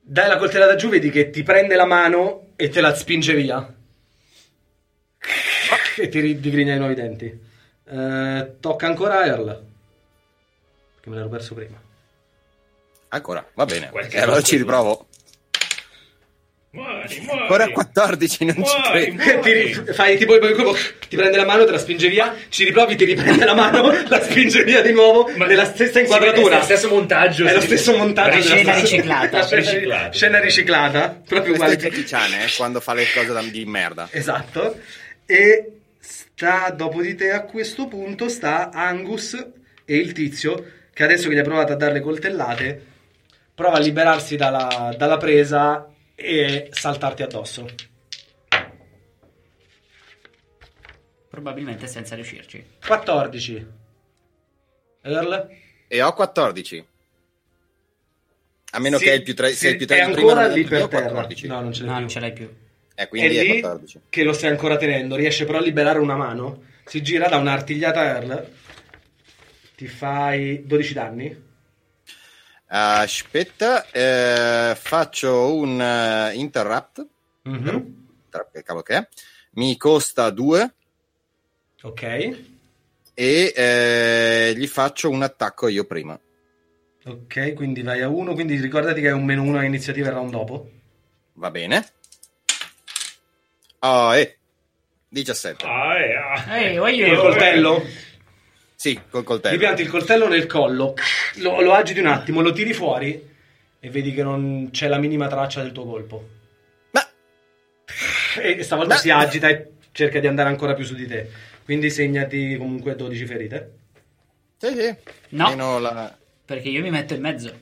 G: Dai la coltellata giù, vedi che ti prende la mano e te la spinge via. E ti ri- digrigna i nuovi denti. Eh, tocca ancora a Earl. Che me l'ero perso prima.
D: Ancora, va bene.
B: Qualche
D: E allora
B: volta
D: ci riprovo.
B: Muori, muori.
D: Ancora 14, non ci
B: Muori,
D: credo.
B: muori.
G: Ti ri- fai tipo, poi come- ti prende la mano, te la spinge via, ci riprovi, ti riprende la mano, la spinge via di nuovo,
B: Ma-
G: nella stessa
B: È
G: inquadratura.
B: lo stesso montaggio.
G: È lo
B: sì.
G: stesso montaggio.
B: Bravo.
G: della
A: Scena
G: stessa- [laughs]
A: riciclata.
G: la scena-
B: Riciclata.
G: Scena riciclata, proprio
D: Questo
G: uguale.
D: è Jackie Chan, eh, quando fa le cose da- di merda.
G: Esatto. E sta dopo di te a questo punto sta Angus e il tizio che adesso che gli ha provato a dare le coltellate
C: Prova a liberarsi dalla, dalla presa e saltarti addosso.
A: Probabilmente senza riuscirci.
C: 14. Earl?
D: E ho 14. A meno
G: Sì,
D: che il più tre,
G: sì,
D: se il più
G: è
D: 3
G: ancora lì per
D: ho
G: terra.
D: 14.
C: No, non ce l'hai
A: No,
C: più.
A: non ce l'hai più.
D: Eh,
C: È
D: quindi è
C: lì
D: 14.
C: che lo stai ancora tenendo, riesce però a liberare una mano. Si gira da un'artigliata Earl. Ti fai 12 danni.
D: Aspetta, eh, faccio un eh, interrupt.
C: Mhm.
D: Interrupt, Che cavolo che è? Mi costa 2
C: Ok.
D: e eh, gli faccio un attacco io prima.
G: ok quindi vai a 1 quindi ricordati che è un meno 1 all'iniziativa il round dopo
D: Va bene. Ah, eh. 17.
B: Ah, eh, ah.
A: Ehi, voglio-
B: Eh,
C: Il coltello?
D: Sì, col
C: Gli
D: coltello.
C: pianti il coltello nel collo, lo, lo agiti un attimo, lo tiri fuori e vedi che non c'è la minima traccia del tuo colpo.
D: Ma
C: E stavolta
D: Beh.
C: si agita e cerca di andare ancora più su di te. Quindi segnati comunque 12 ferite.
D: sì, sì.
A: No.
D: Meno la-
A: Perché io mi metto in mezzo.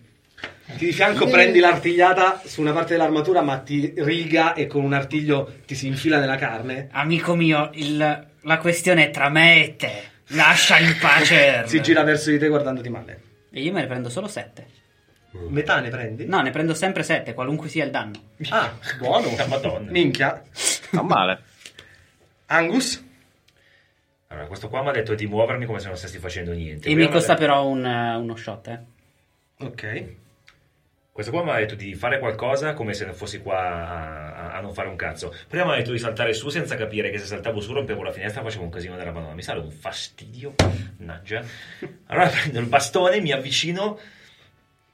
C: Ti di fianco prendi l'artigliata su una parte dell'armatura, ma ti riga e con un artiglio ti si infila nella carne.
A: Amico mio, il- la questione è tra me e te. Lascia in pace Earl.
C: [laughs] Si gira verso di te guardandoti male.
A: E io me ne prendo solo 7.
C: Metà ne prendi?
A: No, ne prendo sempre 7, qualunque sia il danno.
C: Ah, buono.
B: La Madonna.
C: Minchia.
D: Non male.
G: Angus
B: Allora, questo qua mi ha detto di muovermi come se non stessi facendo niente.
A: E
B: Prima
A: mi costa
B: ha detto-
A: però un, eh, uno shot, eh.
G: ok
B: Questo qua mi ha detto di fare qualcosa come se non fossi qua a, a- a non fare un cazzo. Prima mi ha detto di saltare su senza capire che se saltavo su rompevo la finestra facevo un casino della madonna. Mi sale un fastidio. Mannaggia. Allora [laughs] prendo il bastone, mi avvicino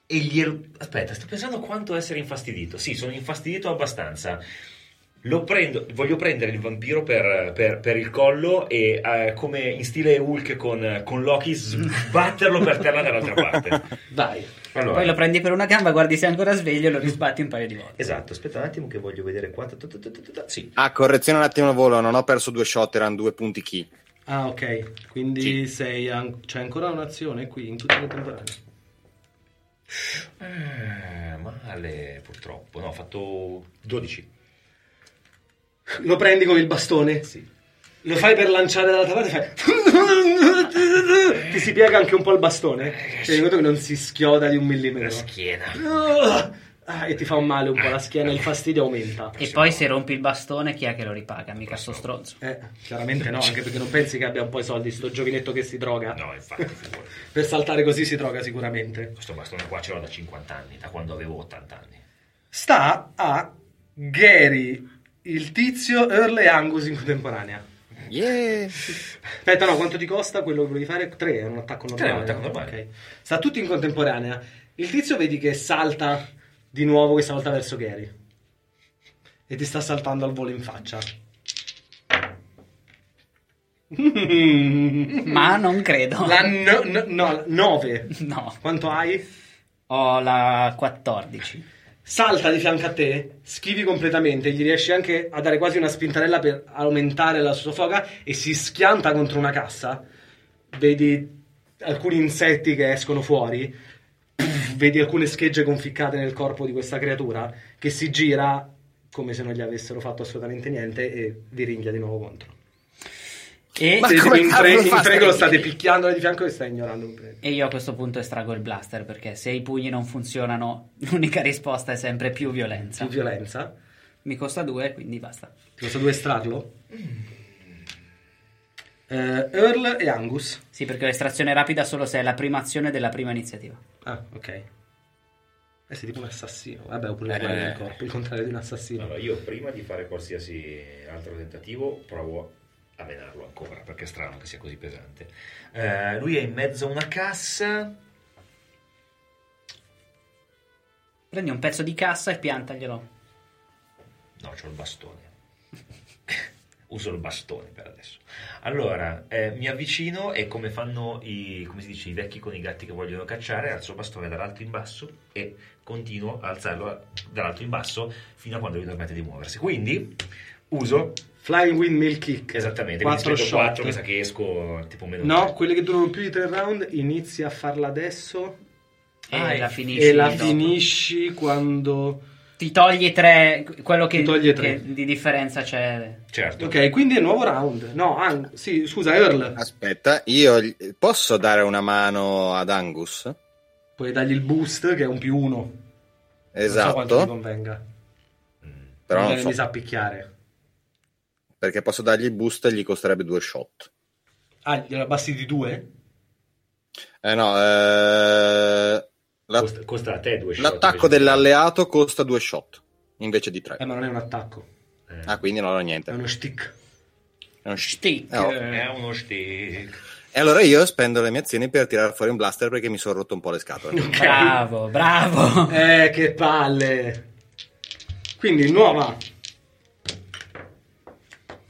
B: e glielo... Aspetta, sto pensando quanto essere infastidito. Sì, sono infastidito abbastanza. Lo prendo, voglio prendere il vampiro per, per- per il collo e eh, come in stile Hulk con, con Loki sbatterlo per terra dall'altra parte.
C: Dai.
B: Allora.
A: Poi lo prendi per una gamba, guardi se è ancora sveglio e lo risbatti un paio di volte.
B: Esatto, aspetta un attimo che voglio vedere qua. Ta- ta- ta- ta- ta- ta- Sì.
D: Ah, correzione un attimo al volo, non ho perso due shot, erano due punti key.
C: Ah, ok. Quindi sei an- c'è ancora un'azione qui in tutte le temporanee.
B: Eh, male, purtroppo. No, ho fatto 12.
C: Lo prendi con il bastone?
B: Sì.
C: Lo fai per lanciare dall'altra parte e fai... Ti si piega anche un po' il bastone. Ti rendi conto Eh, che non si schioda di un
B: La
C: millimetro.
B: schiena.
C: Ah, e ti fa un male un po' la schiena, il fastidio aumenta.
A: E poi se rompi il bastone, chi è che lo ripaga? Mica sto stronzo.
C: Eh, chiaramente no, anche perché non pensi che abbia un po' i soldi sto giovinetto che si droga.
B: No, infatti, figurati.
C: Per saltare così si droga sicuramente.
B: Questo bastone qua ce l'ho da 50 anni, da quando avevo 80 anni.
C: Sta a Gary, il tizio, Earl e Angus in contemporanea.
D: Yeah.
C: Aspetta, no, quanto ti costa quello che volevi fare? 3 è un attacco normale.
B: Tre è un attacco
C: no?
B: normale.
C: Ok. Sta tutti in contemporanea. Il tizio vedi che salta di nuovo, questa volta verso Gary. E ti sta saltando al volo in
B: [laughs]
C: faccia.
A: Ma non credo.
C: La
B: [laughs]
C: 9.
A: [laughs] No,
C: Quanto hai?
A: ho la 14.
C: Salta di fianco a te, schivi completamente, gli riesci anche a dare quasi una spintarella per aumentare la sua foga e si schianta contro una cassa. Vedi alcuni insetti che escono fuori, [clears throat] Puff, vedi alcune schegge conficcate nel corpo di questa creatura che si gira come se non gli avessero fatto assolutamente niente e vi ringhia di nuovo contro.
A: E,
D: Ma
C: Siete
D: come
C: in,
D: cavolo
C: pre- in
D: fa
C: prego lo
D: sta-
C: state picchiando di fianco e sta ignorando un prego.
A: e io a questo punto estraggo il blaster perché se i pugni non funzionano l'unica risposta è sempre più violenza.
C: Più violenza.
A: Mi costa due, quindi basta.
C: Ti costa due estrarlo? Eh, Earl e Angus.
A: Sì, perché l'estrazione è rapida solo se è la prima azione della prima iniziativa.
C: Ah, ok. Eh, sei tipo un assassino. Vabbè, oppure
B: Eh,
C: il guardia del corpo, il contrario di un assassino.
B: Allora, io prima di fare qualsiasi altro tentativo provo a menarlo ancora, perché è strano che sia così pesante. Eh, lui è in mezzo a una cassa.
A: Prendi un pezzo di cassa e piantaglielo.
B: No, c'ho il bastone. [laughs] Uso il bastone per adesso. Allora, eh, mi avvicino e come fanno i, come si dice, i vecchi con i gatti che vogliono cacciare, alzo il bastone dall'alto in basso e continuo a alzarlo a- dall'alto in basso fino a quando lui non smette di muoversi. Quindi uso
C: Flying Windmill Kick.
B: esattamente,
C: Quattro
B: quindi
C: shot.
B: 4, mi sa che esco tipo meno
C: No,
B: tre.
C: quelle che durano più di tre round inizi a farla adesso
A: E
B: Ah, e-
A: la finisci.
C: e la
A: dopo.
C: finisci quando...
A: Ti togli tre. Quello che,
C: Ti toglie tre.
A: che di differenza c'è.
B: Certo.
C: Ok, quindi è nuovo round. No, Ang- sì, scusa,
D: Ah.
C: Earl.
D: Aspetta, io gli- posso dare una mano ad Angus?
C: Puoi dargli il boost che è un più uno. Non so
D: Esatto,
C: quanto ti convenga.
D: però non
C: Magari
D: so,
C: mi sa picchiare.
D: perché posso dargli il boost e gli costerebbe due shot.
C: Ah, gliela abbassi di due?
D: Eh no, eh, la-
B: Costa, costa a te due shot.
D: l'attacco
B: invece di-
D: dell'alleato costa due shot invece di tre.
C: Eh, ma non è un attacco.
B: Eh,
D: Ah, quindi non ho
C: È
D: niente.
C: uno stick.
D: È uno sh-
A: Stick.
D: Eh, oh.
B: È uno stick.
D: E allora io spendo le mie azioni per tirare fuori un blaster perché mi sono rotto un po'
C: [laughs]
D: le scatole.
A: Bravo, bravo.
C: Eh, che palle. Quindi, nuova.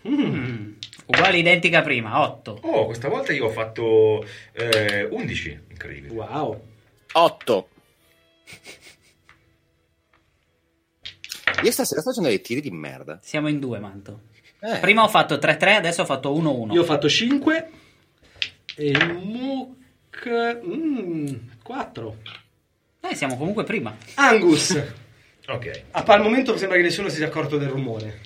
A: Uguale identica a prima, 8.
B: Oh, questa volta io ho fatto eh, 11, incredibile.
C: Wow.
D: 8. Io stasera sto facendo dei tiri di merda.
A: Siamo in due, Manto.
D: Eh,
A: Prima ho fatto 3-3, adesso ho fatto 1-1.
C: Io ho fatto 5. E il Mook... mm, 4.
A: Noi Eh, siamo comunque prima.
C: Angus. [laughs]
B: Ok.
C: A- Al momento sembra che nessuno si sia accorto del rumore.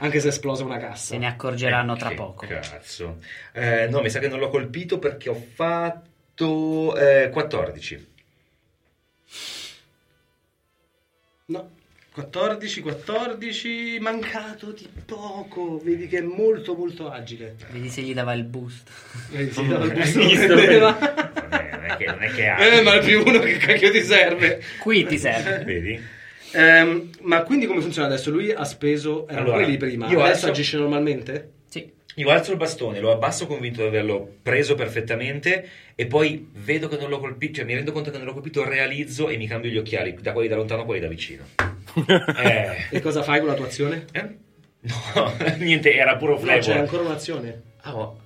C: Anche se è esplosa una cassa.
A: Se ne accorgeranno tra
B: Eh, Che
A: poco.
B: Cazzo. Eh, no, mi sa che non l'ho colpito perché ho fatto eh, 14.
C: No. 14, 14, mancato di poco. Vedi che è molto molto agile.
A: Vedi se gli dava il boost.
C: Eh, sì,
B: Mm,
C: dal
B: hai
C: gusto
B: visto?
C: che aveva.
B: Eh, non è che- non è che ha.
C: Eh, ma il più uno che cacchio ti serve.
A: Qui ti serve.
B: [laughs] Vedi?
C: Ehm, ma quindi come funziona adesso? Lui ha speso. Erano
B: Allora,
C: quelli prima.
B: io
C: adesso
B: adesso-
C: agisce normalmente?
A: Sì.
B: Io alzo il bastone, lo abbasso convinto di averlo preso perfettamente e poi vedo che non l'ho colpito, cioè mi rendo conto che non l'ho colpito, realizzo e mi cambio gli occhiali, da quelli da lontano a quelli da vicino. eh.
C: E cosa fai con la tua azione?
B: eh? No, [laughs] niente, era puro
C: No,
B: flavor.
C: c'era ancora un'azione.
B: Ah, oh.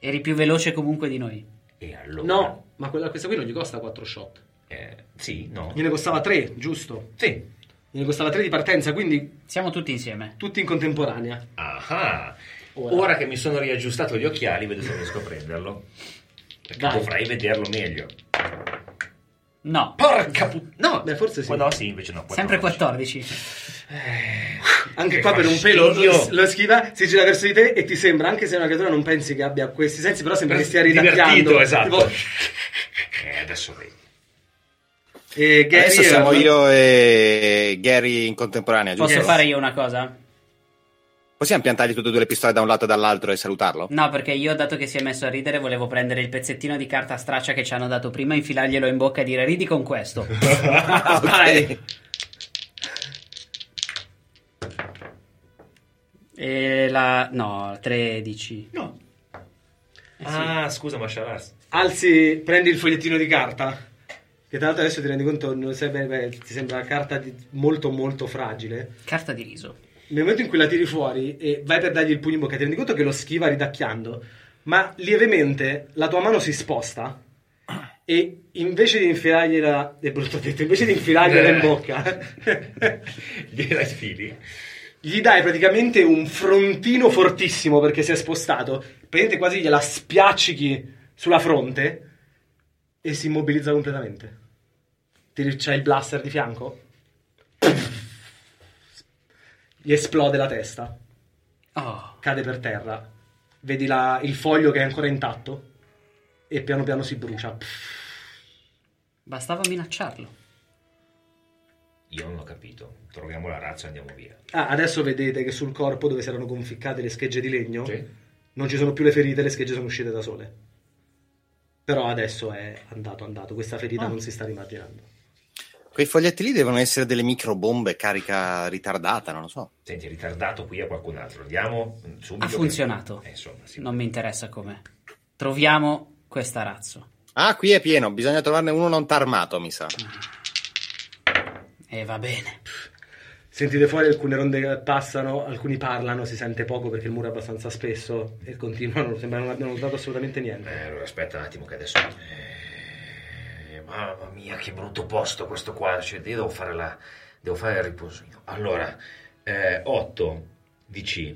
A: Eri più veloce comunque di noi.
B: E allora?
C: No, ma quella, questa qui non gli costa 4 shot.
B: Eh, sì, no.
C: Gliene costava 3, giusto?
B: Sì.
C: Gliene costava 3 di partenza, quindi
A: Siamo tutti insieme.
C: tutti in contemporanea.
B: Ah,
C: Ora.
B: ora. che mi sono riaggiustato gli occhiali, vedo se riesco a prenderlo. Perché
C: Vai.
B: dovrai vederlo meglio.
A: No.
B: Porca puttana! No,
C: Beh, forse sì.
B: Oh, no, sì, invece no.
A: Sempre 14.
C: Anche
B: Che
C: qua per un pelo lo,
B: fastidio.
C: lo schiva, si gira verso di te e ti sembra, anche se è una creatura non pensi che abbia questi sensi, però sembra che stia ridacchiando.
B: Divertito, esatto.
C: Tipo,
B: Eh, adesso vedi.
C: eh, Gary,
D: adesso
C: eh,
D: siamo io e Gary in contemporanea, giusto?
A: Posso fare io una cosa?
D: Possiamo piantargli tutte e due le pistole da un lato e dall'altro e salutarlo?
A: No, perché io, dato che si è messo a ridere, volevo prendere il pezzettino di carta straccia che ci hanno dato prima, infilarglielo in bocca e dire ridi con
B: [laughs]
A: questo.
C: Vai.
A: e la... no, 13.
B: No. Ah, scusa, ma Shalas.
C: Alzi, prendi il fogliettino di carta. Che tra l'altro adesso ti rendi conto, non sai bene, beh, ti sembra carta di- molto molto fragile.
A: Carta di riso.
C: Nel momento in cui la tiri fuori e vai per dargli il pugno in bocca, ti rendi conto che lo schiva ridacchiando, ma lievemente la tua mano si sposta e invece di infilargliela, è brutto detto, invece di infilargliela in bocca, [laughs]
B: Gliela sfili.
C: gli dai praticamente un frontino fortissimo perché si è spostato, praticamente quasi gliela spiaccichi sulla fronte e si immobilizza completamente. Ti- C'è il blaster di fianco, gli esplode la testa,
A: Oh,
C: cade per terra, vedi la- il foglio che è ancora intatto e piano piano si brucia. Pff,
A: Bastava minacciarlo.
B: Io non ho capito. Troviamo la razza e andiamo via.
C: Ah, adesso vedete che sul corpo dove si erano conficcate le schegge di legno
B: Sì.
C: non ci sono più le ferite, le schegge sono uscite da sole. Però adesso è andato, andato. Questa ferita non si sta rimarginando.
D: Quei foglietti lì devono essere delle microbombe carica ritardata, non lo so.
B: Senti, ritardato qui a qualcun altro. Andiamo mm, subito.
A: Ha
B: che-
A: funzionato.
B: Eh, insomma, sì.
A: Non mi interessa come. Troviamo questa razzo.
D: Ah, qui è pieno, bisogna trovarne uno non armato, mi sa.
A: E va bene.
C: Sentite fuori alcune ronde che passano, alcuni parlano, si sente poco perché il muro è abbastanza spesso e continuano, sembra non abbiano notato assolutamente niente.
B: Eh, allora aspetta un attimo che adesso... Eh, mamma mia, che brutto posto questo qua. Cioè, io devo fare la... Devo fare il riposino. Allora, eh, 8 DC.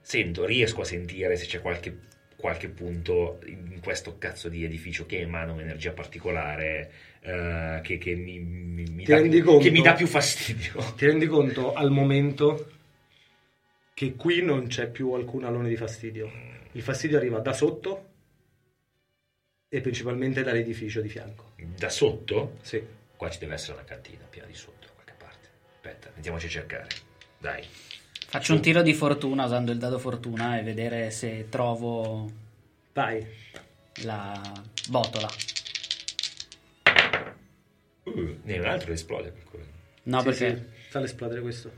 B: Sento, riesco a sentire se c'è qualche, qualche punto in questo cazzo di edificio che emana un'energia particolare eh, che, che mi, mi- mi
C: Ti
B: dà,
C: rendi conto?
B: che mi dà più fastidio.
C: Ti rendi conto al momento che qui non c'è più alcun alone di fastidio. Il fastidio arriva da sotto e principalmente dall'edificio di fianco.
B: Da sotto?
C: Sì.
B: Qua ci deve essere una cantina, piena di sotto, da qualche parte. Aspetta, andiamoci a cercare. Dai.
A: Faccio un tiro di fortuna usando il dado fortuna e vedere se trovo
C: Vai.
A: la botola.
B: Uh, ne un altro esplode per quello.
A: No,
C: Sì,
A: perché
C: sì, Fallo esplodere questo.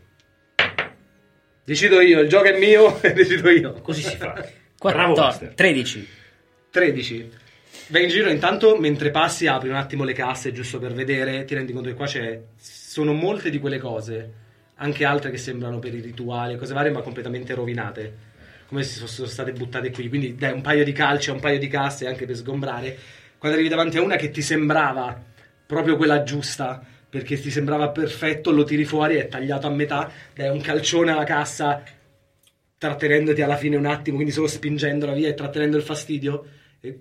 C: Decido io, il gioco è mio [laughs] e decido io.
B: Così si fa.
A: 14,
B: Bravo, Buster.
A: 13.
C: 13. Vai in giro, intanto mentre passi apri un attimo le casse giusto per vedere, ti rendi conto che qua c'è, sono molte di quelle cose, anche altre che sembrano per i rituali e cose varie, ma completamente rovinate, come se fossero state buttate qui. Quindi dai un paio di calci a un paio di casse anche per sgombrare. Quando arrivi davanti a una che ti sembrava proprio quella giusta, perché ti sembrava perfetto, lo tiri fuori, è tagliato a metà, dai un calcione alla cassa, trattenendoti alla fine un attimo, quindi solo spingendola via e trattenendo il fastidio. E...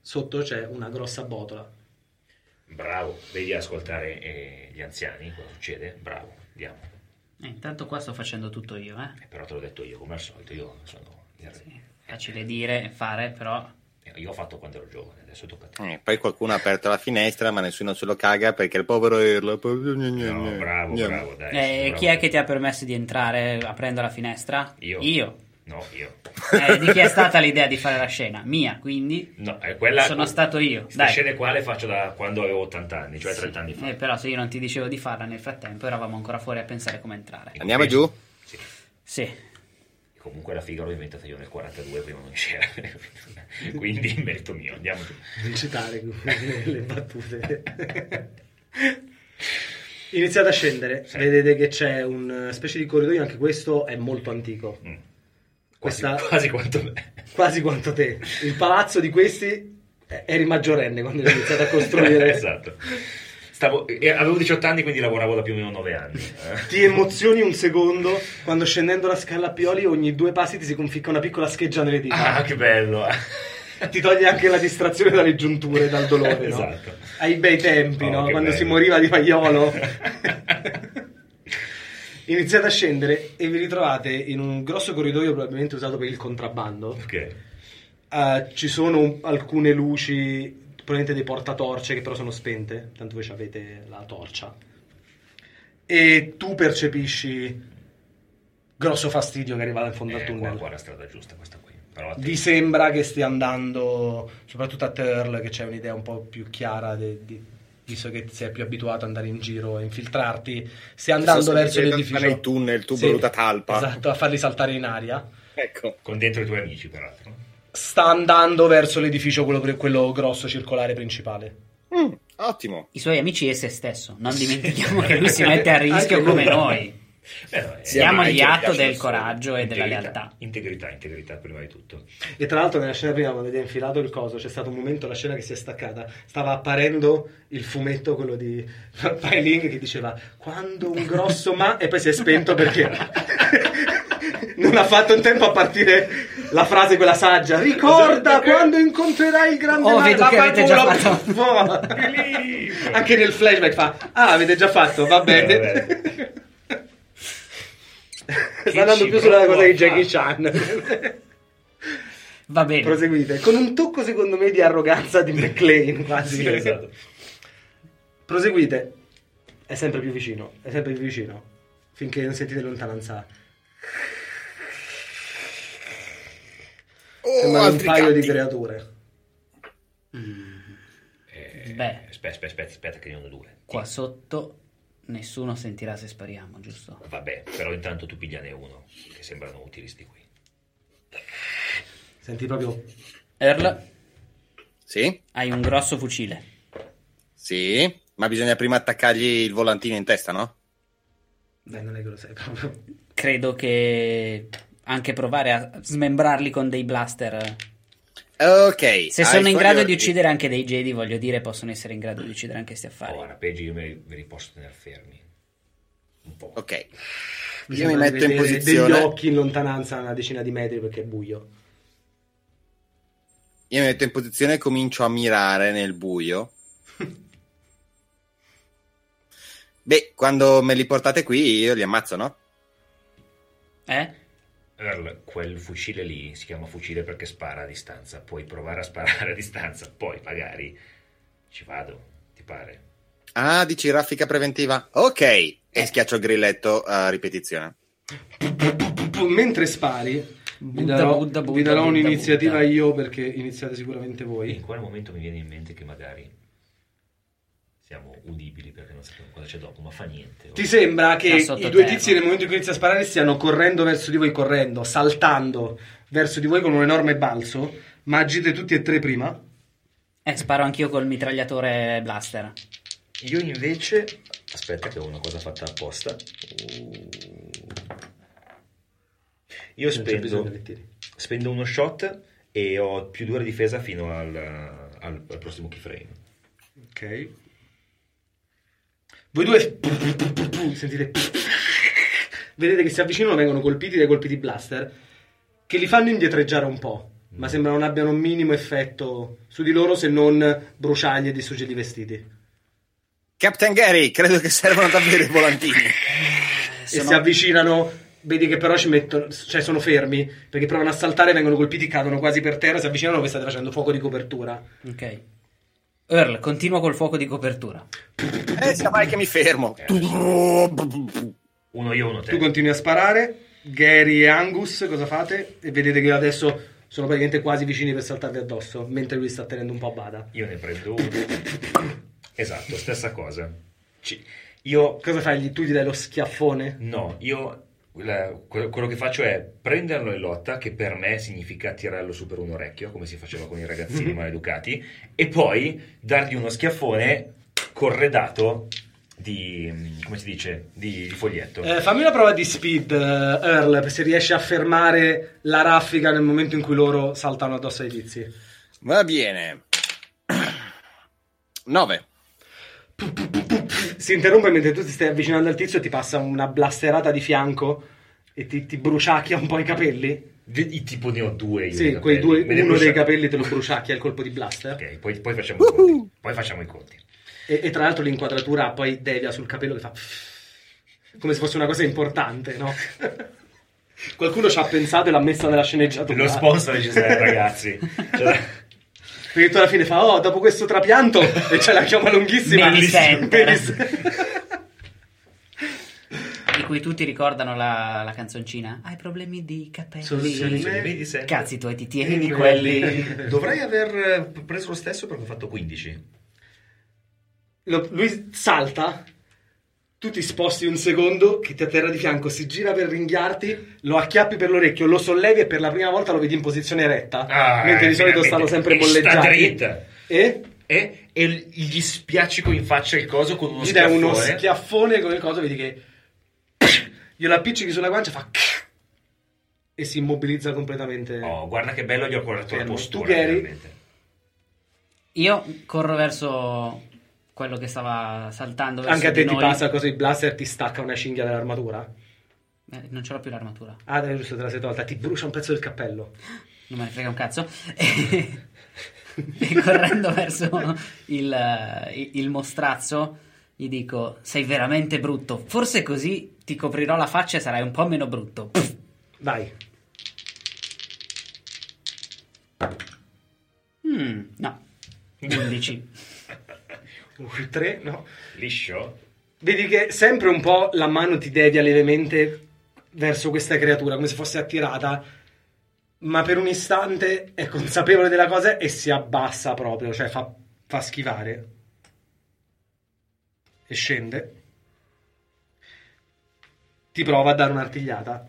C: Sotto c'è una grossa botola. [laughs]
B: Bravo, devi ascoltare eh, gli anziani, cosa succede? Bravo, andiamo.
A: Eh, intanto qua sto facendo tutto io, eh.
B: Eh, però te l'ho detto io, come al solito, io sono...
A: Facile dire e fare, però
B: Eh, Io ho fatto quando ero giovane, adesso tocca a te.
D: Eh, poi qualcuno ha aperto la finestra, ma nessuno se lo caga perché il povero Irlo.
B: No, bravo, bravo, dai.
A: Eh,
B: bravo.
A: chi è che ti ha permesso di entrare aprendo la finestra?
B: Io.
A: Io.
B: No, io.
A: Eh, di chi è stata l'idea di fare la scena? Mia, quindi.
B: No, è quella...
A: Sono stato io,
B: Queste
A: dai.
B: scene qua le faccio da quando avevo 80 anni, cioè 30 anni fa.
A: Eh, però se io non ti dicevo di farla nel frattempo eravamo ancora fuori a pensare come entrare.
D: Andiamo giù?
B: Sì.
A: Sì.
B: Comunque la figa l'ho inventata io nel 42, prima non c'era. [laughs]
C: [laughs]
B: Quindi merito mio, andiamo giù.
C: Non citare [laughs] le battute. [laughs] Iniziate a scendere,
B: Sì.
C: vedete che c'è una specie di corridoio, anche questo è molto antico,
B: Mm. Quasi, [laughs] quasi
C: Questa-
B: quanto me.
C: [laughs] quasi quanto te. Il palazzo di questi eh, eri maggiorenne quando l'hai iniziato a costruire.
B: [laughs] esatto. Stavo- eh, avevo 18 anni, quindi lavoravo da più o meno 9 anni. Eh.
C: Ti emozioni un secondo quando scendendo la scala a pioli ogni due passi ti si conficca una piccola scheggia nelle dita.
B: Ah, che bello! Ah.
C: ti toglie anche la distrazione dalle giunture, dal dolore, no?
B: Esatto.
C: Ai bei tempi,
B: Oh,
C: no?
B: che
C: Quando
B: bello.
C: si moriva di paiolo. Iniziate a scendere e vi ritrovate in un grosso corridoio probabilmente usato per il contrabbando.
B: [laughs] ok.
C: Eh, ci sono un- alcune luci, probabilmente dei portatorce che però sono spente, tanto voi avete la torcia. E tu percepisci grosso fastidio che arriva dal fondo
B: Eh,
C: al
B: qua,
C: tunnel
B: qua è la strada giusta, questa qui. Però atten-
C: vi sembra che stia andando, soprattutto a Turl, che c'è un'idea un po' più chiara, de- di- visto che sei più abituato ad andare in giro e infiltrarti, stia andando
D: Adesso
C: verso
D: devi
C: l'edificio.
D: fare i tunnel, tu brutta talpa.
C: Esatto, a farli saltare in aria.
D: Ecco.
B: con dentro i tuoi amici, peraltro.
C: Sta andando verso l'edificio, quello, pre- quello grosso circolare principale.
D: Mm, ottimo.
A: I suoi amici e se stesso. Non dimentichiamo che lui si mette a rischio
C: Anche lui.
A: come noi.
B: Beh, no, eh,
A: Diamogli
D: anche lo
A: atto
D: piace
A: del
D: il sole.
A: coraggio e della
B: integrità,
A: lealtà.
B: Integrità, integrità prima di
C: [laughs]
B: tutto.
C: E tra l'altro nella scena prima, quando gli ha infilato il coso, c'è stato un momento, la scena che si è staccata, stava apparendo il fumetto, quello di [laughs] Pai Ling, che diceva quando un grosso ma... e poi si è spento perché [laughs] non ha fatto in tempo a partire la frase quella saggia. Ricorda quando incontrerai il grande
A: Esatto. Oh,
C: ma...
A: vedo che avete già
C: [laughs] fatto. Ah, Anche nel flashback fa, ah avete già fatto, va bene.
B: Vabbè.
C: Sta andando
B: ci
C: più sulla
B: provo
C: cosa di
B: a fare?
C: Jackie
D: [laughs]
C: Chan.
A: Va bene.
C: Proseguite. Con un tocco, secondo me, di arroganza di McLean, quasi.
B: Sì, esatto.
C: Proseguite. È sempre più vicino, è sempre più vicino. Finché non sentite lontananza.
D: Oh,
C: Sembrano un
D: altri
C: paio di
D: gatti.
C: creature.
B: Eh,
A: Beh.
B: Aspetta, aspetta, aspetta, aspetta che ne ho due.
A: Qua sotto nessuno sentirà se spariamo, giusto?
B: Vabbè, però intanto tu pigliane uno, che sembrano utili sti qui.
C: Senti proprio...
A: Earl,
D: Sì,
A: hai un grosso fucile.
D: sì, ma bisogna prima attaccargli il volantino in testa, no?
C: Beh, non è che lo sai proprio.
A: Credo che anche provare a smembrarli con dei blaster.
D: Ok.
A: Se
D: hai
A: sono in
D: fuori
A: grado di
D: ordini.
A: uccidere anche dei Jedi, voglio dire, possono essere in grado di uccidere anche questi affari.
B: Ora, peggio io me li, me li posso tenere fermi. Un po'.
D: Ok.
C: Mi
D: Io mi
C: sembra di
D: metto in
C: vedere
D: posizione.
C: Degli occhi in lontananza a una decina di metri perché è buio.
D: Io mi metto in posizione e comincio a mirare nel buio.
A: [laughs]
D: Beh, quando me li portate qui io li ammazzo, no?
A: Eh?
B: Earl, quel fucile lì si chiama fucile perché spara a distanza. Puoi provare a sparare a distanza, poi magari ci vado, ti pare?
D: Ah, dici raffica preventiva? Ok.
A: Eh.
D: E schiaccio il grilletto a ripetizione.
C: Mentre spari, vi
A: Buddha,
C: darò,
A: Buddha,
C: vi
A: Buddha,
C: darò
A: Buddha,
C: un'iniziativa
A: Buddha.
C: io perché iniziate sicuramente
B: E
C: voi.
B: in quel momento mi viene in mente che magari siamo udibili perché non sappiamo cosa c'è dopo, ma fa niente.
C: Ti sembra che
A: Da
C: i
A: sottoterra.
C: due tizi nel momento in cui inizia a sparare stiano correndo verso di voi, correndo, saltando verso di voi con un enorme balzo, ma agite tutti e tre prima.
A: Eh, sparo anch'io col mitragliatore blaster.
B: Io invece... Aspetta che ho una cosa fatta apposta. Io
C: Non c'è bisogno
B: spendo,
C: che tiri.
B: spendo uno shot e ho più due di difesa fino al, al- al prossimo keyframe.
C: Ok. Voi due [laughs] sentite [laughs] vedete che si avvicinano, vengono colpiti dai colpi di blaster che li fanno indietreggiare un po', ma sembra non abbiano un minimo effetto su di loro se non bruciargli e distruggergli i vestiti.
D: Captain Gary, credo che servono davvero
A: [laughs]
D: i volantini.
C: e si avvicinano. Vedi che però ci mettono, cioè sono fermi perché provano a saltare, vengono colpiti, cadono quasi per terra. Si avvicinano voi state facendo fuoco di copertura.
A: Ok. Earl, continua col fuoco di copertura.
D: Eh, sia mai che mi fermo.
B: Uno io, uno te.
C: Tu continui a sparare. Gary e Angus, cosa fate? E vedete che adesso sono praticamente quasi vicini per saltarvi addosso. Mentre lui sta tenendo un po' a bada.
B: Io ne prendo uno. Esatto, stessa cosa. Ci- Io...
C: Cosa fai? Gli- tu gli dai lo schiaffone?
B: No, io... la- quello quello che faccio è prenderlo in lotta, che per me significa tirarlo su per un orecchio, come si faceva con i ragazzini maleducati, e poi dargli uno schiaffone corredato di... come si dice? Di, di foglietto.
C: Eh, fammi una prova di speed, eh, Earl, se riesci a fermare la raffica nel momento in cui loro saltano addosso ai tizi.
D: Va bene. [clears throat] 9.
C: si interrompe mentre tu ti stai avvicinando al tizio e ti passa una blasterata di fianco e ti, ti bruciacchia un po' i capelli.
B: Di- tipo ne ho due io.
C: sì,
B: di
C: quei due,
B: capelli. Me ne
C: uno dei
B: brucia-
C: capelli te lo bruciacchia il colpo di blaster.
B: Ok, poi, poi facciamo i conti. Poi facciamo i conti.
C: E, e tra l'altro l'inquadratura poi devia sul capello che fa come se fosse una cosa importante,
B: [laughs]
C: no? Qualcuno ci ha pensato e l'ha messa nella sceneggiatura.
B: Lo sponsor di
C: [laughs]
B: Cesare, [laughs] ragazzi. Cioè-
C: Perché tu alla fine fa, oh, dopo questo trapianto, e c'è la chioma lunghissima.
B: eh.
A: Babysitter.
C: Babysitter.
A: Di cui tutti ricordano la, la canzoncina. Hai problemi di capelli.
C: Soluzioni.
B: Cioè, vedi sempre.
A: Cazzi tuoi, ti tieni
C: Tieni
A: quelli.
C: [laughs] quelli.
B: Dovrei aver eh, preso lo stesso perché ho fatto 15.
C: Lo- lui salta, tu ti sposti un secondo, che ti atterra di fianco, si gira per ringhiarti, lo acchiappi per l'orecchio, lo sollevi e per la prima volta lo vedi in posizione retta,
B: Ah,
C: mentre di solito
B: veramente.
C: stanno sempre
B: E sta
C: bolleggiati.
B: dritta.
C: E
B: E, e gli spiaccico in faccia il coso con uno
C: gli dai
B: schiaffone.
C: uno schiaffone con il coso, vedi che [coughs] glielo appiccichi sulla guancia, fa [coughs] e si immobilizza completamente.
B: Oh, guarda che bello gli ho corretto la
C: Fermo.
B: postura.
C: Tu, Gary?
B: veramente.
A: Io corro verso quello che stava saltando. Verso
C: Anche a te
A: di
C: ti
A: noi.
C: passa la cosa di blaster, ti stacca una cinghia dall'armatura.
A: Eh, non ce l'ho più l'armatura.
C: Ah, dai, giusto, te la sei tolta, ti brucia un pezzo del cappello.
A: Non me ne frega un cazzo. E [laughs] e correndo verso eh, il, il mostrazzo gli dico: Sei veramente brutto. Forse così ti coprirò la faccia e sarai un po' meno brutto. Pff,
C: Vai.
A: mm, no. 11.
C: 3, no.
B: Liscio?
C: Vedi che sempre un po' la mano ti devia levemente verso questa creatura, come se fosse attirata, ma per un istante è consapevole della cosa e si abbassa proprio, cioè fa, fa schivare. E scende. Ti prova a dare un'artigliata.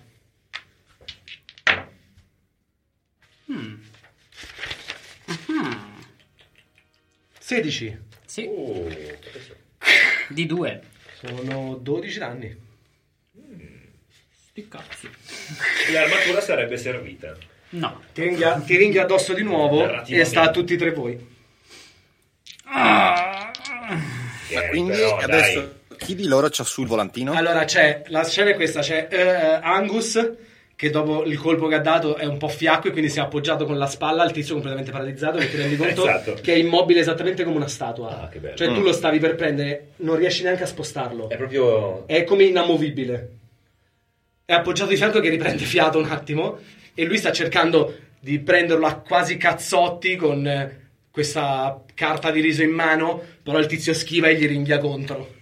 A: Ah,
C: 16.
A: sì,
B: Oh,
A: di due.
C: Sono 12 danni.
A: Sti cazzi.
B: l'armatura sarebbe servita.
A: No.
C: Ti ringhia, ti ringhia addosso di nuovo
B: Narrativamente.
C: e sta a tutti e tre voi.
A: Ah,
B: Eh,
D: Ma quindi
B: però, dai.
D: adesso chi di loro c'ha sul volantino?
C: Allora c'è, la scena è questa, c'è eh, Angus che dopo il colpo che ha dato è un po' fiacco e quindi si è appoggiato con la spalla al tizio completamente paralizzato perché ti rendi conto
B: Esatto.
C: che è immobile esattamente come una statua.
B: Ah, che bello.
C: Cioè tu lo stavi per prendere, non riesci neanche a spostarlo.
B: È proprio...
C: È come inamovibile. È appoggiato di fianco che riprende fiato un attimo e lui sta cercando di prenderlo a quasi cazzotti con eh, questa carta di riso in mano, però il tizio schiva e gli ringhia contro.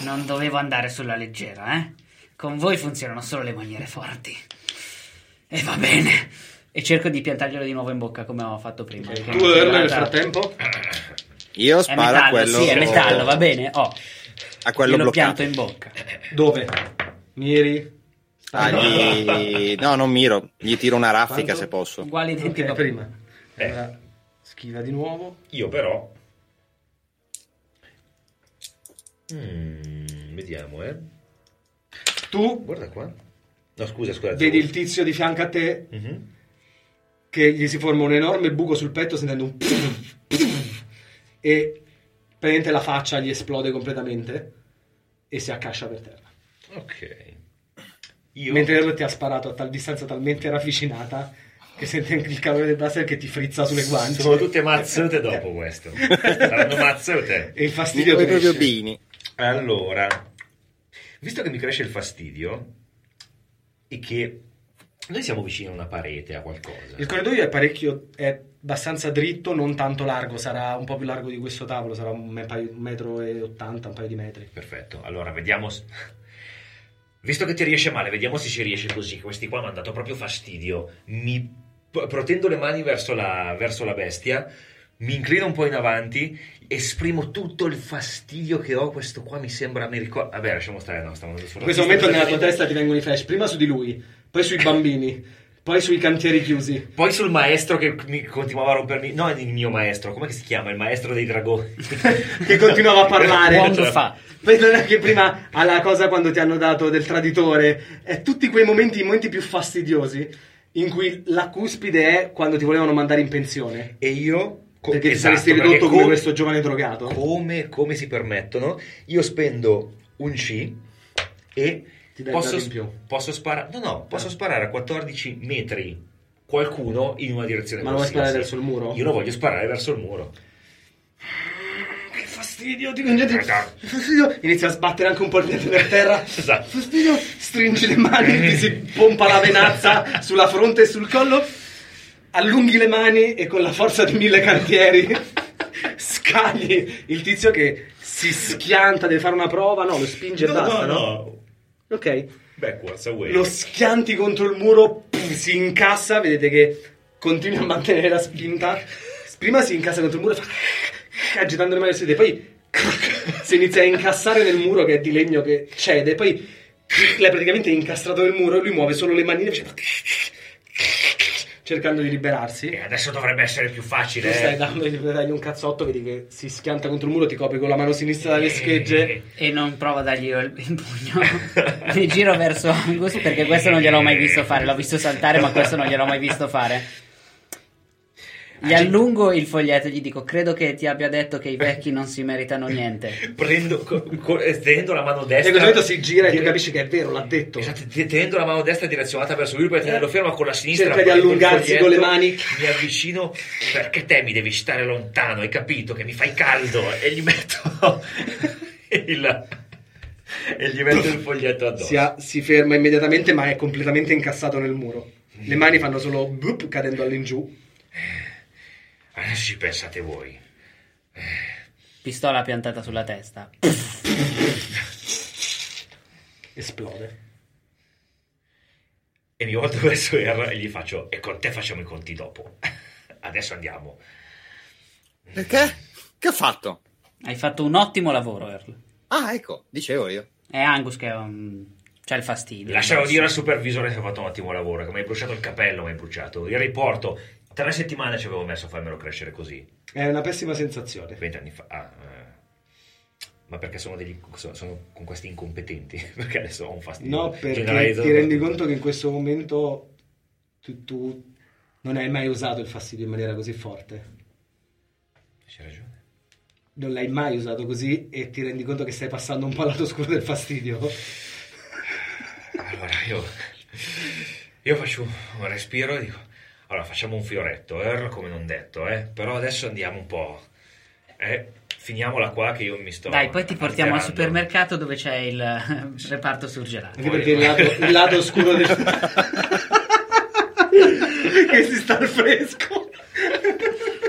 A: non dovevo andare sulla leggera, eh. Con voi funzionano solo le maniere forti. E va bene. E cerco di piantarglielo di nuovo in bocca come ho fatto prima.
C: Tu
A: Che è
C: Earl nel
A: durata-
C: frattempo?
D: Io
A: È
D: sparo a
A: metallo,
D: quello,
A: sì, è metallo, va bene. Oh,
D: a quello
A: glielo pianto
D: bloccato. Ecco.
A: in bocca.
C: Dove? Miri?
D: Ah, gli- No, non miro. Gli tiro una raffica
C: Quanto?
D: se posso.
A: Uguali identico.
C: Ok, prima.
B: Eh.
C: Allora, schiva di nuovo.
B: Io però... Mm, vediamo, eh.
C: Tu
B: Guarda qua. No, scusa, scusa.
C: vedi il tizio di fianco a te
B: Mhm.
C: che gli si forma un enorme buco sul petto sentendo un e praticamente la faccia gli esplode completamente e si accascia per terra.
B: Ok. Io...
C: Mentre lui ti ha sparato a tal distanza talmente ravvicinata che sente anche il calore del blaster che ti frizza sulle guance.
B: Sono tutte mazzate
C: [laughs]
B: dopo questo. Saranno mazzate.
C: E il fastidio
D: Come proprio
C: cresce.
D: Bini.
B: Allora, visto che mi cresce il fastidio e che noi siamo vicini a una parete, a qualcosa.
C: Il corridoio è parecchio, è abbastanza dritto, non tanto largo, sarà un po' più largo di questo tavolo, sarà un, me- paio- un metro e ottanta, un paio di metri.
B: Perfetto, allora vediamo... s- Visto che ti riesce male, vediamo se ci riesce così. Questi qua mi hanno dato proprio fastidio. Mi p- protendo le mani verso la, verso la bestia, mi inclino un po' in avanti, esprimo tutto il fastidio che ho. Questo qua mi sembra... Mi ricor- Vabbè, lasciamo stare, no, stiamo andando
C: In
B: sulla
C: questo
B: pista,
C: momento nella tua
B: veramente.
C: testa ti vengono i flash, prima su di lui, poi sui bambini, poi sui cantieri chiusi.
B: Poi sul maestro che mi continuava a rompermi. No, il mio maestro, come si chiama? Il maestro dei [laughs] dragoni.
C: Che continuava a parlare. Cioè,
A: Quanto fa?
C: Poi non è che prima alla cosa quando ti hanno dato del traditore, è tutti quei momenti, i momenti più fastidiosi, in cui la cuspide è quando ti volevano mandare in pensione.
B: E io. co- esatto,
C: Perché ti saresti
B: perché
C: ridotto come
B: co-
C: questo giovane drogato.
B: Come, come si permettono? Io spendo un C e.
C: Ti dai
B: posso,
C: dati in più. Eh.
B: posso sparare. No, no, posso sparare a 14 metri qualcuno in una direzione.
C: Ma lo vuoi
B: qualsiasi.
C: sparare verso il muro?
B: Io lo voglio sparare verso il muro. Che fastidio, ti
C: Fastidio. Inizia a sbattere anche un po' il piede per terra.
B: Esatto.
C: Fastidio. Stringi le mani, ti si pompa la venazza sulla fronte e sul collo. Allunghi le mani e con la forza di mille cantieri scagli il tizio che si schianta, deve fare una prova. No, lo spinge
B: No,
C: e basta,
B: no, no.
C: Ok.
B: Backwards away.
C: Lo schianti contro il muro, pum, si incassa, vedete che continua a mantenere la spinta. Prima si incassa contro il muro, e fa, agitando le mani verso di te, poi si inizia a incassare nel muro che è di legno che cede, poi l'è praticamente incastrato nel muro e lui muove solo le manine facendo cercando di
B: E
C: liberarsi.
B: Eh, adesso dovrebbe essere più
C: Tu stai
B: facile. eh.
C: dando dagli un cazzotto, vedi che si schianta contro il muro, ti copre con la mano sinistra
B: Eh,
C: dalle schegge.
A: E non provo a dargli io il il pugno. [laughs] Mi giro verso Angus perché questo non gliel'ho mai visto fare. L'ho visto saltare, ma questo non gliel'ho mai visto fare. Gli allungo il foglietto e gli dico: Credo che ti abbia detto che i vecchi non si meritano niente.
B: Prendo, co- co- eh, tenendo la mano
C: E in
B: destra.
C: questo momento si gira e tu capisci che è vero, l'ha detto.
B: Esatto, te- tenendo la mano destra direzionata verso lui per tenerlo fermo con la sinistra.
C: Eh. Cerca di
B: prendo il
C: allungarsi con le mani.
B: Mi avvicino perché te mi devi stare lontano, hai capito che mi fai caldo e gli metto [laughs] il, e gli metto il foglietto addosso.
C: Si, ha- si ferma immediatamente, ma è completamente incassato nel muro. Le mani fanno solo blup, cadendo all'ingiù.
B: Adesso ci pensate voi.
A: Pistola piantata sulla testa.
C: Esplode.
B: E mi volto verso R e gli faccio, e con te facciamo i conti dopo. [laughs] Adesso andiamo.
D: Perché? Che ho fatto?
A: Hai fatto un ottimo lavoro, Earl.
D: Ah, ecco, dicevo io.
A: È Angus che um, c'ha il fastidio.
B: Lascialo dire al supervisore che ha fatto un ottimo lavoro, che mi hai bruciato il capello, mi hai bruciato il riporto. Tre settimane ci avevo messo a farmelo crescere così.
C: È una pessima sensazione.
B: Vent'anni fa. Ah, eh. Ma perché sono, degli, so- sono con questi incompetenti? [laughs] Perché adesso ho un fastidio.
C: No, perché
B: generalizzato
C: ti rendi
B: per tutti.
C: conto che in questo momento tu, tu non hai mai usato il fastidio in maniera così forte.
B: C'è ragione.
C: Non l'hai mai usato così e ti rendi conto che stai passando un po' al lato oscuro del fastidio.
B: Allora io, io faccio un respiro e dico: Allora facciamo un fioretto, Earl, come non detto, eh? però adesso andiamo un po'. Eh, finiamola qua che io mi sto.
A: Dai, poi ti portiamo al
B: alterando.
A: supermercato dove c'è il [laughs] eh, reparto surgelato.
C: Anche perché il lato, il lato oscuro del [laughs] che si sta al fresco.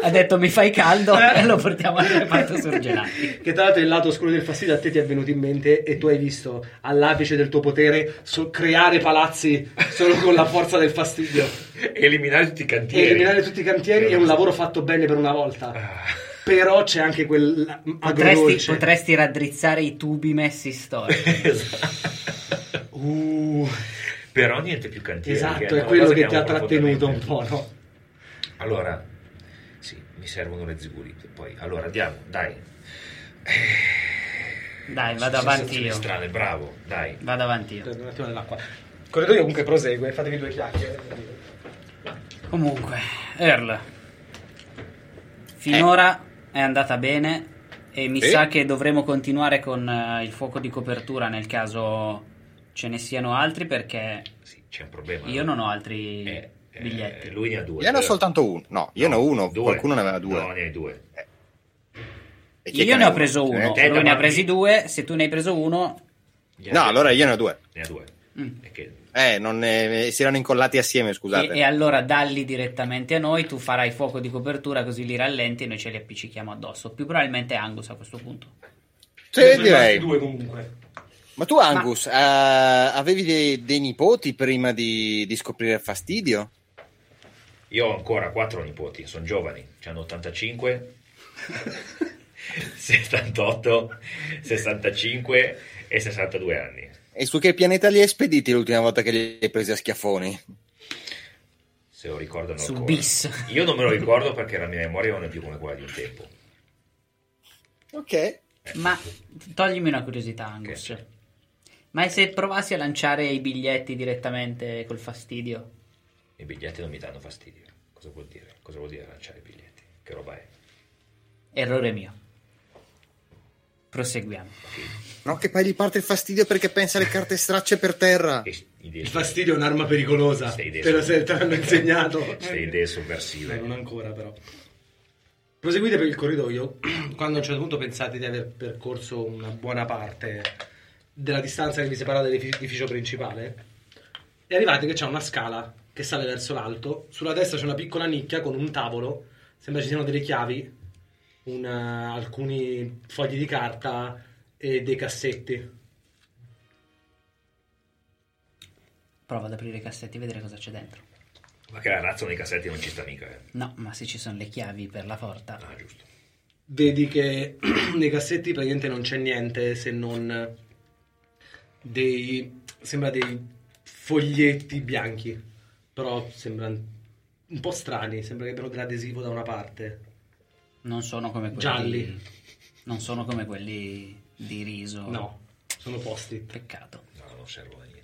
A: Ha detto mi fai [laughs] caldo e lo portiamo al reparto surgelati.
C: Che tra l'altro il lato oscuro del fastidio a te ti è venuto in mente e tu hai visto all'apice del tuo potere so- creare palazzi solo con la forza del fastidio
B: Eliminare tutti i
C: e
B: cantieri.
C: eliminare tutti i cantieri è un lavoro fatto bene per una volta. Però c'è anche quel
A: Potresti,
C: agrodolce.
A: potresti raddrizzare i tubi messi [laughs] storici.
B: Esatto.
C: Uh,
B: Però niente più cantieri.
C: esatto,
B: eh,
C: è
B: una
C: quello
B: cosa
C: che ti ha
B: amo
C: trattenuto un
B: profondamente.
C: po', no?
B: Allora, sì, mi servono le ziguri. Poi, allora andiamo, dai.
A: Dai, vado avanti
B: Sensazioni
A: io.
B: strane, bravo, dai.
A: Vado avanti io.
C: Prendo un attimo dell'acqua. Il corridoio comunque prosegue, fatevi due chiacchiere.
A: Comunque, Earl, finora è andata bene e mi
D: Sì.
A: sa che dovremo continuare con eh, il fuoco di copertura nel caso ce ne siano altri perché
B: Sì, c'è un problema.
A: io non ho altri
B: Eh, eh,
A: biglietti.
B: lui ne ha due.
D: Io ne ho
B: però-
D: soltanto uno. No, io ne ho uno,
B: Due.
D: qualcuno ne aveva due.
B: No, ne hai due.
D: E chi è che
A: Io ne ho
D: ha Cioè,
A: preso
D: Ce n'è?
A: uno,
B: te,
A: lui ne ha
B: davanti.
A: presi due, se tu ne hai preso uno...
B: Gli
D: No,
B: altri-
D: allora io ne ho due.
B: Ne ha due.
A: Mm.
B: È che-
D: Eh, non ne- si erano incollati assieme,
A: E,
D: scusate.
A: e allora dalli direttamente a noi, tu farai fuoco di copertura così li rallenti e noi ce li appiccichiamo addosso. Più probabilmente Angus a questo punto.
D: Sì, direi.
C: Due comunque.
D: Ma tu, Angus, eh, avevi dei, dei nipoti prima di, di scoprire il fastidio?
B: Io ho ancora quattro nipoti, sono giovani, hanno
A: [laughs]
B: 85, 78, 65 e 62 anni.
D: E su che pianeta li hai spediti l'ultima volta che li hai presi a schiaffoni?
B: Se lo ricordano
A: Su
B: ancora.
A: Bis.
B: Io non me lo ricordo perché la mia memoria non è più come quella di un tempo.
D: Ok.
A: Ma toglimi una curiosità, Angus. Ma e se provassi a lanciare i biglietti direttamente col fastidio?
B: I biglietti non mi danno fastidio. Cosa vuol dire? Cosa vuol dire lanciare i biglietti? Che roba è?
A: Errore mio. Proseguiamo.
D: No, che poi gli parte il fastidio perché pensa alle carte stracce per terra.
B: Che idee,
C: Il fastidio è un'arma pericolosa.
B: Sei
C: Te
B: dentro.
C: lo sei- te l'hanno insegnato.
B: queste idee
C: Eh, non
B: sovversive.
C: ancora però. Proseguite per il corridoio. [clears throat] Quando a un certo punto pensate di aver percorso una buona parte della distanza che vi separa dall'edificio principale, e arrivate che c'è una scala che sale verso l'alto. Sulla destra c'è una piccola nicchia con un tavolo. Sembra ci siano delle chiavi, una- alcuni fogli di carta e dei cassetti.
A: Prova ad aprire i cassetti e vedere cosa c'è dentro.
B: Ma che la razza nei cassetti non ci sta mica, eh.
A: No, ma se ci sono le chiavi per la porta.
B: Ah, giusto.
C: vedi che [clears throat] nei cassetti praticamente non c'è niente se non dei sembra dei foglietti bianchi però sembrano un po' strani sembra che abbiano dell'adesivo da una parte
A: Non sono come quelli.
C: Gialli.
A: Non sono come quelli di riso.
C: no sono posti
A: Peccato.
B: No, non servono a niente.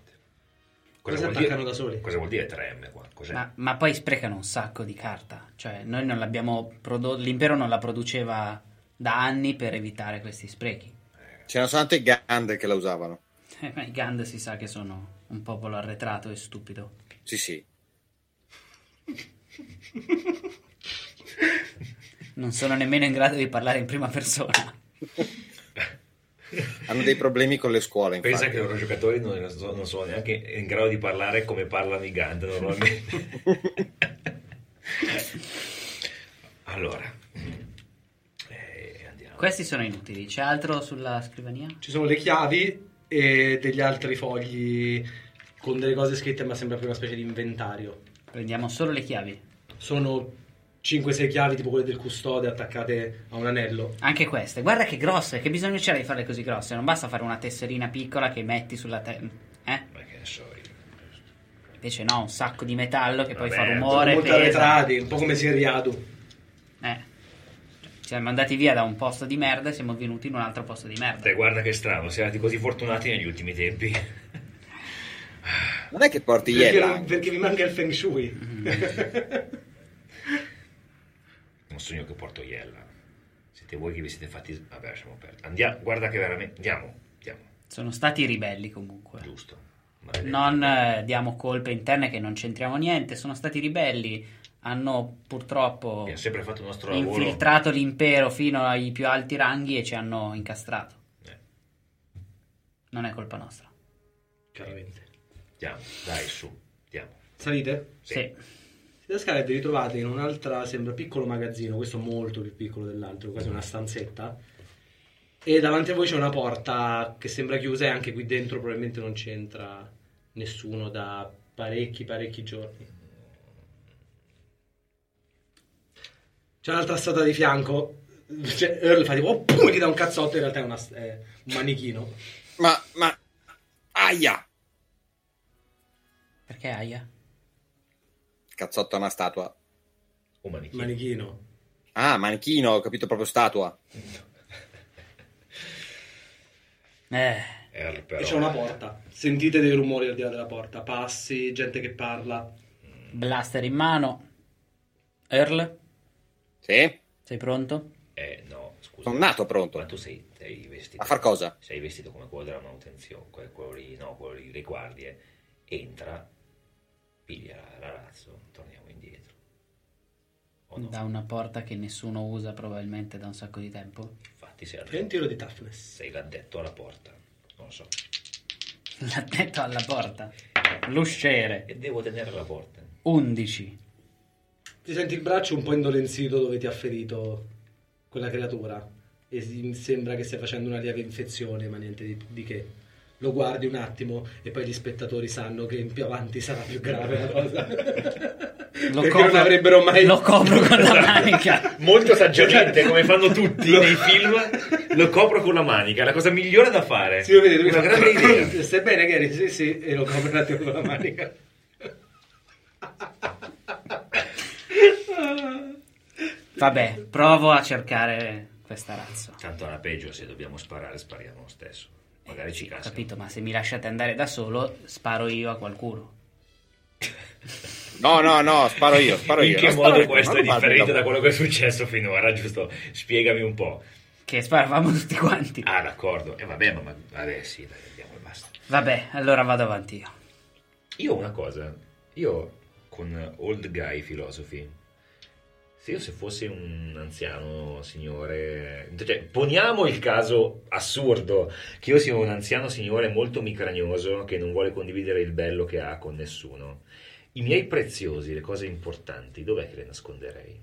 C: Cosa
B: vuol
C: attaccano
B: dire-
C: da soli?
B: Cosa vuol dire 3M qua? Cos'è?
A: Ma, ma poi sprecano un sacco di carta. Cioè, noi non l'abbiamo prodotta. L'impero non la produceva da anni per evitare questi sprechi. [laughs]
D: C'erano soltanto i Gander che la usavano.
A: Eh, ma I Gand si sa che sono un popolo arretrato e stupido.
D: Sì, sì.
A: Non sono nemmeno in grado di parlare in prima persona.
D: Hanno dei problemi con le scuole,
B: Pensa
D: infatti.
B: che loro giocatori non so- non sono neanche in grado di parlare come parlano i Gand normalmente.
C: [laughs]
B: allora, eh, andiamo.
A: Questi sono inutili. C'è altro sulla scrivania?
C: Ci sono le chiavi e degli altri fogli con delle cose scritte, ma sembra più una specie di inventario.
A: Prendiamo solo le chiavi.
C: Sono 5-6 chiavi, tipo quelle del custode, attaccate a un anello.
A: Anche queste. Guarda che grosse, che bisogno c'era di farle così grosse. Non basta fare una tesserina piccola che metti sulla te- Eh?
B: Ma che ne so io.
A: Invece no, un sacco di metallo che poi
B: Vabbè,
A: fa rumore.
C: Molto
A: pesa.
C: arretrati, un po' come si è riadu.
A: Eh. Cioè, Ci siamo andati via da un posto di merda e siamo venuti in un altro posto di merda.
B: Dai, guarda che strano, siamo stati così fortunati negli ultimi tempi. [laughs]
D: Non è che porti
C: Perché,
D: Iella.
C: non- perché vi manca il feng shui.
B: Non sogno che porto Iella. Siete voi che vi siete fatti... Vabbè, lasciamo perdere. Andiamo, guarda che veramente... Andiamo, andiamo.
A: Sono stati ribelli comunque.
B: Giusto. Maledetti.
A: Non eh, diamo colpe interne che non c'entriamo niente. Sono stati ribelli. Hanno purtroppo
B: Abbiamo sempre fatto il nostro lavoro.
A: infiltrato l'impero fino ai più alti ranghi e ci hanno incastrato.
B: Eh,
A: Non è colpa nostra.
C: Chiaramente.
B: andiamo, dai, su, andiamo.
C: Salite?
B: Sì.
C: Siete a scala e vi ritrovate in un'altra, sembra piccolo magazzino, questo molto più piccolo dell'altro, quasi una stanzetta. E davanti a voi c'è una porta che sembra chiusa e anche qui dentro probabilmente non c'entra nessuno da parecchi parecchi giorni. C'è un'altra strada di fianco, c'è Earl fa tipo, oh, pum, gli dà un cazzotto, in realtà è, una- è un manichino.
D: Ma, ma... Aia!
A: Perché Aya?
D: Cazzotto è una statua.
B: Oh, manichino.
C: Manichino.
D: Ah, manichino, ho capito proprio statua.
A: Eh,
B: Earl,
C: E
B: però.
C: c'è una porta. Sentite dei rumori al di là della porta, passi, gente che parla.
A: blaster in mano. Earl,
D: Sì?
A: sei pronto?
B: Eh, no, scusa.
D: Sono nato
B: Ma
D: pronto.
B: tu sei, sei vestito...
D: A far cosa?
B: Sei vestito come quello della manutenzione, que- quello lì, no, quello lì, dei guardie. Entra, piglia la- l'arazzo, torniamo indietro. O no?
A: Da una porta che nessuno usa probabilmente da un sacco di tempo. [laughs]
B: Infatti sei,
C: Fai un
B: addetto,
C: tiro di toughness.
B: sei l'addetto alla porta. Non lo so.
A: L'ha detto alla porta. L'usciere.
B: E devo tenere la porta.
A: 11.
C: Ti senti il braccio un po' indolenzito dove ti ha ferito quella creatura e si- sembra che stia facendo una lieve infezione, ma niente di, di che. Lo guardi un attimo e poi gli spettatori sanno che in più avanti sarà più grave la cosa. Perché non avrebbero mai...
A: Lo copro con
C: [laughs]
A: la manica.
B: Molto saggiamente, come fanno tutti [laughs] nei film, lo copro con la manica, la cosa migliore da fare.
C: Sì, lo vedete, lui
B: una
C: fa-
B: grande
C: [laughs]
B: idea.
C: Stai bene, Gary? Sì, sì, e lo copre un attimo con la manica.
A: Vabbè, provo a cercare questa razza.
B: Tanto alla peggio, se dobbiamo sparare, spariamo lo stesso. Magari ci casca.
A: Capito, ma se mi lasciate andare da solo, sparo io a qualcuno.
D: No, no, no, sparo io, sparo
B: In
D: io.
B: che
D: Non sparo
B: modo
D: io,
B: questo è
D: non parlo
B: differente
D: io.
B: da quello che è successo finora, giusto? Spiegami un po'.
A: Che sparavamo tutti quanti.
B: Ah, d'accordo. E vabbè, ma, ma vabbè, sì, dai, andiamo e basta.
A: Vabbè, allora vado avanti io.
B: Io ho una cosa. Io con Old Guy Philosophy. Se io se fossi un anziano signore, cioè poniamo il caso assurdo che io sia un anziano signore molto micragnoso che non vuole condividere il bello che ha con nessuno. I miei preziosi, le cose importanti, dov'è che le nasconderei?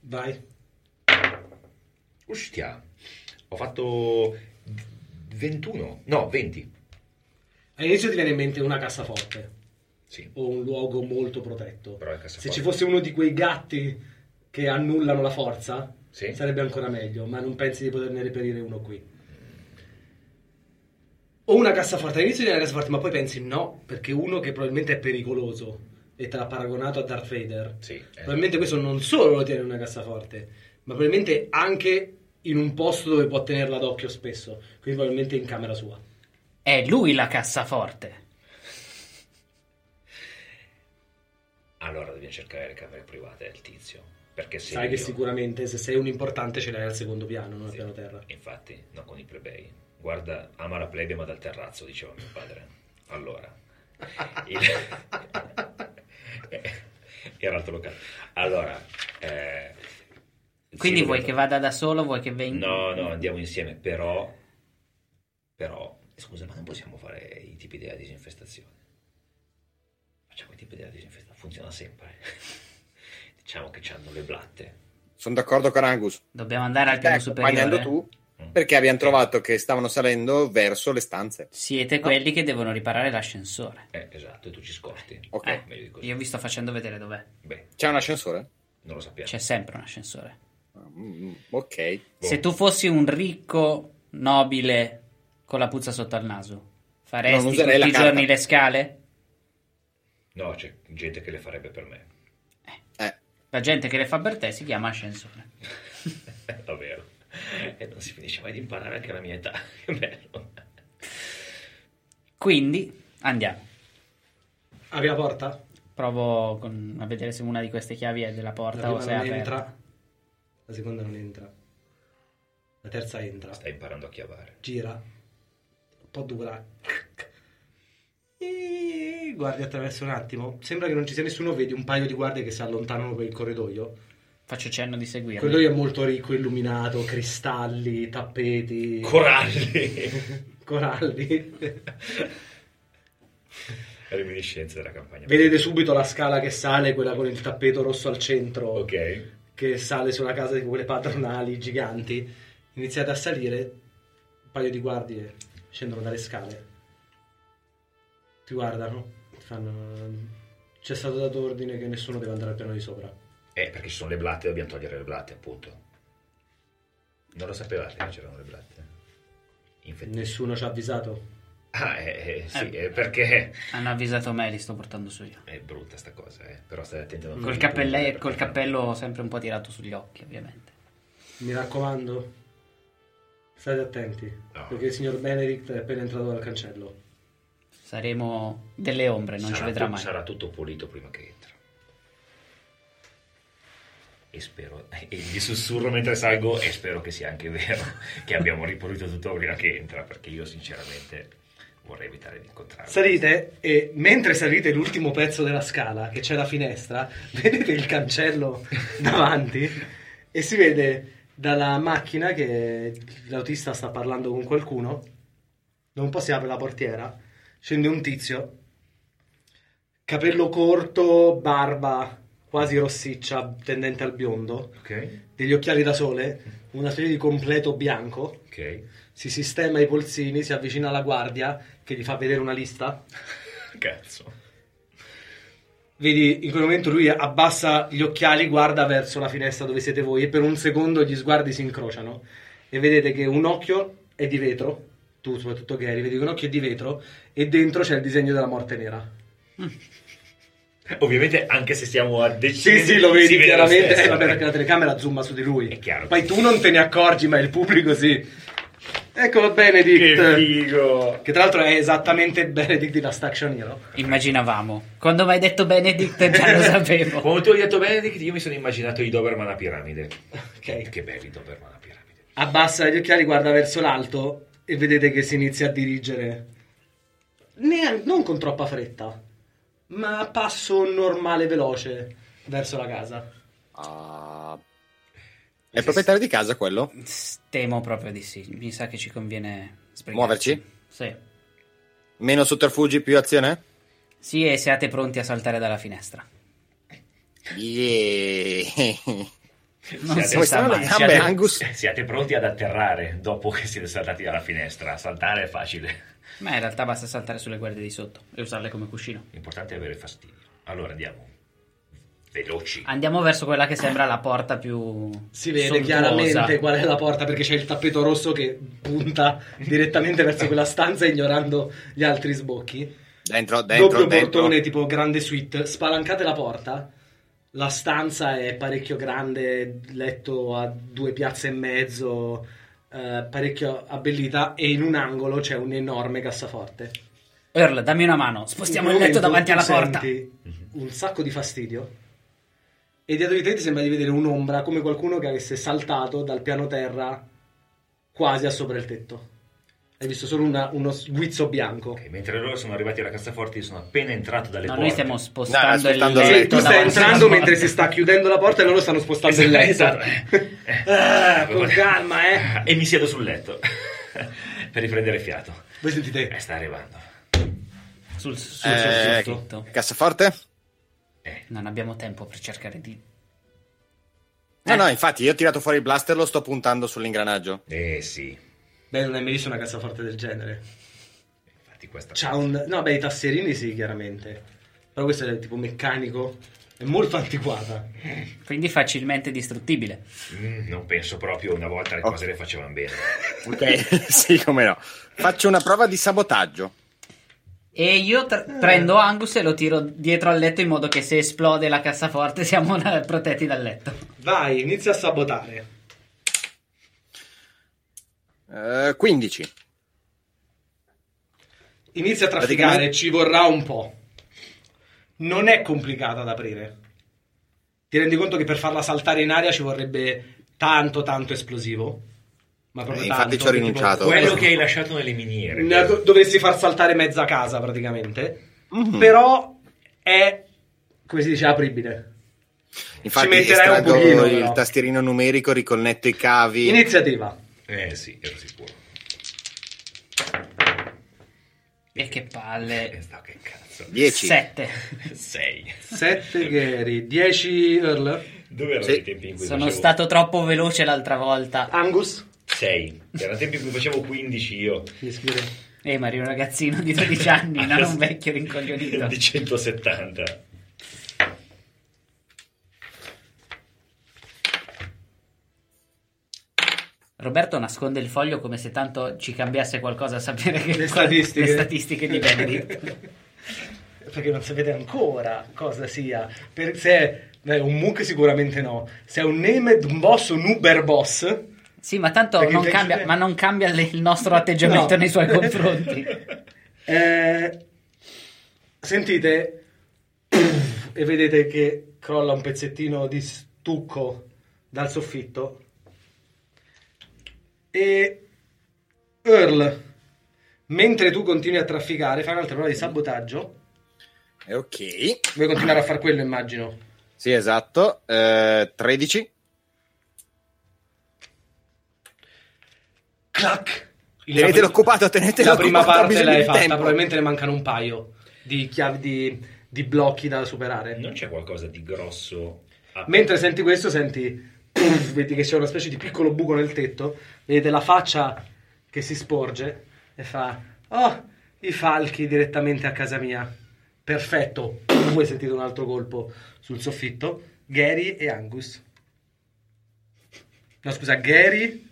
C: Vai.
B: Ustia. Ho fatto 21, no, 20.
C: All'inizio ti viene in mente una cassaforte.
B: Sì.
C: o un luogo molto protetto.
B: Però è cassaforte.
C: Se ci fosse uno di quei gatti che annullano la forza,
B: Sì.
C: sarebbe ancora meglio, ma non pensi di poterne reperire uno qui. O una cassaforte, all'inizio viene una cassaforte, ma poi pensi no, perché uno che probabilmente è pericoloso e te l'ha paragonato a Darth Vader.
B: Sì, eh.
C: Probabilmente questo non solo lo tiene in una cassaforte, ma probabilmente anche in un posto dove può tenerla d'occhio spesso, quindi probabilmente in camera sua.
A: È lui la cassaforte.
B: Allora dobbiamo cercare le camere private del tizio, perché se
C: Sai che
B: io-
C: sicuramente se sei un importante ce l'hai al secondo piano, non al
B: Sì.
C: piano terra.
B: Infatti, no con i plebei. Guarda, ama la plebe ma dal terrazzo, diceva mio padre. Allora. il- [laughs] Era altro locale. Allora. eh,
A: Quindi
B: sì,
A: vuoi
B: dobbiamo-
A: che vada da solo, vuoi che venga?
B: No, no, andiamo insieme, però Però, scusa, ma non possiamo fare i tipi della disinfestazione. Facciamo i tipi della disinfestazione, funziona sempre. [laughs] diciamo che hanno le blatte.
D: Sono d'accordo con Angus.
A: Dobbiamo andare al piano
D: Stai accompagnando
A: superiore. eh.
D: Eh,
A: Mm.
D: tu perché abbiamo trovato che stavano salendo verso le stanze.
A: Siete quelli che devono riparare l'ascensore.
B: Eh, esatto, e tu ci scorti.
D: Ok.
A: Eh,
B: meglio di così.
A: io vi sto facendo vedere dov'è.
B: Beh,
D: C'è un ascensore?
B: non lo sappiamo.
A: C'è sempre un ascensore.
D: Mm, ok.
B: Boh.
A: Se tu fossi un ricco nobile con la puzza sotto al naso, faresti
D: Non
A: tutti
D: userei
A: i
D: la carta.
A: giorni le scale?
B: No, c'è gente che le farebbe per me. [laughs]
D: Eh,
A: La gente che le fa per te si chiama ascensore.
B: Davvero. E non si finisce mai di imparare anche alla mia età. [laughs] Che bello.
A: Quindi andiamo.
C: Apri la porta?
A: Provo con- a vedere se una di queste chiavi è della porta o
C: La
A: se è
C: prima non
A: aperta.
C: entra. La seconda non entra. La terza entra.
B: Stai imparando a chiavare.
C: Gira. Un po' dura. E guardi attraverso un attimo. Sembra che non ci sia nessuno, vedi un paio di guardie che si allontanano per il corridoio.
A: Faccio cenno di
C: Il
A: seguirli.
C: corridoio è molto ricco, illuminato, cristalli, tappeti,
B: Coralli!
C: coralli. [laughs]
B: Reminiscenze della campagna.
C: Vedete subito la scala che sale, quella con il tappeto rosso al centro.
B: Ok. Eh,
C: che sale sulla casa di quelle padronali giganti. Iniziate a salire, un paio di guardie scendono dalle scale, ti guardano, ti fanno... C'è stato dato ordine che nessuno deve andare al piano di sopra.
B: Eh, perché ci sono le blatte, dobbiamo togliere le blatte, appunto. Non lo sapevate che c'erano le blatte? Infetti.
C: Nessuno ci ha avvisato.
B: Ah, eh, eh, sì,
A: Eh.
B: eh, perché
A: Hanno avvisato me, li sto portando su io.
B: è brutta sta cosa, eh. Però state attenti a non
A: Col,
B: farvi
A: cappelle-
B: punti,
A: col
B: perché-
A: cappello sempre un po' tirato sugli occhi, ovviamente.
C: Mi raccomando, state attenti,
B: No.
C: perché il signor Benedict è appena entrato dal cancello.
A: Saremo delle ombre, non
B: sarà
A: ci vedrà
B: tu-
A: mai.
B: Sarà tutto pulito prima che entra. E spero, [laughs] e gli sussurro mentre salgo e spero che sia anche vero [laughs] che abbiamo ripulito tutto prima che entra, perché io sinceramente vorrei evitare di incontrarlo.
C: Salite e mentre salite l'ultimo pezzo della scala, che c'è la finestra, [laughs] vedete il cancello davanti e si vede dalla macchina che l'autista sta parlando con qualcuno, da un po' si apre la portiera, scende un tizio, capello corto, barba quasi rossiccia, tendente al biondo,
B: Ok,
C: degli occhiali da sole, una specie di completo bianco,
B: ok.
C: si sistema i polsini, si avvicina alla guardia che gli fa vedere una lista.
B: Cazzo.
C: Vedi, in quel momento lui abbassa gli occhiali, guarda verso la finestra dove siete voi e per un secondo gli sguardi si incrociano e vedete che un occhio è di vetro, tu soprattutto Gary, vedi che un occhio è di vetro e dentro c'è il disegno della morte nera.
B: Ovviamente anche se stiamo a
C: Sì,
B: decine
C: sì, lo vedi
B: si vede lo
C: chiaramente.
B: stesso.
C: Eh, vabbè, perché la telecamera zooma su di lui.
B: È chiaro.
C: Poi tu non te ne accorgi, ma il pubblico sì. Ecco, Eccolo Benedict.
B: Che figo.
C: Che tra l'altro è esattamente Benedict di Last Action Hero.
A: Immaginavamo. Quando mi hai detto Benedict già lo sapevo.
B: Quando tu hai detto Benedict, io mi sono immaginato i Doberman a piramide.
C: Ok.
B: Che belli i Doberman a piramide.
C: abbassa gli occhiali, guarda verso l'alto e vedete che si inizia a dirigere. Nean- non con troppa fretta, ma a passo normale veloce verso la casa.
D: ah. È il proprietario di casa quello?
A: Temo proprio di sì. Mi sa che ci conviene sbrigarci.
D: Muoverci?
A: Sì.
D: Meno sotterfugi, più azione?
A: Sì, e siate pronti a saltare dalla finestra.
D: Yeah. [laughs]
A: Non si
B: Siate-
D: Come
B: Questa
A: sa
D: stanno le
A: mai.
D: gambe,
A: Siate-
D: Angus?
B: Siate Eh, pronti ad atterrare dopo che siete saltati dalla finestra. Saltare è facile.
A: Ma in realtà basta saltare sulle guardie di sotto e usarle come cuscino.
B: L'importante è avere fastidio. Allora andiamo. Veloci.
A: Andiamo verso quella che sembra la porta più
C: Si vede
A: sontuosa.
C: chiaramente qual è la porta perché c'è il tappeto rosso che punta direttamente verso quella stanza [laughs] ignorando gli altri sbocchi.
D: Dentro, dentro,
C: Doppio
D: dentro.
C: portone tipo grande suite, spalancate la porta. La stanza è parecchio grande, letto a due piazze e mezzo, eh, parecchio abbellita e in un angolo c'è un enorme cassaforte.
A: Earl, dammi una mano. Spostiamo il letto davanti alla porta.
C: porta. Un sacco di fastidio. E dietro di te ti sembra di vedere un'ombra come qualcuno che avesse saltato dal piano terra quasi a sopra il tetto. Hai visto solo una- uno sguizzo bianco.
B: Ok, mentre loro sono arrivati alla cassaforte, io sono appena entrato dalle
A: No,
B: porte.
A: noi stiamo
D: No,
A: spostando il
D: spostando il
C: Sì,
A: letto.
C: tu stai
A: davanti alla
C: entrando
A: porta.
C: mentre si sta chiudendo la porta e loro stanno spostando il [laughs] letto.
B: Esatto.
C: Ah, con calma, eh.
B: E mi siedo sul letto. [laughs] per riprendere fiato.
C: Voi sentite
B: Eh, sta arrivando.
A: Sul, sul
D: Eh,
A: sottosotto.
D: cassaforte?
A: Non abbiamo tempo per cercare di... Eh.
D: No, no, infatti io ho tirato fuori il blaster, lo sto puntando sull'ingranaggio.
B: Eh sì,
C: Beh, non hai mai visto una cassaforte del genere.
B: infatti questa...
C: C'ha un... No, beh, i tasserini sì, chiaramente. Però questo è tipo meccanico. È molto [laughs] antiquata.
A: Quindi facilmente distruttibile.
B: Mm, non penso proprio una volta le cose le facevano bene.
D: Ok, [laughs] sì, come no. Faccio una prova di sabotaggio.
A: E io tr-
C: Eh.
A: prendo Angus e lo tiro dietro al letto in modo che se esplode la cassaforte [laughs] siamo eh, protetti dal letto.
C: Vai, inizia a sabotare.
D: Eh, 15.
C: Inizia a trafficare,
D: Praticamente-
C: ci vorrà un po'. Non è complicata ad aprire. Ti rendi conto che per farla saltare in aria ci vorrebbe tanto, tanto esplosivo. Ma proprio
D: Eh, infatti
C: tanto,
D: ci ho
C: che
D: rinunciato.
B: Quello che hai lasciato nelle miniere.
C: Ne- do- dovresti far saltare mezza casa praticamente.
D: Mm-hmm. Mm.
C: Però è, come si dice, apribile.
D: Infatti
C: Ci metterai un
D: estraggo
C: pochino,
D: il
C: però.
D: tastierino numerico, riconnetto i cavi.
C: Iniziativa.
B: Eh sì, ero sicuro.
A: E che palle.
B: Eh, sta, che cazzo.
D: 10.
A: 7.
B: 6.
D: [laughs]
C: 7 Gary, 10 Earl.
B: Dove erano
D: Sì.
B: i tempi in cui
A: Sono
B: facevo...
A: stato troppo veloce l'altra volta.
C: Angus.
B: 6. Erano tempi in cui facevo 15 io.
C: Mi scrive.
A: Eh, ma eri un ragazzino di
C: [laughs]
A: 13 anni, non un vecchio rincoglionito.
B: [laughs] Di 170.
A: Roberto nasconde il foglio come se tanto ci cambiasse qualcosa a sapere che
C: Le statistiche.
A: le statistiche di Benedict.
C: [laughs] Perché non sapete ancora cosa sia. Per- se è beh, un Mook sicuramente no. Se è un Named Boss, un Uber Boss.
A: Sì, ma tanto
C: Perché
A: non
C: invece-
A: cambia, ma non cambia le- il nostro atteggiamento
C: No.
A: nei
C: [laughs]
A: suoi confronti.
C: Eh, sentite e vedete che crolla un pezzettino di stucco dal soffitto. E Earl, mentre tu continui a trafficare, fai un'altra prova di sabotaggio.
D: Eh, Ok.
C: Vuoi continuare a far quello, immagino.
D: Sì, esatto. Eh, 13.
C: Clac! La
D: Tenetelo
C: prima-
D: occupato, tenetelo
C: La prima
D: occupato, ha
C: parte
D: bisogno
C: l'hai
D: di
C: fatta,
D: tempo.
C: probabilmente ne mancano un paio di, chiavi, di, di blocchi da superare.
B: Non c'è qualcosa di grosso. Ah, a-
C: Mentre senti questo, senti. Vedi che c'è una specie di piccolo buco nel tetto. Vedete la faccia che si sporge e fa: Oh, i falchi direttamente a casa mia. Perfetto. Voi sentite un altro colpo sul soffitto. Gary e Angus. No, scusa, Gary.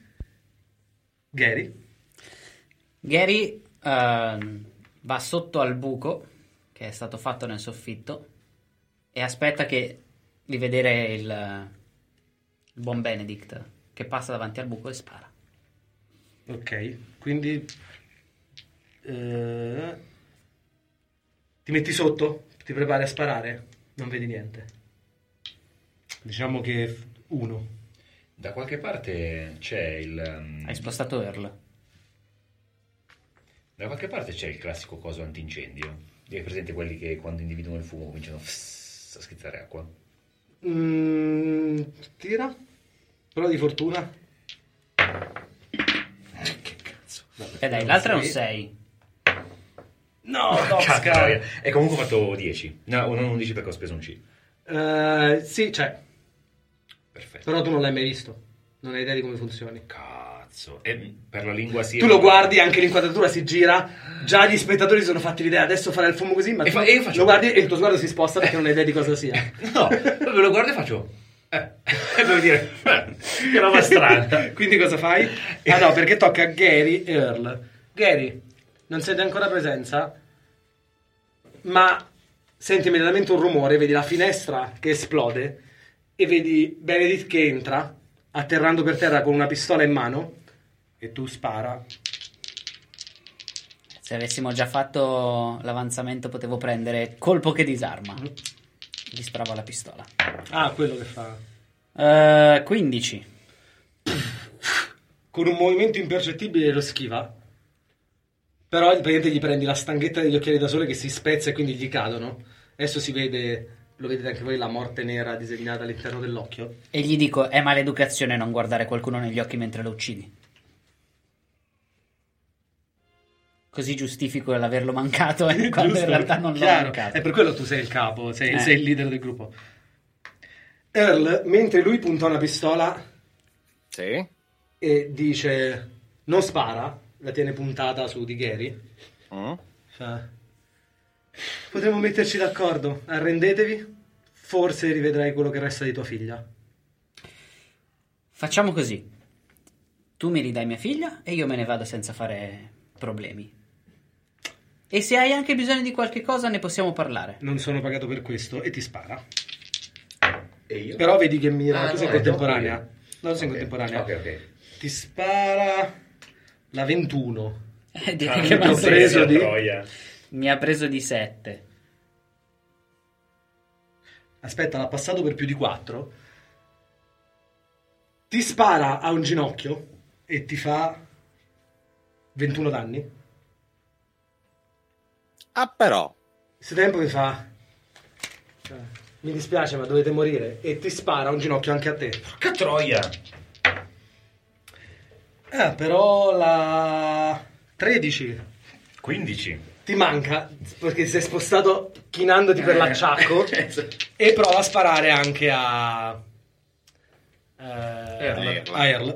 C: Gary.
A: Gary ehm, va sotto al buco che è stato fatto nel soffitto e aspetta che- di vedere il, il buon Benedict che passa davanti al buco e spara.
C: Ok, quindi. eh, ti metti sotto? Ti prepari a sparare? Non vedi niente. Diciamo che f- uno.
B: Da qualche parte c'è il. um,
A: Hai spostato Earl.
B: Da qualche parte c'è il classico coso antincendio. Hai presente quelli che quando individuano il fumo cominciano fss, a schizzare acqua?
C: Mm, tira. Però di fortuna.
B: Che cazzo.
A: E dai, l'altra è un 6.
C: [laughs] No,
B: Cazzo, Ah, raga. E comunque ho fatto 10. No, non 11 perché ho speso un C.
C: Eh, sì, c'è.
B: Perfetto.
C: Però tu non l'hai mai visto. Non hai idea di come funzioni.
B: Cazzo. E per la lingua sì.
C: Tu lo guardi, anche l'inquadratura si gira. Già gli spettatori si sono fatti l'idea. Adesso farà il fumo così. Ma
B: E
C: tu
B: fa- e io faccio-
C: lo guardi e il tuo sguardo si sposta perché non hai idea di cosa sia.
B: [laughs]
C: [laughs]
B: No, proprio lo guardo e faccio. Eh, [laughs] e devo dire. eh, Che roba strana.
C: [laughs] Quindi cosa fai? Ah no, perché tocca a Gary e Earl. Gary, non siete ancora a presenza, ma senti immediatamente un rumore, vedi la finestra che esplode e vedi Benedict che entra, atterrando per terra con una pistola in mano e tu spara.
A: Se avessimo già fatto l'avanzamento potevo prendere colpo che disarma.
C: Mm.
A: Gli sparavo la pistola.
C: Ah, quello che fa.
A: Eh, 15.
C: Con un movimento impercettibile lo schiva. Però praticamente gli prendi la stanghetta degli occhiali da sole che si spezza e quindi gli cadono. Adesso si vede, lo vedete anche voi, la morte nera disegnata all'interno dell'occhio.
A: E gli dico, è maleducazione non guardare qualcuno negli occhi mentre lo uccidi. Così giustifico l'averlo mancato eh, [laughs] quando in
C: [laughs] Giusto?
A: realtà non l'ho
C: Chiaro.
A: mancato.
C: È per quello tu sei il capo, sei,
A: Eh.
C: sei il leader del gruppo. Earl, mentre lui punta una pistola
D: Sì.
C: e dice non spara, la tiene puntata su di Gary.
D: Mm.
C: Fa, Potremmo metterci d'accordo, arrendetevi, forse rivedrai quello che resta di tua figlia.
A: Facciamo così. Tu mi ridai mia figlia e io me ne vado senza fare problemi. E se hai anche bisogno di qualche cosa ne possiamo parlare.
C: Non sono pagato per questo e ti spara.
B: E io?
C: Però vedi che mira,
B: Ah,
C: tu
B: no,
C: sei
B: è
C: contemporanea.
B: doppio.
C: No, tu sei
B: Ok,
C: contemporanea.
B: Ok, ok.
C: Ti spara la 21.
A: Eh,
B: Ah,
A: direi
B: mi
A: che
C: mi
B: ha
C: ho
A: basta.
B: preso
C: preso di-
B: di...
A: Mi ha preso di 7.
C: Aspetta, l'ha passato per più di 4. Ti spara a un ginocchio e ti fa 21 danni.
D: Ah, però.
C: Questo tempo che fa. cioè, Mi dispiace, ma dovete morire. E ti spara un ginocchio anche a te.
B: Porca troia!
C: Ah, però la 13
B: 15.
C: ti manca perché sei spostato chinandoti per
B: Eh.
C: [laughs] l'acciacco e prova a sparare anche a eh,
B: Earl.
C: a Earl.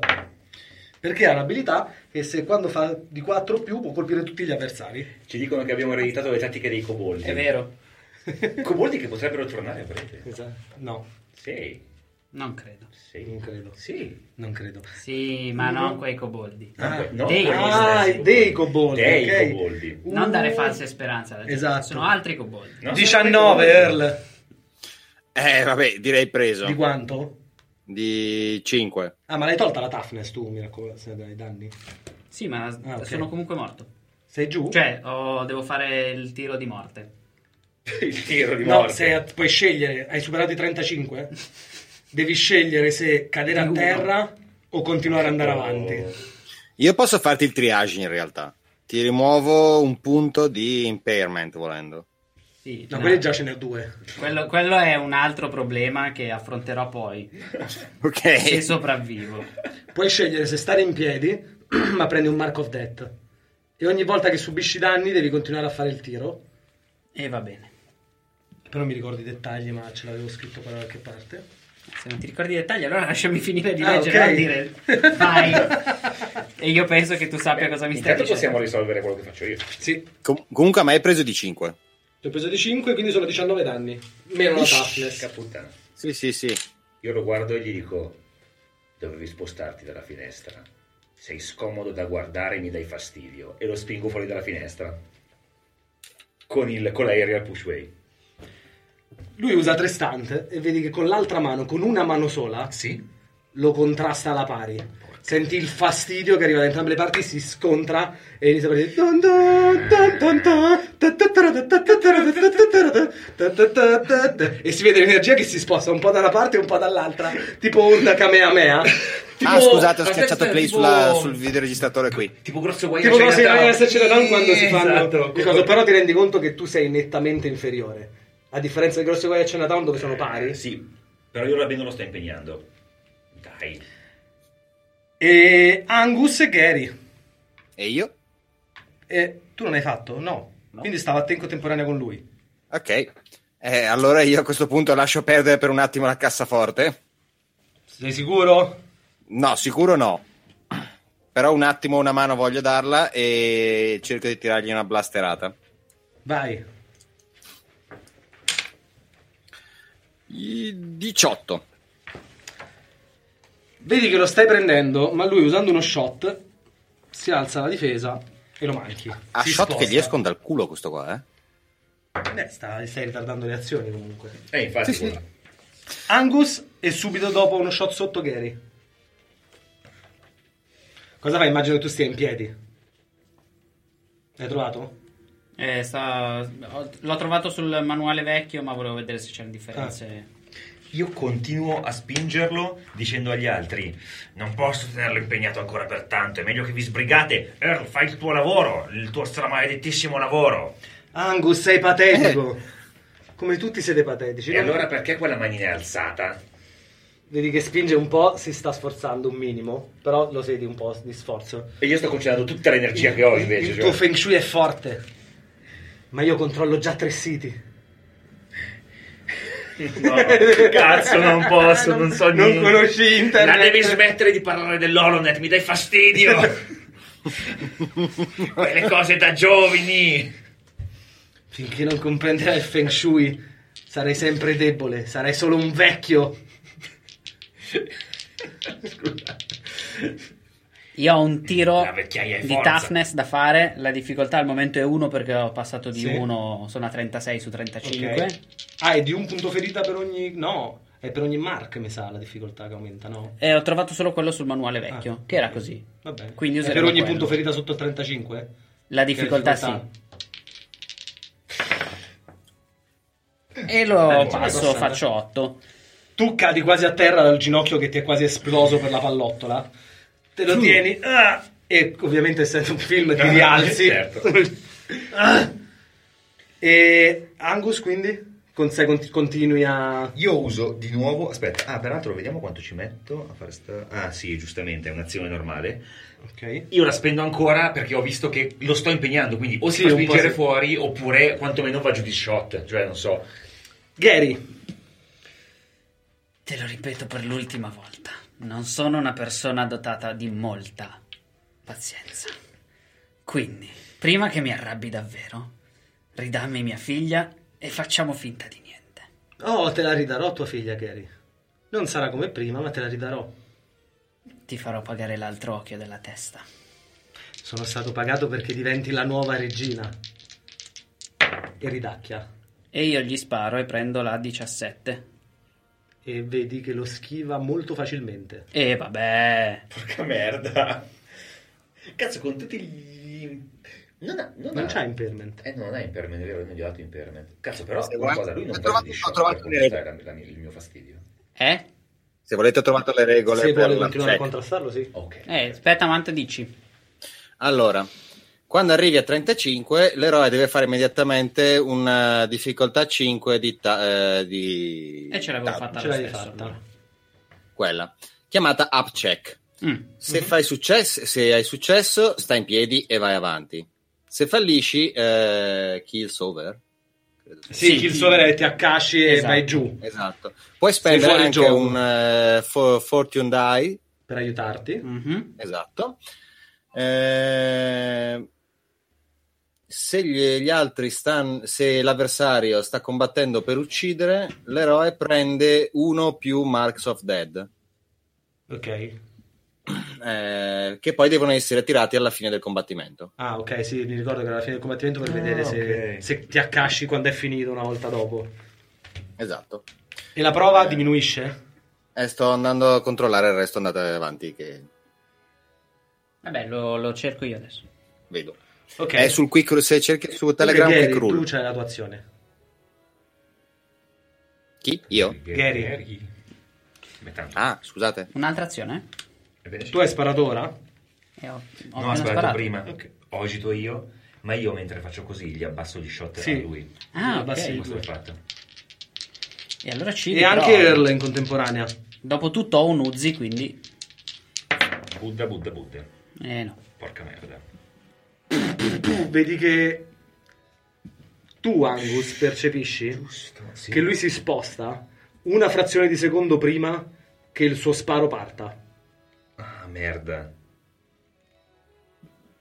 C: Perché ha un'abilità che se quando fa di 4 o più può colpire tutti gli avversari.
B: Ci dicono che abbiamo ereditato le tattiche dei coboldi.
A: È
B: [laughs]
A: vero?
B: Coboldi che potrebbero tornare a breve.
C: No,
B: Sì,
A: Non credo.
B: sì.
C: Esatto. Eh, Non credo.
B: Sì. [laughs]
C: non credo.
A: Sì,
C: Mm.
A: ma non quei coboldi.
B: Ah, no,
A: dei-
B: quelli
C: Eh, ah,
B: stessi
C: dei coboldi,
B: Dei
C: ok.
B: coboldi.
A: Non dare false speranze alla gente.
C: Mm. Esatto.
A: Sono altri coboldi.
B: No,
C: 19
B: sono dei coboldi.
C: Earl.
D: Eh, vabbè, direi preso.
C: Di quanto?
D: Di 5.
C: Ah, ma l'hai tolta la toughness tu, mi raccomando, se dai danni.
A: Sì, ma
C: Ah, ok.
A: sono comunque morto.
C: Sei giù?
A: Cioè, ho- devo fare il tiro di morte.
B: Il tiro di
C: No,
B: morte.
C: se a- puoi scegliere, hai superato i 35? Devi scegliere se cadere a
A: Di uno.
C: terra o continuare ad andare avanti.
D: Io posso farti il triage in realtà. Ti rimuovo un punto di impairment volendo.
A: Sì,
C: No,
A: no.
C: quelli già ce ne ho due.
A: Quello, quello è un altro problema che affronterò poi,
C: Eh.
A: se
D: Ok.
A: sopravvivo.
C: Puoi scegliere se stare in piedi, [clears throat] ma prendi un mark of death. E ogni volta che subisci danni devi continuare a fare il tiro.
A: E va bene.
C: Però non mi ricordo i dettagli, ma ce l'avevo scritto qua da qualche parte.
A: Se non ti ricordi i dettagli, allora lasciami finire di
C: Ah,
A: leggere
C: ok.
A: non dire
C: [laughs]
A: vai. e io penso che tu sappia cosa mi stai
B: Intanto
A: dicendo.
B: possiamo risolvere quello che faccio io.
C: Sì.
D: Com- comunque a me hai preso di 5.
C: Ti ho preso di 5, quindi sono 19 danni. Meno la toughness.
B: Porca puttana.
D: Sì, sì, sì.
B: Io lo guardo e gli dico: Dovevi spostarti dalla finestra. Sei scomodo da guardare e mi dai fastidio. E lo spingo fuori dalla finestra. Con, il, con l'aerial pushway.
C: Lui usa tre stunt e vedi che con l'altra mano, con una mano sola,
B: Sì.
C: lo contrasta alla pari. Senti il fastidio che arriva da entrambe le parti, si scontra e inizia a partire. Dun dun, dun dun dun, ta ta ta ra ta ta ta ra ta ta ta ra ta ta ta ta ta. E si vede l'energia che si sposta un po' da una parte e un po' dall'altra, tipo onda [laughs] Kamehameha. Tipo,
D: ah, scusate, ho
B: aspetta,
D: schiacciato
B: aspetta,
D: play
B: tipo-
D: sulla- sul videoregistratore qui.
B: Tipo grosso guai
C: Tipo
B: a
C: cose
B: Chinatown.
C: in Chinatown quando si fanno
B: Esatto.
C: le cose, però ti rendi conto che tu sei nettamente inferiore. A differenza dei grossi guai a Chinatown dove sono pari.
B: Sì, però io la non lo sto impegnando. Dai.
C: E Angus e Gary.
D: E io?
C: E tu non hai fatto? No. Quindi stava a te in contemporanea con lui.
D: Ok. Eh, allora io a questo punto lascio perdere per un attimo la cassaforte.
C: Sei sicuro?
D: No, sicuro no. Però un attimo una mano voglio darla e cerco di tirargli una blasterata.
C: Vai.
D: I- 18.
C: Vedi che lo stai prendendo, ma lui usando uno shot si alza la difesa e lo manchi.
D: A
C: Si
D: Ah, shot
C: sposta.
D: che gli escono dal culo questo qua, eh.
C: Beh, sta- stai ritardando le azioni comunque.
B: E Eh, infatti,
D: Sì, sì.
B: guarda.
C: Angus e subito dopo uno shot sotto Gary. Cosa fai? Immagino che tu stia in piedi. L'hai trovato?
A: Eh, sta- ho- L'ho trovato sul manuale vecchio, ma volevo vedere se c'erano differenze.
B: io continuo a spingerlo dicendo agli altri: Non posso tenerlo impegnato ancora per tanto. È meglio che vi sbrigate. Earl, fai il tuo lavoro, il tuo stramaledettissimo lavoro.
C: Angus, sei Eh. patetico. Come tutti siete patetici.
B: E allora perché quella manina è alzata?
C: Vedi che spinge un po', si sta sforzando un minimo, però lo vedi un po' di sforzo.
B: E io sto concentrando tutta l'energia che ho invece.
C: Il
B: cioè.
C: tuo feng shui è forte, ma io controllo già tre siti.
B: No, cazzo, [laughs] non posso, non, so
C: Eh, Non
B: niente.
C: conosci internet.
B: La devi smettere di parlare dell'Holonet, mi dai [laughs] fastidio. Quelle cose da giovani.
C: Finché non comprenderai il feng shui, sarai sempre debole, sarai solo un vecchio.
A: Io ho un tiro
B: La vecchiaia è
A: di
B: forza.
A: toughness da fare. La difficoltà al momento è 1 perché ho passato di
C: Sì.
A: 1, sono a 36 su 35.
C: Ok. Ah, è di un punto ferita per ogni... No, è per ogni mark, mi sa, la difficoltà che aumenta, no?
A: E ho trovato solo quello sul manuale vecchio,
C: Ah,
A: che era
C: ok.
A: così.
C: Vabbè.
A: Quindi
C: È per
A: useremo
C: ogni
A: quello.
C: punto ferita sotto il 35?
A: La difficoltà, sì. E lo
C: Eh,
A: passo,
C: guarda.
A: faccio 8.
C: Tu cadi quasi a terra dal ginocchio che ti è quasi esploso per la pallottola. Te lo tieni. ah, e ovviamente essendo un film ti
B: Ah,
C: rialzi.
B: certo.
C: [laughs] Ah. e Angus quindi? Con sé conti- continui a...
B: Io uso di nuovo. Aspetta, ah, peraltro, vediamo quanto ci metto a fare sta. Ah, sì, giustamente, è un'azione normale.
C: Ok.
B: Io la spendo ancora perché ho visto che lo sto impegnando, quindi o si
C: Sì,
B: fa
C: un po'
B: spingere
C: sì.
B: fuori oppure quantomeno va giù di shot, cioè non so.
C: Gary.
A: Te lo ripeto per l'ultima volta. Non sono una persona dotata di molta pazienza. Quindi, prima che mi arrabbi davvero, ridammi mia figlia e facciamo finta di niente.
C: Oh, te la ridarò tua figlia Gary. Non sarà come prima, ma te la ridarò.
A: Ti farò pagare l'altro occhio della testa.
C: Sono stato pagato perché diventi la nuova regina. E ridacchia.
A: E io gli sparo e prendo la 17.
C: E vedi che lo schiva molto facilmente.
A: E vabbè.
B: Porca merda. Cazzo, con tutti gli. Non, ha,
C: Non
B: ha-
C: c'ha impairment.
B: Eh, non ha impairment, è vero, non gli ho dato impairment. Cazzo, però,
D: Se
B: una
D: guardi-
B: cosa, lui non
D: ho
B: va
D: trovato-
B: giù di
D: ho
B: shot,
D: trovato
B: ecco,
D: le-
B: questa era la mia- il mio fastidio.
A: Eh?
D: Se volete ho trovato le regole
C: Se
D: per
C: vuole
D: la
C: continuare a
D: sec.
C: contrastarlo, sì.
B: Ok.
A: Eh, aspetta, Manto dici.
D: Allora, quando arrivi a 35, l'eroe deve fare immediatamente una difficoltà 5 di... ta- eh, di-
A: E ce l'avevo
D: ta-
A: fatta
C: ce
A: lo
C: l'hai
A: stesso,
C: fatta.
A: allora.
D: Quella, chiamata up check.
A: Mm.
D: Se,
C: Mhm.
D: fai successo, se hai successo, stai in piedi e vai avanti. Se fallisci, eh, kills over. Credo sia.
C: Sì,
A: Sì.
C: Killsover è ti accasci e
A: Esatto.
C: vai giù
D: Esatto. Puoi
C: Sei
D: spendere
C: fuori
D: anche
C: gioco.
D: un eh, for- fortune die
C: per aiutarti.
A: Mhm.
D: Esatto. Eh, se gli, gli altri stanno, se l'avversario sta combattendo per uccidere, l'eroe prende uno più Marks of Dead, [clears throat]
C: Ok.
D: eh, che poi devono essere tirati alla fine del combattimento.
C: Ah, ok, sì, mi ricordo che era la fine del combattimento per vedere se,
B: ok.
C: se ti accasci quando è finito una volta dopo.
D: Esatto.
C: E la prova diminuisce?
D: Eh, sto andando a controllare il resto, andate avanti che
A: Vabbè, lo, lo cerco io adesso.
D: vedo.
C: Ok.
D: È sul quick, se cerchi su
C: Dunque,
D: Telegram
C: Gary,
D: quick
C: Tu
D: rule.
C: c'hai la tua azione.
D: Chi? Io?
C: Gary.
B: Ma tanto-
D: Ah, scusate.
A: Un'altra azione?
B: Ebbene sì.
C: Tu hai sparato ora?
A: E ho, ho
B: No,
A: appena
B: ha sparato
A: sparato.
B: prima. Ho agito io, ma io mentre faccio così gli abbasso gli shot
C: Sì.
B: a lui.
A: Ah, ok.
C: Abbassi il
B: Questo è fatto.
A: E allora ci
C: E
A: però-
C: anche Earl in contemporanea.
A: Dopotutto ho un Uzi, quindi...
B: Buddha, Buddha, Buddha.
A: Eh no.
B: Porca merda.
C: Tu vedi che tu, Angus, percepisci
B: Sì.
C: che lui si sposta una frazione di secondo prima che il suo sparo parta.
B: Ah, merda.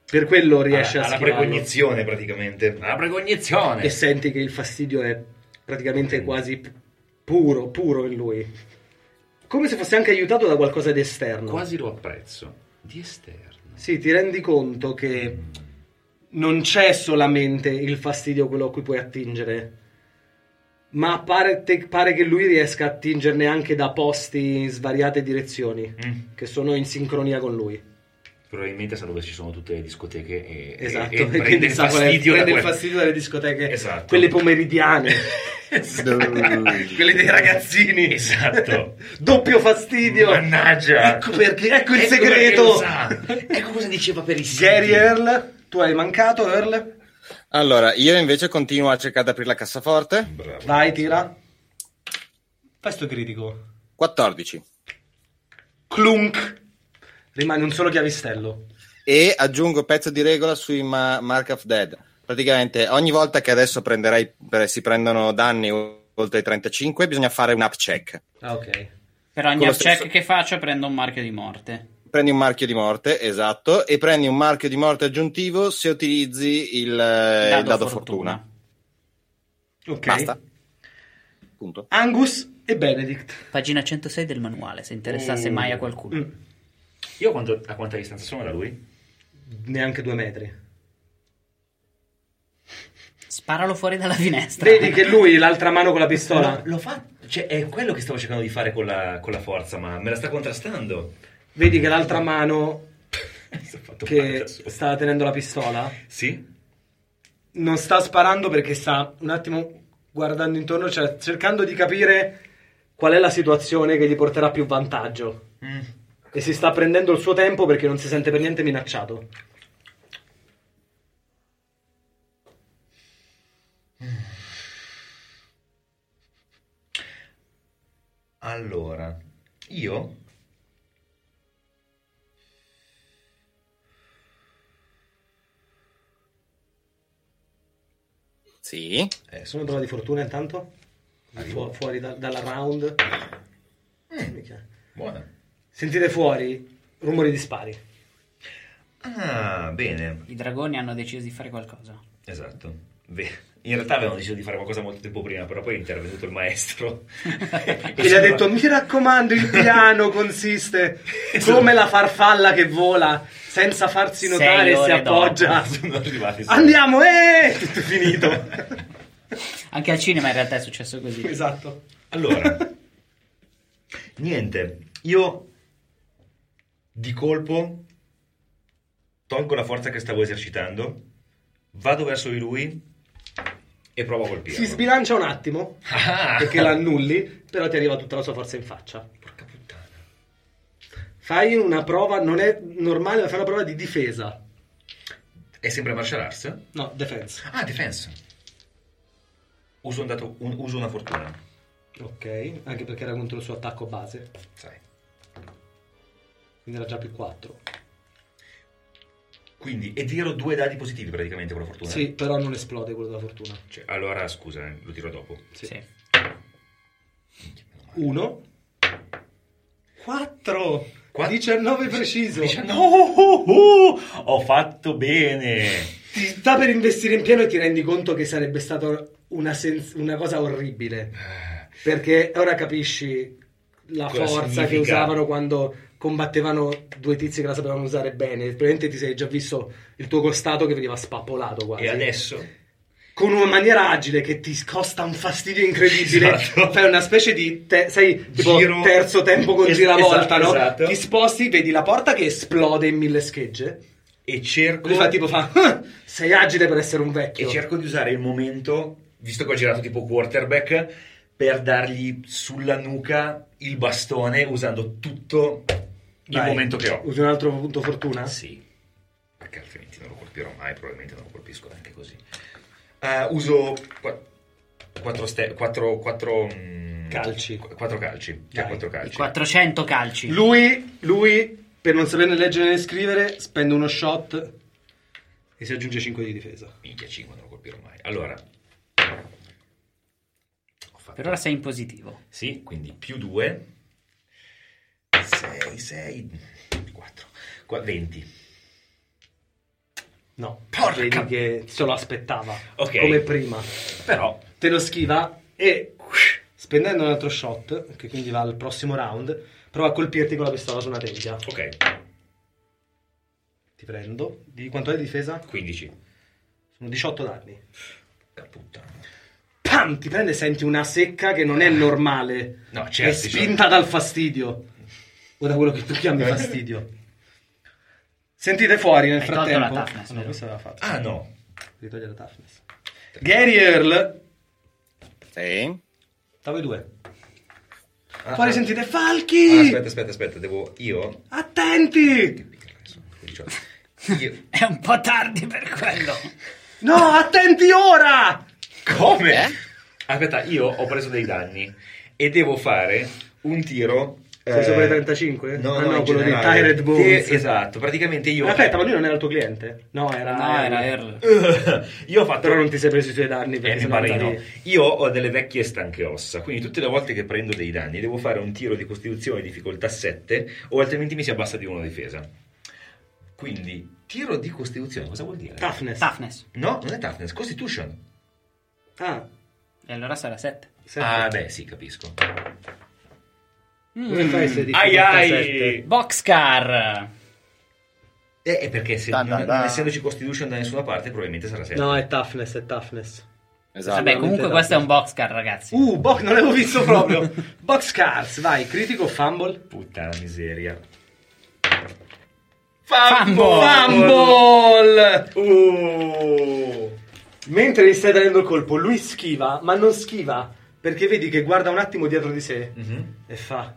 C: Per quello riesce
B: alla,
C: a
B: Ah, alla
C: schivarlo.
B: precognizione praticamente. Alla precognizione.
C: E senti che il fastidio è praticamente quasi pu- puro, puro in lui. Come se fosse anche aiutato da qualcosa di esterno.
B: Quasi lo apprezzo. Di esterno.
C: Sì, ti rendi conto che non c'è solamente il fastidio quello a cui puoi attingere, ma pare, te- pare che lui riesca a attingerne anche da posti in svariate direzioni,
B: Mm.
C: che sono in sincronia con lui.
B: Probabilmente sa dove ci sono tutte le discoteche e, [laughs]
C: Esatto, [laughs]
B: e, e
C: perché
B: prende il
C: sa qual è-
B: fastidio. da
C: prende il
B: quel-
C: fastidio dalle discoteche,
B: Esatto. [laughs]
C: quelle pomeridiane,
B: Esatto.
C: quelle dei ragazzini.
B: [laughs] Esatto.
C: Doppio fastidio.
B: Mannaggia.
C: Ecco perché, ecco il
B: Ecco perché lo
C: segreto.
B: sa. Ecco cosa diceva per i
C: Gary
B: seri.
C: Earl, tu hai mancato Earl?
D: Allora, io invece continuo a cercare di aprire la cassaforte.
B: Bravo.
C: Vai, tira. Fai sto critico.
D: 14.
C: clunk, rimane un solo chiavistello.
D: E aggiungo pezzo di regola sui ma- Mark of Dead. Praticamente ogni volta che adesso prenderai, pre- si prendono danni o- oltre i 35, bisogna fare un up check.
C: Ah, ok.
A: Per ogni
D: Con lo
A: check
D: stesso-
A: che faccio prendo un marchio di morte.
D: Prendi un marchio di morte, esatto, e prendi un marchio di morte aggiuntivo se utilizzi il, eh, il dado, fortuna.
C: Ok.
D: Basta. Punto.
C: Angus e Benedict.
A: Pagina 106 del manuale, se interessasse
B: Mm.
A: mai a qualcuno.
B: Io quanto- a quanta distanza sono da lui?
C: Neanche due metri.
A: Sparalo fuori dalla finestra.
C: Vedi che lui, l'altra mano con la pistola.
B: Lo fa. Cioè, è quello che stavo cercando di fare con la, con la forza, ma me la sta contrastando. [laughs]
C: Vedi che l'altra mano
B: Mi sono fatto male
C: che
B: da solo.
C: sta tenendo la pistola
B: Sì?
C: non sta sparando perché sta un attimo guardando intorno, cioè cercando di capire qual è la situazione che gli porterà più vantaggio. E si sta prendendo il suo tempo perché non si sente per niente minacciato.
B: Allora, io...
D: Sì.
B: eh,
C: Sono una prova di fortuna intanto? Fu- fuori da- dalla round. Minchia.
B: Buona.
C: Sentite fuori rumori di spari.
B: Ah, bene.
A: [laughs] I dragoni hanno deciso di fare qualcosa.
B: Esatto. Beh, in realtà avevano deciso di fare qualcosa molto tempo prima, però poi è intervenuto il maestro.
C: [laughs] E gli ha detto: Mi raccomando, il piano [laughs] consiste come la farfalla che vola senza farsi
A: Sei
C: notare e si
A: ore dopo.
C: appoggia.
B: Sono arrivati. solo.
C: Andiamo, eh! Tutto finito.
A: Anche al cinema in realtà è successo così.
C: [laughs] esatto.
B: Allora, niente, io di colpo tolgo la forza che stavo esercitando, vado verso di lui e provo a colpirlo.
C: Si sbilancia un attimo
B: Ah!
C: perché la annulli, però ti arriva tutta la sua forza in faccia.
B: Porca puttana.
C: Fai una prova, non è normale, ma fai una prova di difesa.
B: È sempre martial arts?
C: No, defense.
B: Ah, defense. Uso, un dato- un- uso una fortuna.
C: Ok, anche perché era contro il suo attacco base,
B: Sai.
C: quindi era già più 4.
B: Quindi, e tiro due dadi positivi praticamente con la fortuna.
C: Sì, però non esplode quello della fortuna.
B: Cioè, allora, scusa, eh, lo tiro dopo.
A: Sì.
C: Uno 4
B: Qua-
C: 19 preciso.
B: Dice, no, oh, oh, ho fatto bene.
C: Ti sta per investire in pieno e ti rendi conto che sarebbe stata una, sens- una cosa orribile. Ah, Perché ora capisci la
B: Cosa
C: forza che
B: significa?
C: usavano quando combattevano due tizi che la sapevano usare bene. Probabilmente ti sei già visto il tuo costato che veniva spappolato quasi.
B: E adesso?
C: Con una maniera agile che ti costa un fastidio incredibile.
B: Esatto.
C: Fai una specie di. te- sai, tipo
B: Giro.
C: terzo tempo con
B: Es-
C: giravolta,
B: esatto,
C: no?
B: esatto.
C: Ti sposti, vedi la porta che esplode in mille schegge.
B: E cerco,
C: Lui fa tipo fa. "Ah, Sei agile per essere un vecchio.
B: e cerco di usare il momento, visto che ho girato tipo quarterback, per dargli sulla nuca il bastone usando tutto il
C: Vai.
B: momento che ho.
C: Usi un altro punto fortuna?
B: Ah, Sì, perché altrimenti non lo colpirò mai, probabilmente non lo colpisco neanche così. Eh, uso 4 quattro, quattro, mm,
C: Calci.
B: qu- quattro calci. Cioè
C: Dai.
B: quattro
A: I
B: calci.
A: 400 calci.
C: Lui, lui, per non saperne leggere né scrivere, spende uno shot e si aggiunge 5 di difesa.
B: Minchia 5 non lo colpirò mai. Allora, ho fatto
A: Per ora sei in positivo. [laughs]
B: Sì, quindi più 2, 6, 6, 4, 20.
C: No,
B: Porca-
C: vedi che se lo aspettava.
B: Ok.
C: Come prima.
B: Però,
C: Te lo schiva e spendendo un altro shot, che quindi va al prossimo round, prova a colpirti con la pistola su una teglia.
B: ok,
C: Ti prendo. Di quanto è di difesa?
B: 15.
C: Sono 18 danni.
B: Porca puttana.
C: Pam! Ti prende e senti una secca che non è normale.
B: No, certo,
C: È spinta dal fastidio. O da quello che tu
B: [laughs]
C: chiami fastidio. Sentite fuori nel
A: Hai tolto
C: frattempo.
A: la toughness,
C: Ah, no,
A: vero?
C: questa l'aveva fatta.
B: Ah no,
C: Ritoglie la toughness. Gary Earl,
D: Sì.
C: stavo i due.
B: Ah,
C: Fuori
B: ah.
C: sentite
B: Ah,
C: falchi!
B: aspetta, aspetta, aspetta, devo io...
C: Attenti!
B: Io-
A: È un po' tardi per
D: [laughs]
A: quello.
C: No, attenti ora!
B: Come?
D: Eh?
B: Aspetta, io ho preso dei danni e devo fare un tiro
C: Sei
B: Eh,
C: sopra i 35?
B: No,
C: Ah,
B: no,
C: no,
B: in
C: quello di
B: generale.
C: Tired Bones.
B: Sì, esatto, praticamente io...
C: Aspetta, ma lui non era il tuo cliente? No, era... Ah,
A: No, era
D: Eh.
A: R.
B: io ho fatto...
C: Però non ti sei preso i suoi danni
B: Eh,
C: perché
B: mi
C: sennò
B: pare di no.
C: andavi-
B: Io ho delle vecchie stanche ossa, quindi tutte le volte che prendo dei danni devo fare un tiro di costituzione difficoltà 7 o altrimenti mi si abbassa di una difesa. Quindi, tiro di costituzione, cosa vuol dire?
C: Toughness.
A: Toughness.
B: No, non è toughness, constitution.
C: Ah,
A: E allora sarà 7.
C: sempre.
B: Ah, beh, sì, capisco.
C: Come fai se dici
B: Ai
C: 47?
B: ai!
A: Boxcar.
B: Eh, è perché se,
H: Da,
B: non,
H: da, da.
B: non essendoci constitution da nessuna parte probabilmente sarà 7.
C: No, è toughness, è toughness.
D: Esatto.
A: Vabbè, comunque
C: no.
A: questo è un boxcar, ragazzi.
C: Uh,
B: boh,
C: box, non l'avevo [laughs] visto proprio. Boxcars, vai, critico, fumble.
B: Puttana miseria.
A: Fumble!
C: Fumble!
B: Uh.
C: Mentre gli stai dando il colpo, lui schiva, ma non schiva. Perché vedi che guarda un attimo dietro di sé
B: Mhm.
C: e fa...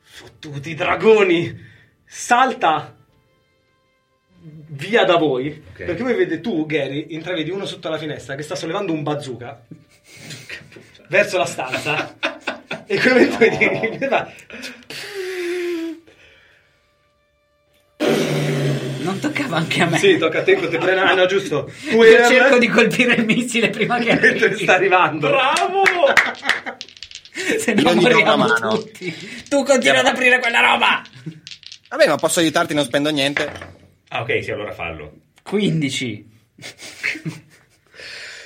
C: Fottuti dragoni! Salta via da voi.
B: Ok.
C: Perché voi vede tu, Gary, intravedi uno sotto la finestra che sta sollevando
B: [laughs]
C: un bazooka verso la stanza. e come tu vedi, fa...
A: Non toccava anche a me.
C: Sì, tocca a te con te prena. Ah, no, giusto. Tu
A: Io
C: era-
A: cerco di colpire il missile prima
C: [laughs]
A: che
C: mentre
A: arrivi.
C: sta arrivando.
B: Bravo!
A: Se no
H: Io gli do una
A: moriamo
H: mano.
A: tutti. Tu continua ad aprire quella roba.
D: Vabbè, ma posso aiutarti, non spendo niente.
B: Ah, ok, sì, allora fallo.
A: 15.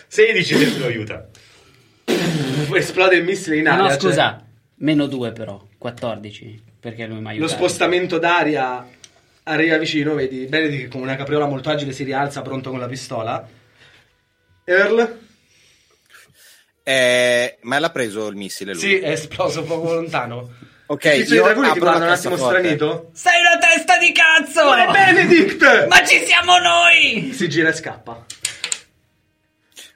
B: 16 se lo aiuta.
C: Esplode il missile in
A: No,
C: aria.
A: no,
C: cioè,
A: scusa. Meno 2 però. 14. Perché lui mi ha
C: cioè, lo
A: aiutato.
C: spostamento d'aria arriva vicino, vedi. Benedi che con una capriola molto agile si rialza pronto con la pistola. Earl?
D: Eh, ma l'ha preso il missile lui.
C: Sì, è esploso poco lontano.
D: Ok,
C: Ci sono i
D: io
C: dragoni che
D: apro la
C: guardano un attimo
D: cassaforte.
C: stranito.
A: Sei una testa di cazzo!
C: Ma è Benedict!
A: Ma ci siamo noi!
C: Si gira e scappa.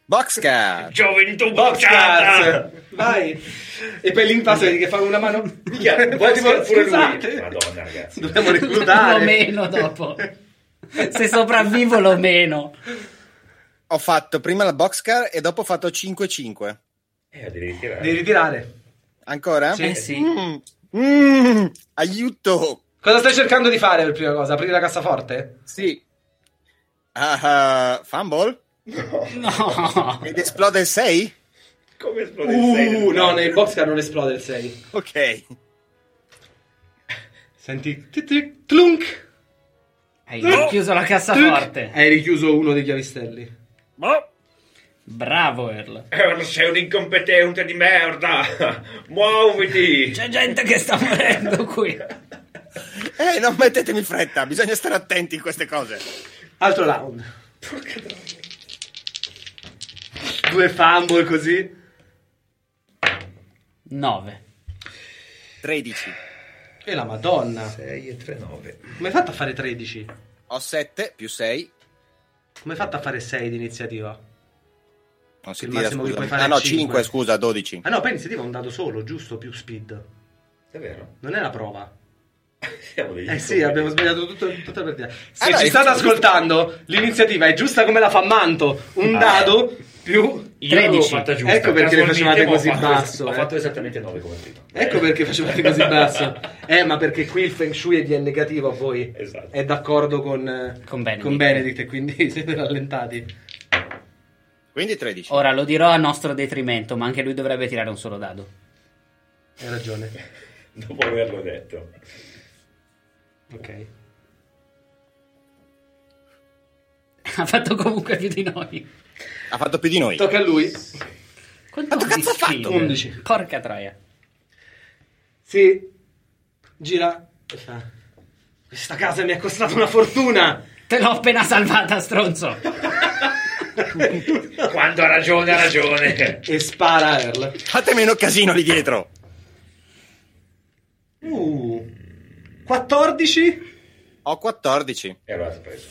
D: Boxcar!
B: Gioventù bruciata!
C: Boxcars! Vai! E poi l'impasto vedi che fa una mano.
B: Minchia,
C: [laughs]
B: Boxcars pure lui. Madonna, ragazzi.
C: Dobbiamo
A: Lo
C: reclutare.
A: meno
C: [laughs]
A: dopo. Se sopravvivo lo meno.
D: Ho fatto prima la boxcar e dopo ho fatto 5-5.
B: Eh, devi ritirare.
C: Devi ritirare.
D: Ancora?
A: Eh sì.
D: Mm, mm, aiuto!
C: Cosa stai cercando di fare per prima cosa? Aprire la cassaforte?
D: Sì. Ah, ah, fumble?
A: No.
D: Ed esplode il 6?
B: Come esplode il sei del
C: Uh, no,
B: male?
C: nel boxcar non esplode il 6.
D: Ok. Eh,
C: Senti, tic, tic, tlunk.
A: Hai chiuso la cassaforte.
C: Hai richiuso uno dei chiavistelli.
A: Bravo Earl.
B: Earl, Eh, sei un incompetente di merda! [laughs] Muoviti! Cioè,
A: C'è gente che sta morendo qui.
D: Eh, non mettetemi fretta, bisogna stare attenti in queste cose.
C: Altro round. Due fumble così.
A: 9.
D: 13.
C: E la madonna.
B: 6 e 3, 9.
C: Come hai fatto a fare 13? Come
D: Ho 7 più 6.
C: hai fatto a fare 6 di iniziativa?
D: Non si
C: Il
D: tira,
C: massimo che
D: scusa.
C: puoi fare
D: Ah
C: è
D: no, 5,
C: cinque.
D: scusa, 12.
C: Ah no, per iniziativa è un dato solo, giusto? Più speed.
B: È vero?
C: Non è la prova.
B: Siamo degli
C: Eh sì, Eh,
B: incompetenti.
C: abbiamo sbagliato tutto, tutta la partita. Se
D: Allora,
C: ci
D: è
C: state
D: giusto.
C: ascoltando, l'iniziativa è giusta come la fa Manto. Un dado più...
B: Io l'avevo
A: 13.
B: fatta giusta.
C: Ecco perché le
B: Casualmente,
C: facevate
B: ma ho
C: così
B: fatto-
C: basso,
B: Ho
C: eh.
B: fatto esattamente 9 come prima. [laughs]
C: Ecco perché facevate così basso. Eh, ma perché qui il Feng Shui è di N negativo a voi.
B: Esatto.
C: È d'accordo con, eh,
A: Con Benedict.
C: e quindi [laughs] siete rallentati.
D: Quindi
C: Oh.
D: 13.
A: Ora lo dirò a nostro detrimento, ma anche lui dovrebbe tirare un solo dado.
C: Hai ragione.
B: Dopo averlo detto.
C: Ok.
A: Ha fatto comunque più di noi.
D: Ha fatto più di noi.
C: Tocca a lui.
A: Quanto
D: cazzo ha fatto?
C: 11.
A: Porca troia.
C: Si gira e fa, Questa casa mi ha costato una fortuna.
A: Te l'ho appena salvata, stronzo.
B: Quando ha ragione, ha ragione.
C: E spara Earl.
D: Fate meno casino lì dietro.
C: Uh. 14?
D: Ho 14.
B: [laughs] E allora ti ho preso.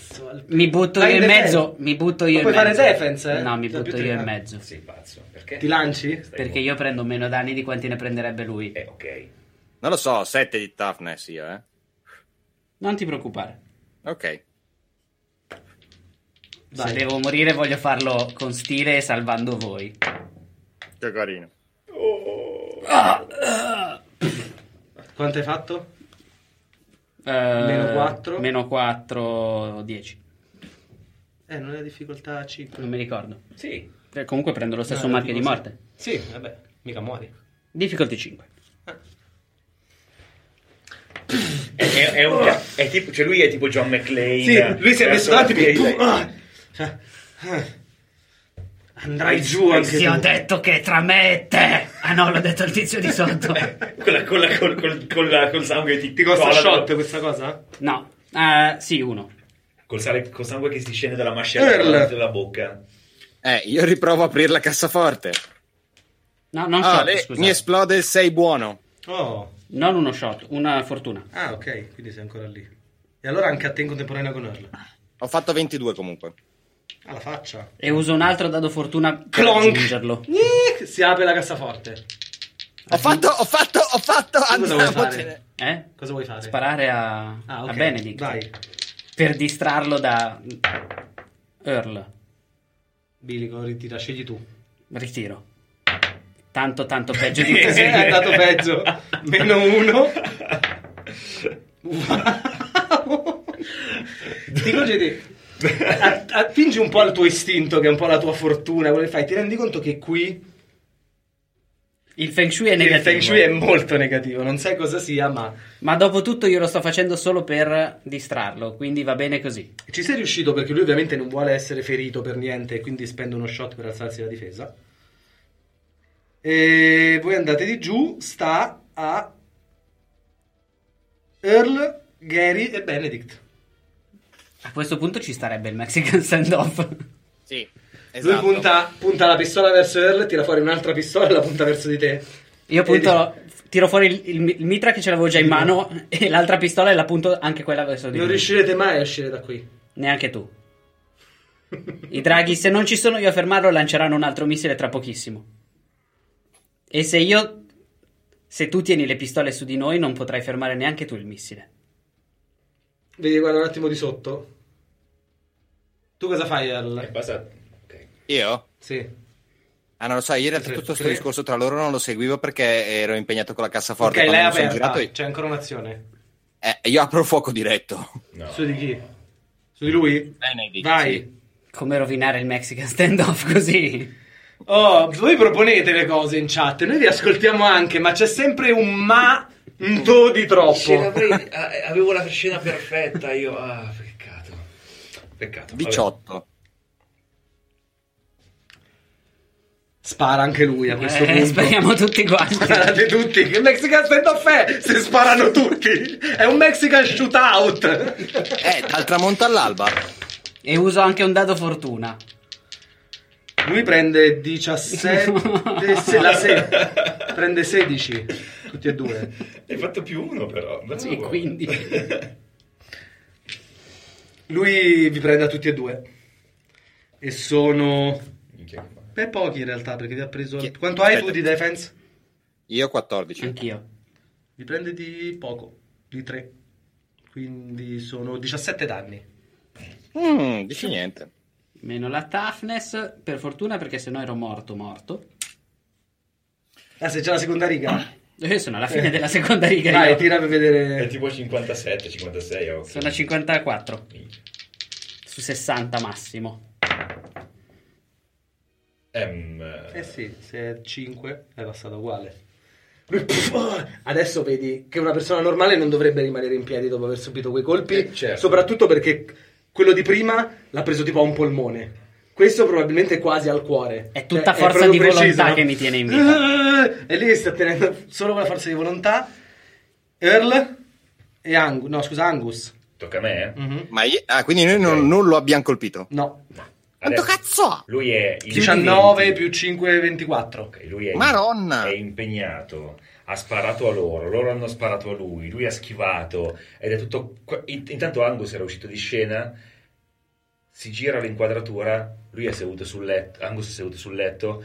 A: Mi butto
C: Vai
A: io
C: in
A: in
C: defense.
A: mezzo. Mi butto
C: Ma
A: io
C: puoi
A: in mezzo.
C: fare defense, eh?
A: No, mi
C: Da
A: butto
C: più
A: io in
C: tre.
A: mezzo.
B: Sei pazzo. Perché?
C: Ti lanci?
B: Stai
A: Perché io prendo meno danni di quanti ne prenderebbe lui.
B: Eh, ok.
D: Non lo so, 7 di toughness io, eh.
A: Non ti preoccupare.
D: Ok.
A: Se devo morire voglio farlo con stile e salvando voi.
D: Che carino.
C: Quanto hai fatto?
A: Eh,
C: Meno quattro.
A: Meno 4, 10.
C: Eh, non è la difficoltà 5.
A: Non mi ricordo.
C: Sì.
A: Eh, Comunque prendo lo stesso
C: No,
A: marchio di
C: Ah, tipo,
A: morte.
C: Sì, vabbè, mica muori.
A: Difficolty 5.
B: È, è- è un- è tipo, cioè lui è tipo John McClane.
C: Sì, lui si è messo un attimo e pum, ah, cioè, ah. Andrai giù anche
A: Ti ho
C: tu.
A: detto che tra me e te. Ah no, l'ho detto al tizio di sotto.
C: [laughs]
B: Con la, con la, col, col, col, la- col sangue ti,
C: Ti costa
B: cola-
C: shot questa cosa?
A: No. Eh, sì, uno.
B: Col, sale- col sangue che si scende dalla mascella
C: Earl.
B: della bocca.
D: Eh, io riprovo a aprire la cassaforte.
A: No, non
D: Ah,
A: shot,
D: le-
A: scusa.
D: mi esplode il 6 buono.
C: Oh,
A: Non uno shot, una fortuna.
C: ah, ok, quindi sei ancora lì. E allora anche a te in contemporanea con Earl.
D: Ho fatto 22 comunque.
C: Alla faccia.
A: E uso un altro dado fortuna per
C: Clonk.
A: aggiungerlo.
C: Nick, Si apre la cassaforte.
D: Ho fatto, ho fatto, ho fatto.
C: Eh, Cosa vuoi
D: Andiamocene.
C: fare?
A: Eh?
C: Cosa vuoi fare?
A: Sparare a,
C: Ah, ok.
A: a Benedict.
C: Vai,
A: Per distrarlo da Earl.
C: Bilico, ritira, scegli tu.
A: Ritiro. Tanto, tanto peggio
C: [laughs]
A: di
C: Sì,
A: così.
C: è andato peggio. Meno uno. Wow. Ti concedi. a- Attingi un po' al tuo istinto, che è un po' la tua fortuna, quello che fai. Ti rendi conto che qui
A: Il feng shui è
C: il
A: negativo. eh.
C: feng shui è molto negativo. Non sai cosa sia, ma
A: Ma dopo tutto io lo sto facendo solo per distrarlo, quindi va bene così.
C: ci sei riuscito perché lui, ovviamente, non vuole essere ferito per niente. e Quindi spende uno shot per alzarsi la difesa. E voi andate di giù. Sta a Earl, Gary e Benedict.
A: A questo punto ci starebbe il Mexican standoff.
D: Sì.
C: Lui
D: Esatto.
C: punta, punta la pistola verso Earl, tira fuori un'altra pistola e la punta verso di te.
A: Io
C: E
A: appunto
C: eh.
A: tiro fuori il, il mi- il mitra che ce l'avevo già in mano [laughs] e l'altra pistola e la punto anche quella verso
C: dici,
A: di
C: Non
A: lui.
C: riuscirete mai a uscire da qui.
A: Neanche
C: [laughs]
A: tu. I draghi, se non ci sono io a fermarlo, lanceranno un altro missile tra pochissimo. E se io. Se tu tieni le pistole su di noi, non potrai fermare neanche tu il missile.
C: Vedi, guarda un attimo di sotto. Tu cosa fai, Earl?
B: Basta. ok.
D: Io?
C: Sì.
D: Ah, non lo so, ieri tutto questo discorso tra loro non lo seguivo perché ero impegnato con la
C: Ok,
D: cassaforte.
C: lei è
D: Quando mi sono
C: aperta.
D: girato io-
C: C'è ancora un'azione.
D: eh, io apro fuoco diretto.
C: Su di chi? Su di lui?
D: Benedict,
C: Vai.
D: sì.
A: Come rovinare il Mexican standoff [laughs] così?
C: Oh, voi proponete le cose in chat, noi vi ascoltiamo anche, ma c'è sempre un ma un to di
B: Scena
C: troppo.
B: pre- ah, avevo la scena perfetta io. Ah, peccato. Peccato. Vabbè.
D: 18.
C: Spara anche lui a questo
A: Eh,
C: punto.
A: speriamo tutti
C: [laughs]
A: quanti.
C: Sparate tutti, che Mexican standoff è se sparano tutti? È un Mexican shootout.
D: Eh, dal tramonto all'alba.
A: e uso anche un dado fortuna.
C: Lui
A: [laughs]
C: prende 17, se- la se- prende 16, tutti e due.
B: Hai fatto più uno però. bravo.
A: E quindi.
C: Lui vi prende a tutti e due. E sono...
B: Minchia.
C: Per pochi in realtà, perché vi ha preso... Quanto hai tu di defense?
D: Io 14.
A: Anch'io.
C: Vi prende di poco, di 3. Quindi sono 17 danni.
D: Mm, dici niente.
A: Meno la toughness, per fortuna, perché sennò ero morto, morto.
C: Ah, se c'è la seconda riga.
A: E Eh, sono alla fine della seconda [coughs] riga.
C: Vai,
A: io.
C: tira per
B: È
C: vedere...
B: tipo 57, 56. ah, ok.
A: Sono a 54. Su 60 massimo.
B: Ehm,
C: Eh sì, se è 5 è passato uguale. Lui, pff, ah! Adesso vedi che una persona normale non dovrebbe rimanere in piedi dopo aver subito quei colpi,
B: Eh, certo.
C: soprattutto perché quello di prima l'ha preso tipo a un polmone. Questo probabilmente quasi al cuore. Cioè,
A: È tutta forza
C: proprio
A: di volontà che mi tiene in
C: [laughs] Ah! È lì che sta tenendo solo con la forza di volontà. Earl e Angus. No, scusa, Angus.
B: Tocca a me? eh?
C: Mm.
D: Ma io- ah, quindi noi non, non lo abbiamo colpito.
C: No.
D: Quanto
B: Adesso-
D: cazzo ha?
B: Lui è in
C: 19 più 5 24.
B: Ok, lui è,
D: Maronna!
B: è impegnato, ha sparato a loro, loro hanno sparato a lui, lui ha schivato ed è tutto... qu- in- Intanto Angus era uscito di scena, si gira l'inquadratura, lui è seduto sul letto, Angus è seduto sul letto,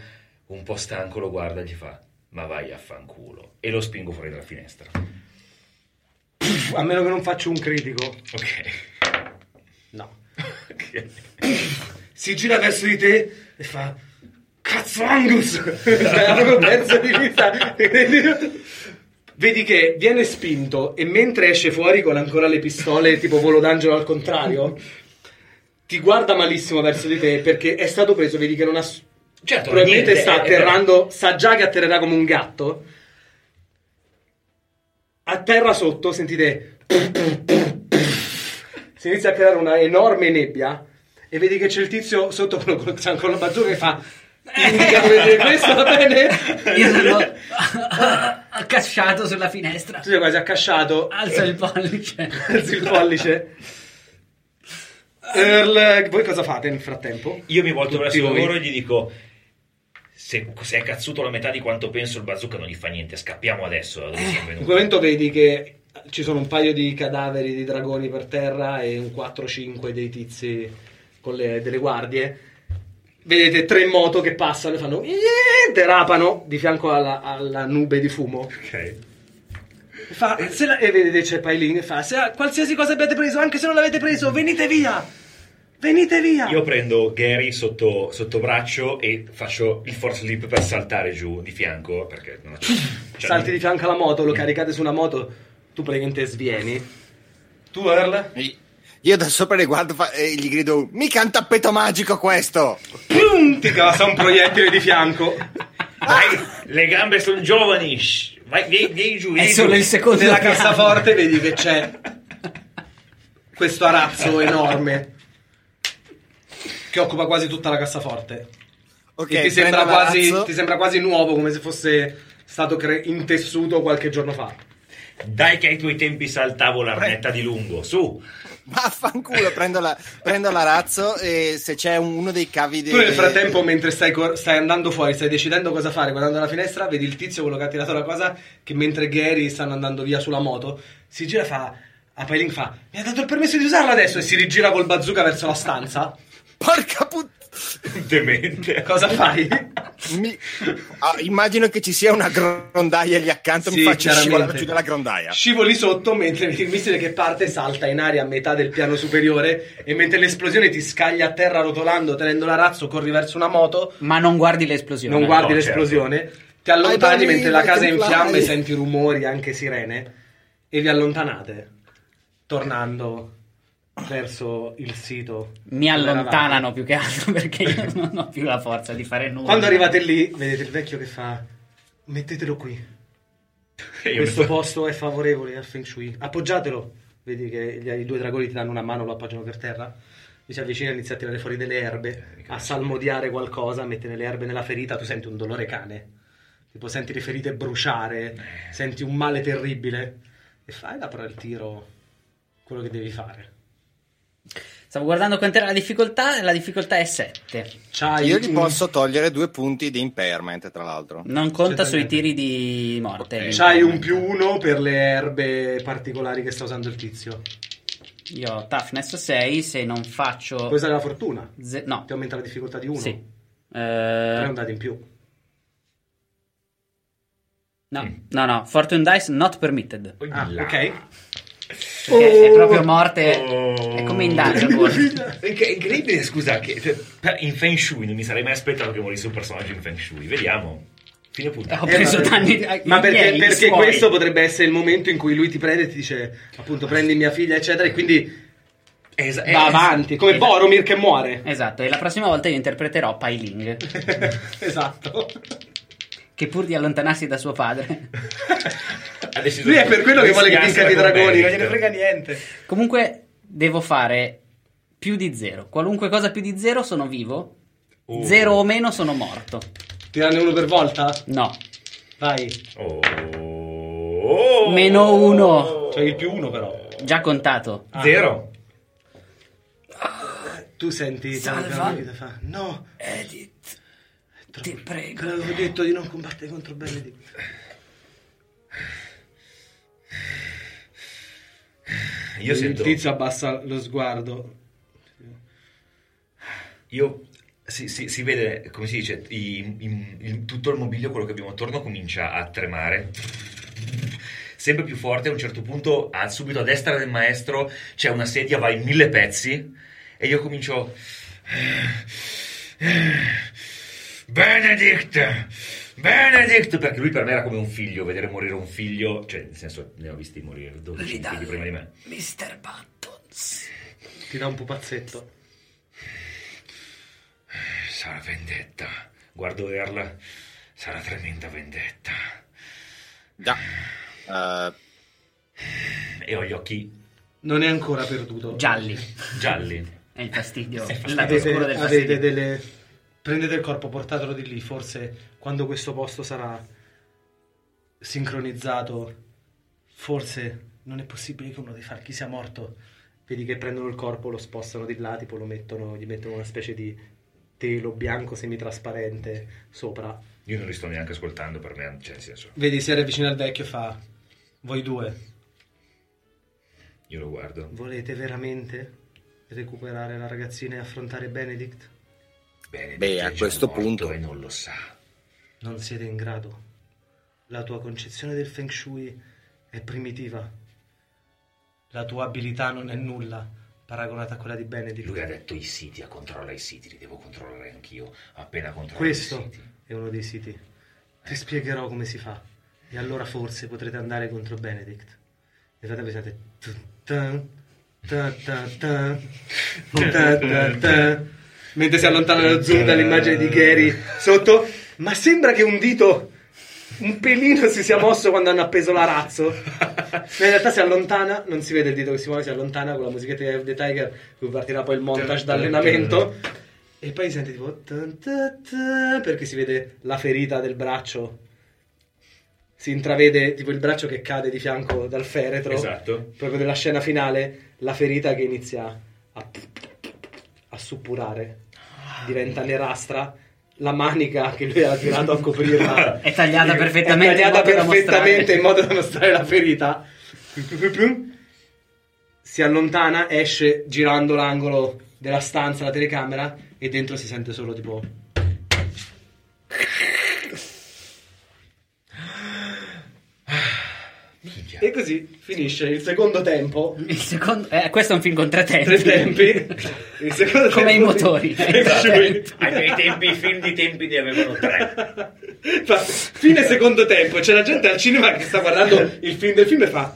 B: un po' stanco lo guarda e gli fa ma vai a fanculo e lo spingo fuori dalla finestra.
C: A meno che non faccio un critico.
B: Ok.
C: No. si gira verso di te e fa cazzo Angus Cioè, ha proprio un pezzo di vita Vedi che viene spinto e mentre esce fuori con ancora le pistole tipo volo d'angelo al contrario, ti guarda malissimo verso di te perché è stato preso, vedi che non ha... s-
B: Certo,
C: probabilmente
B: niente, è-
C: sta
B: è-
C: atterrando, sa già che atterrerà come un gatto. A terra sotto sentite... Si inizia a creare una enorme nebbia e vedi che c'è il tizio sotto con, con, cioè, con la bazooka che fa... "Eh, Indica dove dire questo, va bene?
A: Io sono
C: [laughs]
A: accasciato sulla finestra.
C: Tu sei quasi accasciato.
A: Alza il pollice.
C: [laughs] Alzi il pollice. Earl, voi cosa fate nel frattempo?
B: Io mi volto
C: Tutti
B: verso
C: voi.
B: loro e gli dico: se, se è cazzuto la metà di quanto penso, il bazooka non gli fa niente. Scappiamo adesso da dove siamo
C: In
B: venuti.
C: quel momento vedi che ci sono un paio di cadaveri di dragoni per terra e un 4-5 dei tizi con le, delle guardie. Vedete tre in moto che passano e fanno "Yeee", derapano di fianco alla, alla nube di fumo.
B: Ok.
C: E Fa, se la- e vedete c'è Pailin e fa: se la- Qualsiasi cosa abbiate preso, anche se non l'avete preso, venite via! Venite via!
B: Io prendo Gary sotto, sotto braccio e faccio il force leap per saltare giù di fianco. Perché non
C: [laughs]
B: cioè,
C: Salti di fianco alla moto, lo
D: Mm.
C: caricate su una moto, tu praticamente svieni. Tu, Earl?
D: Io da sopra le guardo fa- e gli grido: Mica un tappeto magico questo!
C: Pium! Ti cassa un proiettile di fianco.
B: Dai, le gambe sono giovani. shh, Vai, vieni, vieni giù.
A: È
B: vieni
A: solo
B: giù.
A: il secondo
C: Nella
A: piano.
C: cassaforte vedi che c'è questo
D: [laughs]
C: arazzo enorme che occupa quasi tutta la cassaforte.
D: Ok,
C: e ti sembra,
D: prendo
C: quasi,
D: l'arazzo.
C: ti sembra quasi nuovo, come se fosse stato cre- intessuto qualche giorno fa.
B: Dai, che ai tuoi tempi saltavo l'arnetta di lungo. Su,
D: Vaffanculo, prendo, la, prendo l'arazzo e se c'è un- uno dei cavi.
C: Tu nel frattempo, mentre stai, cor- stai andando fuori, stai decidendo cosa fare, guardando alla finestra, vedi il tizio, quello che ha tirato la cosa, che mentre Gary stanno andando via sulla moto, si gira e fa... A Pailin fa, mi ha dato il permesso di usarla adesso e si rigira col bazooka verso la
D: [laughs]
C: stanza.
D: Porca puttana!
B: demente.
C: [laughs] Cosa fai?
D: Ah, immagino che ci sia una grondaia lì accanto, mi
C: Sì,
D: faccio
C: chiaramente.
D: scivolare giù dalla grondaia.
C: Scivoli sotto mentre vedi il missile che parte salta in aria a metà del piano superiore e mentre l'esplosione ti scaglia a terra rotolando, tenendo l'arazzo, corri verso una moto,
A: Ma non guardi eh. l'esplosione.
C: non guardi
B: no,
C: l'esplosione, ti
D: Vai,
C: allontani
D: Paolini,
C: mentre la
D: vai,
C: casa è in
D: fly.
C: fiamme, senti rumori, anche sirene, e vi allontanate, tornando verso il sito.
A: Mi
C: dove
A: allontanano
C: eravate.
A: più che altro [laughs] perché io non ho più la forza di fare nulla.
C: Quando arrivate lì, vedete il vecchio che fa, mettetelo qui,
B: E io mi
C: questo
B: sto-
C: posto è favorevole al Feng Shui, appoggiatelo, vedi che gli- i due dragoni ti danno una mano, lo appoggiano per terra. Gli si avvicina e inizia a tirare fuori delle
B: Eh,
C: erbe, a salmodiare qualcosa, a mettere le erbe nella ferita, tu senti un dolore cane. Tipo senti le ferite
B: Eh.
C: bruciare, senti un male terribile e fai da però il tiro quello che devi fare.
A: Stavo guardando quant'era la difficoltà e la difficoltà è 7.
C: C'hai
D: Ah,
A: Mm.
D: Io gli posso togliere due punti di impairment, tra l'altro.
A: Non conta sui tiri
C: Certamente.
A: di morte.
D: Ok.
C: c'hai un più uno per le erbe particolari che sta usando il tizio.
A: Io ho toughness 6, se non faccio...
C: Puoi usare la fortuna,
A: ze- no.
C: ti aumenta la difficoltà di uno,
A: Sì.
C: tre
A: Eh,
C: ondate in più.
A: no, no, no. Fortune dice not permitted.
B: Ogni
C: Ah,
B: là.
C: ok.
A: Perché è proprio morte.
B: Oh.
A: È come in Dungeon World.
B: È [laughs] incredibile, scusa, che cioè, per- in Feng Shui non mi sarei mai aspettato che morisse un personaggio in Feng Shui. Vediamo. Fine
A: Ho
B: punto.
C: Eh,
A: preso
C: ma per-
A: danni. eh,
C: Ma perché,
A: miei,
C: perché
A: suoi.
C: questo potrebbe essere il momento in cui lui ti prende e ti dice appunto prendi mia figlia eccetera e quindi
B: Esa- [laughs] eh,
C: va avanti come
A: esatto.
C: Boromir
A: [laughs]
C: che muore
A: Esatto, e la prossima volta io interpreterò Pai Ling,
C: esatto
A: che pur di allontanarsi da suo padre. [laughs]
B: ha deciso
C: lui è
B: di-
C: per quello che
B: di
A: Esatto.
C: vuole che
B: schiarsela
C: vincano i
B: con
C: dragoni non
B: Benedict.
C: gliene frega niente
A: Comunque, devo fare più di zero. Qualunque cosa più di zero sono vivo.
B: Oh.
A: Zero o meno sono morto.
C: tirane uno per volta
A: No,
C: vai
B: Oh.
A: Meno uno.
C: c'è il più uno però
A: già contato.
B: Ah. Zero.
C: tu senti
A: Salva.
C: Targaryen che fa no
A: Edith,
C: è troppo-
A: ti prego.
C: te l'avevo detto di non combattere contro Benedict
B: Io sento...
C: abbassa lo sguardo
B: Io, si, si- si vede, come si dice, i- i- il- tutto il mobilio, quello che abbiamo attorno, comincia a tremare. Sempre più forte, a un certo punto, a- subito a destra del maestro, c'è una sedia, va in mille pezzi, e io comincio... Benedict, Benedict, perché lui per me era come un figlio, vedere morire un figlio, cioè nel senso ne ho visti morire 12 figli prima di me.
A: Mr. Buttons.
C: Ti dà un pupazzetto.
B: Sarà vendetta. Guardo Earl, sarà tremenda vendetta.
D: Già. Eh,
B: E ho gli occhi
C: Non è ancora perduto.
A: Gialli.
B: gialli.
A: È il fastidio.
B: È
A: Il
B: fastidio.
A: lato
C: Avete,
A: oscuro del
C: avete
A: fastidio.
C: delle... Prendete il corpo, portatelo di lì, forse quando questo posto sarà sincronizzato, forse non è possibile che uno dei falchi sia morto. Vedi che prendono il corpo, lo spostano di là, tipo lo mettono, gli mettono una specie di telo bianco semitrasparente sopra.
B: Io non li sto neanche ascoltando per me, cioè nel senso,
C: Vedi, si avvicina al vecchio e fa, voi due,
B: io lo guardo.
C: volete veramente recuperare la ragazzina e affrontare Benedict?
B: Benedict
D: Beh, a
B: è già
D: questo
B: morto
D: punto-
B: E non lo sa.
C: Non siete in grado. La tua concezione del feng shui è primitiva. La tua abilità non è nulla paragonata a quella di Benedict.
B: Lui ha detto i siti, ah, controlla i siti, li devo controllare anch'io. Appena controllo i
C: Questo
B: siti.
C: è uno dei siti. Ti spiegherò come si fa. E allora forse potrete andare contro Benedict. E fate presente. Tun, tun, tun, tun, tun, tun, tun, tun. Mentre si allontana lo zoom dall'immagine di Gary sotto. Ma sembra che un dito, un pelino si sia mosso quando hanno appeso l'arazzo. Ma in realtà si allontana, non si vede il dito che si muove, si allontana con la musichetta di Eye of the Tiger, cui partirà poi il montage d'allenamento. E poi sente tipo tan, tan, tan, perché si vede la ferita del braccio. Si intravede tipo il braccio che cade di fianco dal feretro.
B: Esatto.
C: Proprio nella scena finale, la ferita che inizia a, a suppurare. Diventa nerastra. La manica che lui ha tirato a coprirla
A: [laughs] È tagliata
C: è
A: perfettamente in
C: tagliata
A: modo da
C: perfettamente
A: mostrare.
C: in modo da mostrare la ferita. Si allontana, esce girando l'angolo della stanza, la telecamera, e dentro si sente solo tipo.
A: Ah,
C: E così finisce il secondo tempo.
A: Il secondo... eh, questo è un film con tre tempi.
C: Tre tempi. Il secondo
A: Come
C: tempo
A: i motori.
C: di Feng Shui.
B: Ai miei tempi i film di tempi ne avevano tre.
C: Fa- Fine secondo tempo, c'è la gente al cinema che sta guardando il film del film e fa.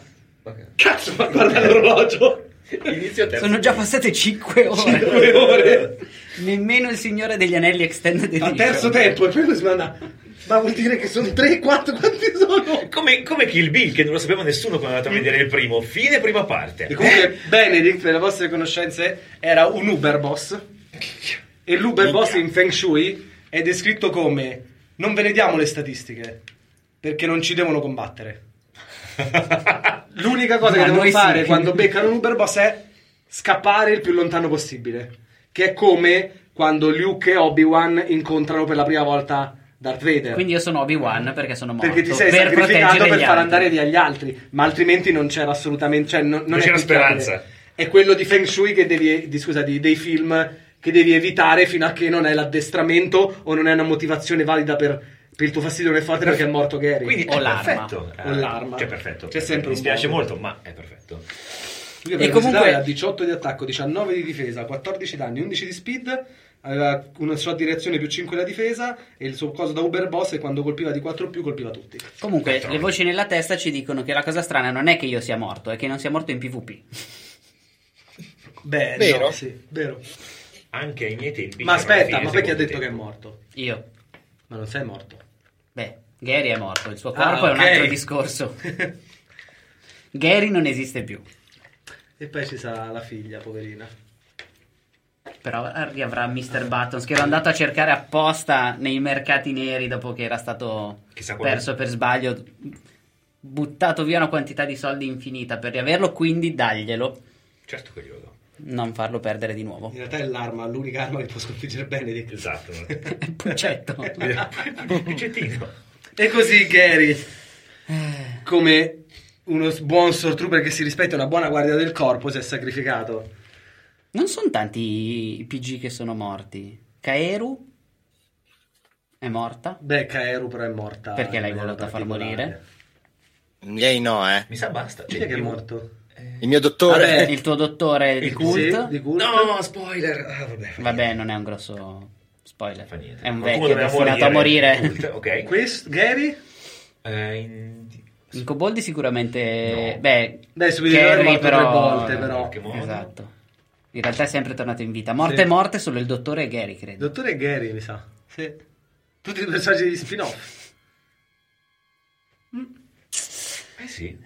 C: Cazzo, ma guarda l'orologio!
B: Inizio tempo.
A: Sono già passate 5 ore.
C: Due ore!
A: Nemmeno il Signore degli Anelli Extended
C: Al
A: Edition.
C: terzo tempo, e poi lo si manda. Ma vuol dire che sono 3, 4, quanti sono?
B: Come, come Kill Bill, che non lo sapeva nessuno quando è andato a vedere il primo. Fine prima parte.
C: E comunque, Benedict, per le vostre conoscenze, era un Uber boss. E l'Uber boss in Feng Shui è descritto come: non ve ne diamo le statistiche perché non ci
A: [laughs]
C: devono combattere. L'unica cosa
A: Ma
C: che devono
A: noi sì.
C: fare quando beccano un Uber boss è scappare il più lontano possibile. Che è come quando Luke e Obi-Wan incontrano per la prima volta Darth Vader.
A: Quindi io sono Obi-Wan perché sono morto.
C: Eh. perché ti sei
A: per
C: sacrificato per
A: proteggere
C: far
A: gli altri.
C: andare via gli altri, ma altrimenti non c'era assolutamente, cioè non, non
B: Non
C: è
B: c'era
C: applicabile.
B: speranza.
C: È quello di Feng Shui che devi, di, scusa, di- dei film che devi evitare fino a che non è l'addestramento o non è una motivazione valida per, per il tuo fastidio nel forte perché è morto Gary.
B: Quindi
A: O
B: è
A: l'arma.
B: perfetto.
C: O l'arma.
B: Cioè, perfetto.
C: C'è sempre
B: Mi
C: un
B: spiace
C: modo.
B: molto, ma è perfetto.
C: Lui
A: E
C: e
A: comunque-
C: comunque ha 18 di attacco, 19 di difesa, 14 danni, 11 di speed, aveva una sua direzione più 5 la difesa e il suo coso da Uber Boss e quando colpiva di 4 o più colpiva tutti.
A: Comunque,
C: Esatto.
A: le voci nella testa ci dicono che la cosa strana non è che io sia morto, è che non sia morto in PvP.
C: Beh,
D: Vero.
C: no, sì, vero.
B: Anche ai miei tempi.
C: Ma
B: c'erano
C: aspetta,
B: fine
C: ma perché ha
B: secondo
C: detto che è
B: tempo.
C: morto?
A: Io.
C: Ma non sei morto.
A: Beh, Gary è morto, il suo
C: Ah,
A: corpo è un
C: ok.
A: altro
C: [laughs]
A: discorso. Gary non esiste più,
C: E poi ci sarà la figlia, poverina.
A: però riavrà Mr. Buttons che ero andato a cercare apposta nei mercati neri dopo che era stato
B: Chissà quando-
A: perso per sbaglio, buttato via una quantità di soldi infinita per riaverlo, quindi daglielo,
B: Certo che glielo do.
A: non farlo perdere di nuovo. [laughs]
C: In realtà è l'arma, l'unica arma che può sconfiggere
B: [laughs]
C: Benedict.
B: Esatto.
A: Puccetto.
C: Eh,
B: Piccettino.
C: E così Gary,
A: Eh.
C: come uno s- buon stortrooper che si rispetta e una buona guardia del corpo, si è sacrificato.
A: Non sono tanti i PG che sono morti. Kaeru è morta.
C: Beh, Kaeru però è morta.
A: Perché
C: in
A: l'hai
C: maniera
A: voluta far
C: particolare.
A: morire?
D: miei no, eh.
B: Mi sa basta.
C: Chi
B: Cioè,
C: è che è
B: io-
C: morto?
D: Il mio dottore.
C: Vabbè,
A: Il tuo dottore di
C: Eh. Sì,
A: cult.
C: di cult.
B: No, spoiler. Ah, vabbè.
A: Vabbè, non è un grosso. Spoiler.
B: fa niente.
A: È un vecchio
B: Qualcuno doveva
A: destinato a
C: Cioè,
A: morire.
B: Cult, [laughs] ok.
C: Questo, Gary?
B: Eh, in-
A: Il Coboldi sicuramente...
B: No.
A: Beh,
C: Beh, su Video
A: Carrie
C: Dome ha fatto
A: però... eh.
C: tre volte, però.
B: qualche modo.
A: Esatto. In realtà è sempre tornato in vita. Morte e
C: Sì.
A: morte, solo il dottore e Gary, credo.
C: Dottore Gary, mi sa. Sì. Tutti i personaggi di spin-off.
B: Eh sì.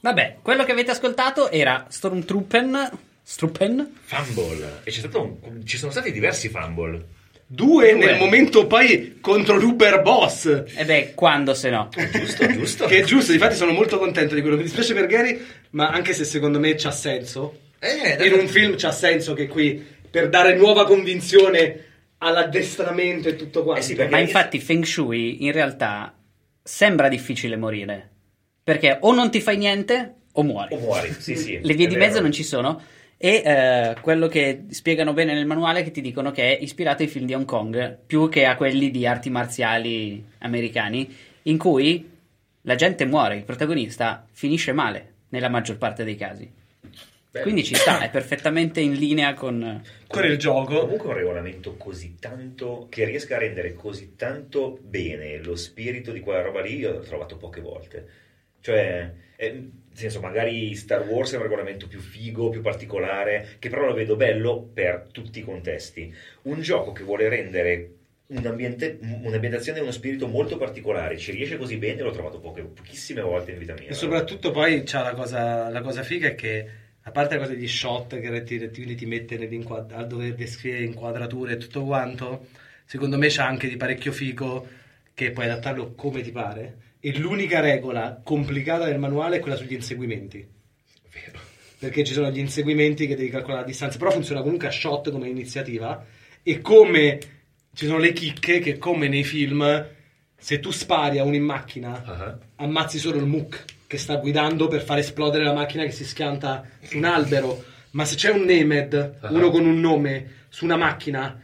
A: Vabbè, quello che avete ascoltato era Stormtrooper... Struppen?
B: Fumble. E c'è stato un- ci sono stati diversi fumble.
C: Due
A: Due.
C: nel momento poi contro l'Uber Boss.
A: E Eh beh, quando se no? [laughs]
B: Giusto, giusto.
C: Che è giusto, infatti sono molto contento di quello. Mi dispiace per Gary, ma anche se secondo me c'ha senso.
B: Eh,
C: In un film c'ha senso che qui, per dare nuova convinzione all'addestramento e tutto quanto.
B: Eh sì, perché-
A: Ma infatti Feng Shui in realtà sembra difficile morire. Perché o non ti fai niente o muori.
B: O muori, sì, Oh, sì.
A: Le vie
B: è
A: di
B: vero.
A: mezzo non ci sono. E eh, quello che spiegano bene nel manuale è che ti dicono che è ispirato ai film di Hong Kong più che a quelli di arti marziali americani, in cui la gente muore, il protagonista finisce male nella maggior parte dei casi.
B: Bello.
A: Quindi ci sta, è perfettamente in linea con.
C: con il gioco.
B: Comunque un regolamento così tanto che riesca a rendere così tanto bene lo spirito di quella roba lì, io l'ho trovato poche volte. Cioè, eh, nel senso, magari Star Wars è un regolamento più figo, più particolare, che però lo vedo bello per tutti i contesti. Un gioco che vuole rendere un ambiente- un'ambientazione e uno spirito molto particolare, ci riesce così bene, l'ho trovato poche, pochissime volte in vita mia.
C: E soprattutto poi c'ha la cosa, la cosa figa è che, a parte la cosa degli shot che ti, ti, ti mette nell'inquad- a dover descrivere inquadrature e tutto quanto, secondo me c'ha anche di parecchio figo che puoi adattarlo come ti pare. E l'unica regola complicata del manuale è quella sugli inseguimenti.
B: Vero.
C: perché ci sono gli inseguimenti che devi calcolare la distanza, però funziona comunque a shot come iniziativa e come ci sono le chicche che come nei film se tu spari a uno in macchina
B: Ah.
C: ammazzi solo il muck che sta guidando per far esplodere la macchina che si schianta su un albero, ma se c'è un Nemed,
B: Ah.
C: uno con un nome su una macchina,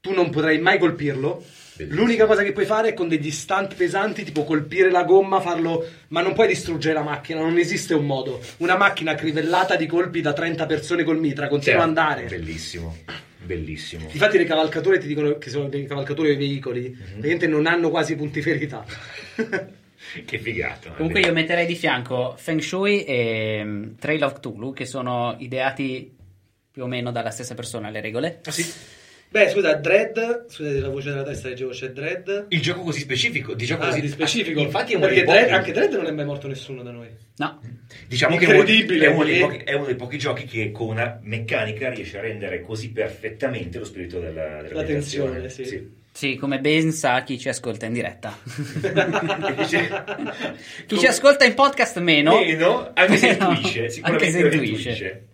C: tu non potrai mai colpirlo.
B: Bellissimo.
C: L'unica cosa che puoi fare è con degli stunt pesanti, tipo colpire la gomma, farlo, ma non puoi distruggere la macchina, non esiste un modo. Una macchina crivellata di colpi da 30 persone col mitra continua ad andare.
B: Certo. Bellissimo, bellissimo.
C: Infatti le cavalcature ti dicono che sono dei cavalcature dei veicoli,
B: Mhm.
C: praticamente non hanno quasi punti ferita. [laughs]
B: Che figata. eh.
A: Comunque io metterei di fianco Feng Shui e mm, Trail of Cthulhu, che sono ideati più o meno dalla stessa persona le regole.
C: Beh, scusa, Dread, scusate la voce nella testa, leggevo c'è Dread.
B: Il gioco così specifico, di gioco
C: Ah,
B: così
C: di specifico.
B: Infatti è uno
C: perché
B: dei
C: Dredd-
B: pochi,
C: anche Dread non è mai morto nessuno da noi.
A: No,
B: diciamo che è uno-
C: incredibile,
B: è uno, dei
C: eh.
B: pochi, è uno dei pochi giochi che con una meccanica riesce a rendere così perfettamente lo spirito della, della
C: La tensione,
B: meditazione.
C: sì.
A: sì, come ben sa chi ci ascolta in diretta. [laughs]
B: Sì.
A: chi ci ascolta in podcast meno,
B: [laughs] Meno,
A: [laughs]
B: anche se
A: Però-
B: intuisce, sicuramente
A: anche se
B: lo
A: intuisce.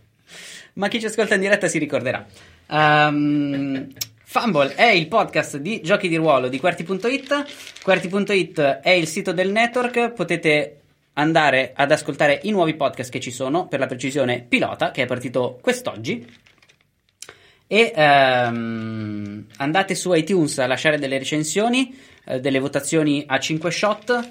A: ma chi ci ascolta in diretta si ricorderà. Ehm, Fumble è il podcast di giochi di ruolo di Quarti.it. Quarti.it è il sito del network, potete andare ad ascoltare i nuovi podcast che ci sono, per la precisione Pilota, che è partito quest'oggi. E ehm, andate su iTunes a lasciare delle recensioni, eh, delle votazioni a 5 shot.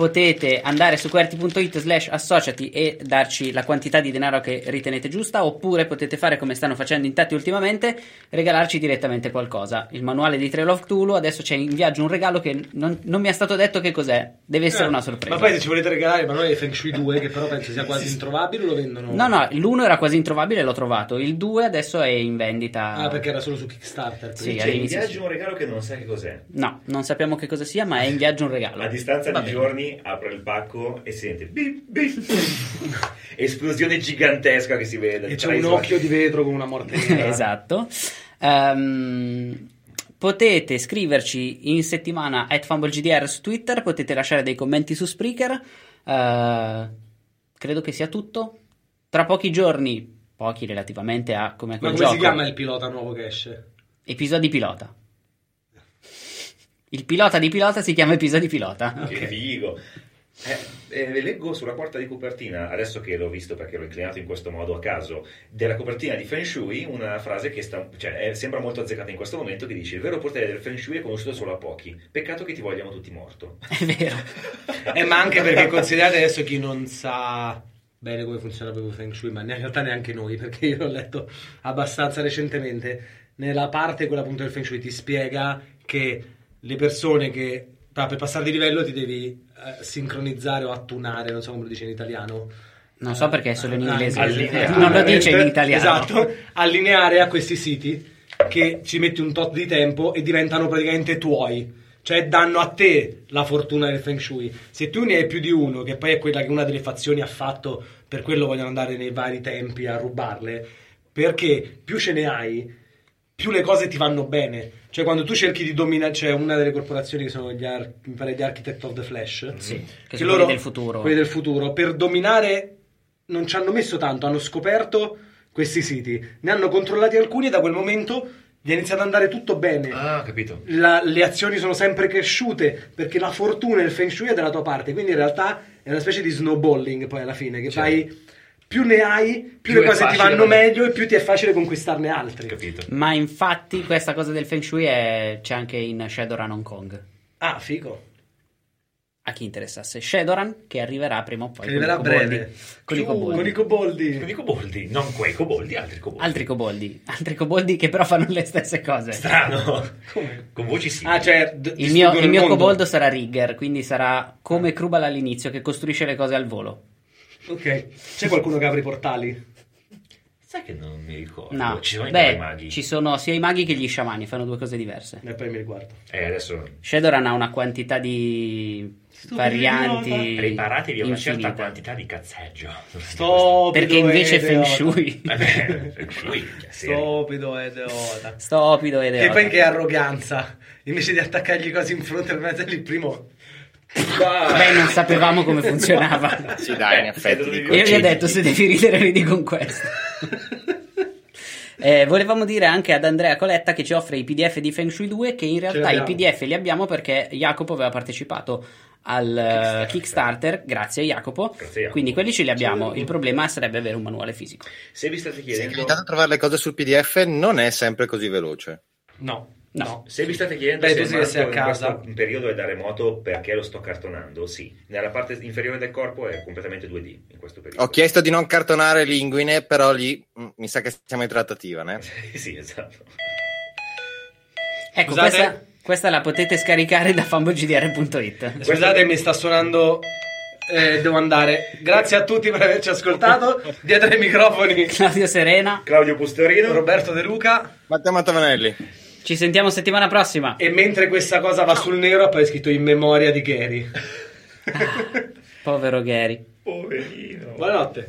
A: Potete andare su qwerty.it slash associati e darci la quantità di denaro che ritenete giusta, oppure potete fare come stanno facendo in tanti ultimamente, regalarci direttamente qualcosa. Il manuale di Trail of Cthulhu, adesso c'è in viaggio un regalo che non, non mi è stato detto che cos'è, deve essere una sorpresa.
C: Eh, Ma poi se ci volete regalare il manuale di Feng Shui 2, che però penso sia quasi introvabile, lo vendono.
A: No, no, l'1 era quasi introvabile, l'ho trovato, il 2 adesso è in vendita.
C: Ah, perché era solo su Kickstarter.
A: Sì,
B: C'è in
A: all'inizio sì.
B: viaggio Cioè, un regalo che non sa che cos'è.
A: No, non sappiamo che cosa sia, ma è in viaggio un regalo.
B: [laughs] A distanza
A: Va
B: di
A: bene.
B: giorni apre il pacco e sente bip,
A: [laughs]
B: bip, esplosione gigantesca che si vede.
C: E c'è
B: Tra i
C: un
B: suoni.
C: occhio di vetro con una
A: [laughs]
C: morte
B: eh.
C: nera.
A: esatto. Ehm, potete scriverci in settimana at FumbleGDR su Twitter, potete lasciare dei commenti su Spreaker. Eh, credo che sia tutto. Tra pochi giorni, pochi relativamente a come è
C: Ma
A: quel
C: come
A: gioco,
C: si chiama il pilota nuovo che esce?
A: episodi pilota. Il pilota di pilota si chiama episodi pilota.
B: Che figo! Eh, eh, leggo sulla porta di copertina, adesso che l'ho visto perché l'ho inclinato in questo modo a caso, della copertina di Feng Shui, una frase che sta- cioè, è- sembra molto azzeccata in questo momento, che dice il vero potere del Feng Shui è conosciuto solo a pochi, peccato che ti
A: [laughs]
B: vogliamo tutti morto.
A: [laughs] È vero.
B: [laughs]
C: Eh, ma anche perché considerate adesso chi non sa bene come funziona proprio Feng Shui, ma in realtà neanche noi, perché io l'ho letto abbastanza recentemente. Nella parte, quella appunto del Feng Shui, ti spiega che le persone che pa- per passare di livello ti devi eh, sincronizzare o attunare, non so come lo dice in italiano.
A: Non so perché è solo in
C: Ah,
A: inglese.
B: allineare.
A: Non lo dice in italiano.
C: Esatto, allineare a questi siti che ci metti un tot di tempo e diventano praticamente tuoi. Cioè danno a te la fortuna del Feng Shui. Se tu ne hai più di uno, che poi è quella che una delle fazioni ha fatto, per quello vogliono andare nei vari tempi a rubarle, perché più ce ne hai, più le cose ti vanno bene. Cioè quando tu cerchi di dominare, c'è una delle corporazioni che sono gli, ar- mi pare gli Architect of the Flash,
A: Sì, che sono quelli del futuro.
C: quelli del futuro, per dominare non ci hanno messo tanto, hanno scoperto questi siti, ne hanno controllati alcuni e da quel momento gli è iniziato ad andare tutto bene.
B: Ah, capito.
C: La- le azioni sono sempre cresciute perché la fortuna e il feng shui è dalla tua parte, quindi in realtà è una specie di snowballing poi alla fine che
B: Certo.
C: fai più ne hai, più,
B: Più
C: le
B: è
C: cose ti
B: facile,
C: vanno
B: ma-
C: meglio e più ti è facile conquistarne altri.
B: Capito.
A: Ma infatti questa cosa del Feng Shui è- c'è anche in Shadowrun Hong Kong.
C: Ah, figo.
A: A chi interessasse Shadowrun che arriverà prima o poi.
C: Che
A: con i
C: arriverà
A: coboldi.
C: breve.
A: Con i
C: Uh,
A: coboldi.
C: Con i coboldi.
B: Dico coboldi, non quei coboldi, altri coboldi.
A: Altri coboldi. Altri coboldi che però fanno le stesse cose.
B: Strano. Con voci sì.
C: Ah, cioè, d-
A: Il mio,
C: distruggono
A: il mio
C: mondo. Ah.
A: coboldo sarà Rigger, quindi sarà come Krubal all'inizio che costruisce le cose al volo.
C: Ok. C'è qualcuno che apre i portali?
B: Sai che non mi ricordo.
A: No,
B: Ci sono i
A: beh,
B: maghi.
A: ci sono sia i maghi che gli sciamani, fanno due cose diverse.
C: E poi mi riguardo.
B: Eh, adesso
A: Shadowrun ha una quantità di
C: Stupido
A: varianti.
B: preparatevi a una
A: infinita.
B: certa quantità di cazzeggio.
C: Stupido
A: Perché invece
C: ed Eh
A: Feng
C: eota.
B: [laughs]
A: Shui.
B: Vabbè, Feng Shui, sì.
C: Stupido ed eota.
A: Stupido ed
C: Che
A: eota.
C: poi che arroganza. Invece di attaccargli cose in fronte al mezzo lì, primo...
A: Beh, non sapevamo come funzionava.
D: [laughs] Sì, dai, in effetti.
B: Credo di-
D: dico,
A: Eh, Io gli ho
D: sì.
A: detto se devi ridere ridi con questo. Eh, volevamo dire anche ad Andrea Coletta che ci offre i PDF di Feng Shui 2 che in realtà i
C: l'abbiamo.
A: PDF li abbiamo perché Jacopo aveva partecipato al eh, Kickstarter,
B: Kickstarter.
A: grazie Jacopo.
B: Grazie, Jacopo.
A: Quindi quelli ce li abbiamo, il problema sarebbe avere un manuale fisico.
B: Se vi state
D: Sì,
B: chiedendo...
D: Intanto trovare le cose sul PDF non è sempre così veloce.
C: No.
A: No.
B: Se vi state chiedendo
C: Beh,
B: se
C: tu sì che sei a
B: Marco
C: casa.
B: in questo periodo è da remoto perché lo sto cartonando, sì. Nella parte inferiore del corpo è completamente 2D in questo periodo.
D: Ho chiesto di non cartonare linguine, però lì mm, mi sa che siamo in trattativa, ne?
B: [laughs] sì, esatto.
A: Ecco,
C: Scusate.
A: questa, questa la potete scaricare da fambogdr.it.
C: Scusate, mi sta suonando... eh, devo andare. Grazie a tutti per averci ascoltato. Dietro ai microfoni
A: Claudio Serena,
B: Claudio Pustorino.
C: Roberto De Luca.
D: Matteo Mantavanelli.
A: ci sentiamo settimana prossima.
C: E mentre questa cosa va sul nero, poi è scritto in memoria di Gary.
A: Povero Gary.
B: Poverino.
C: Buonanotte.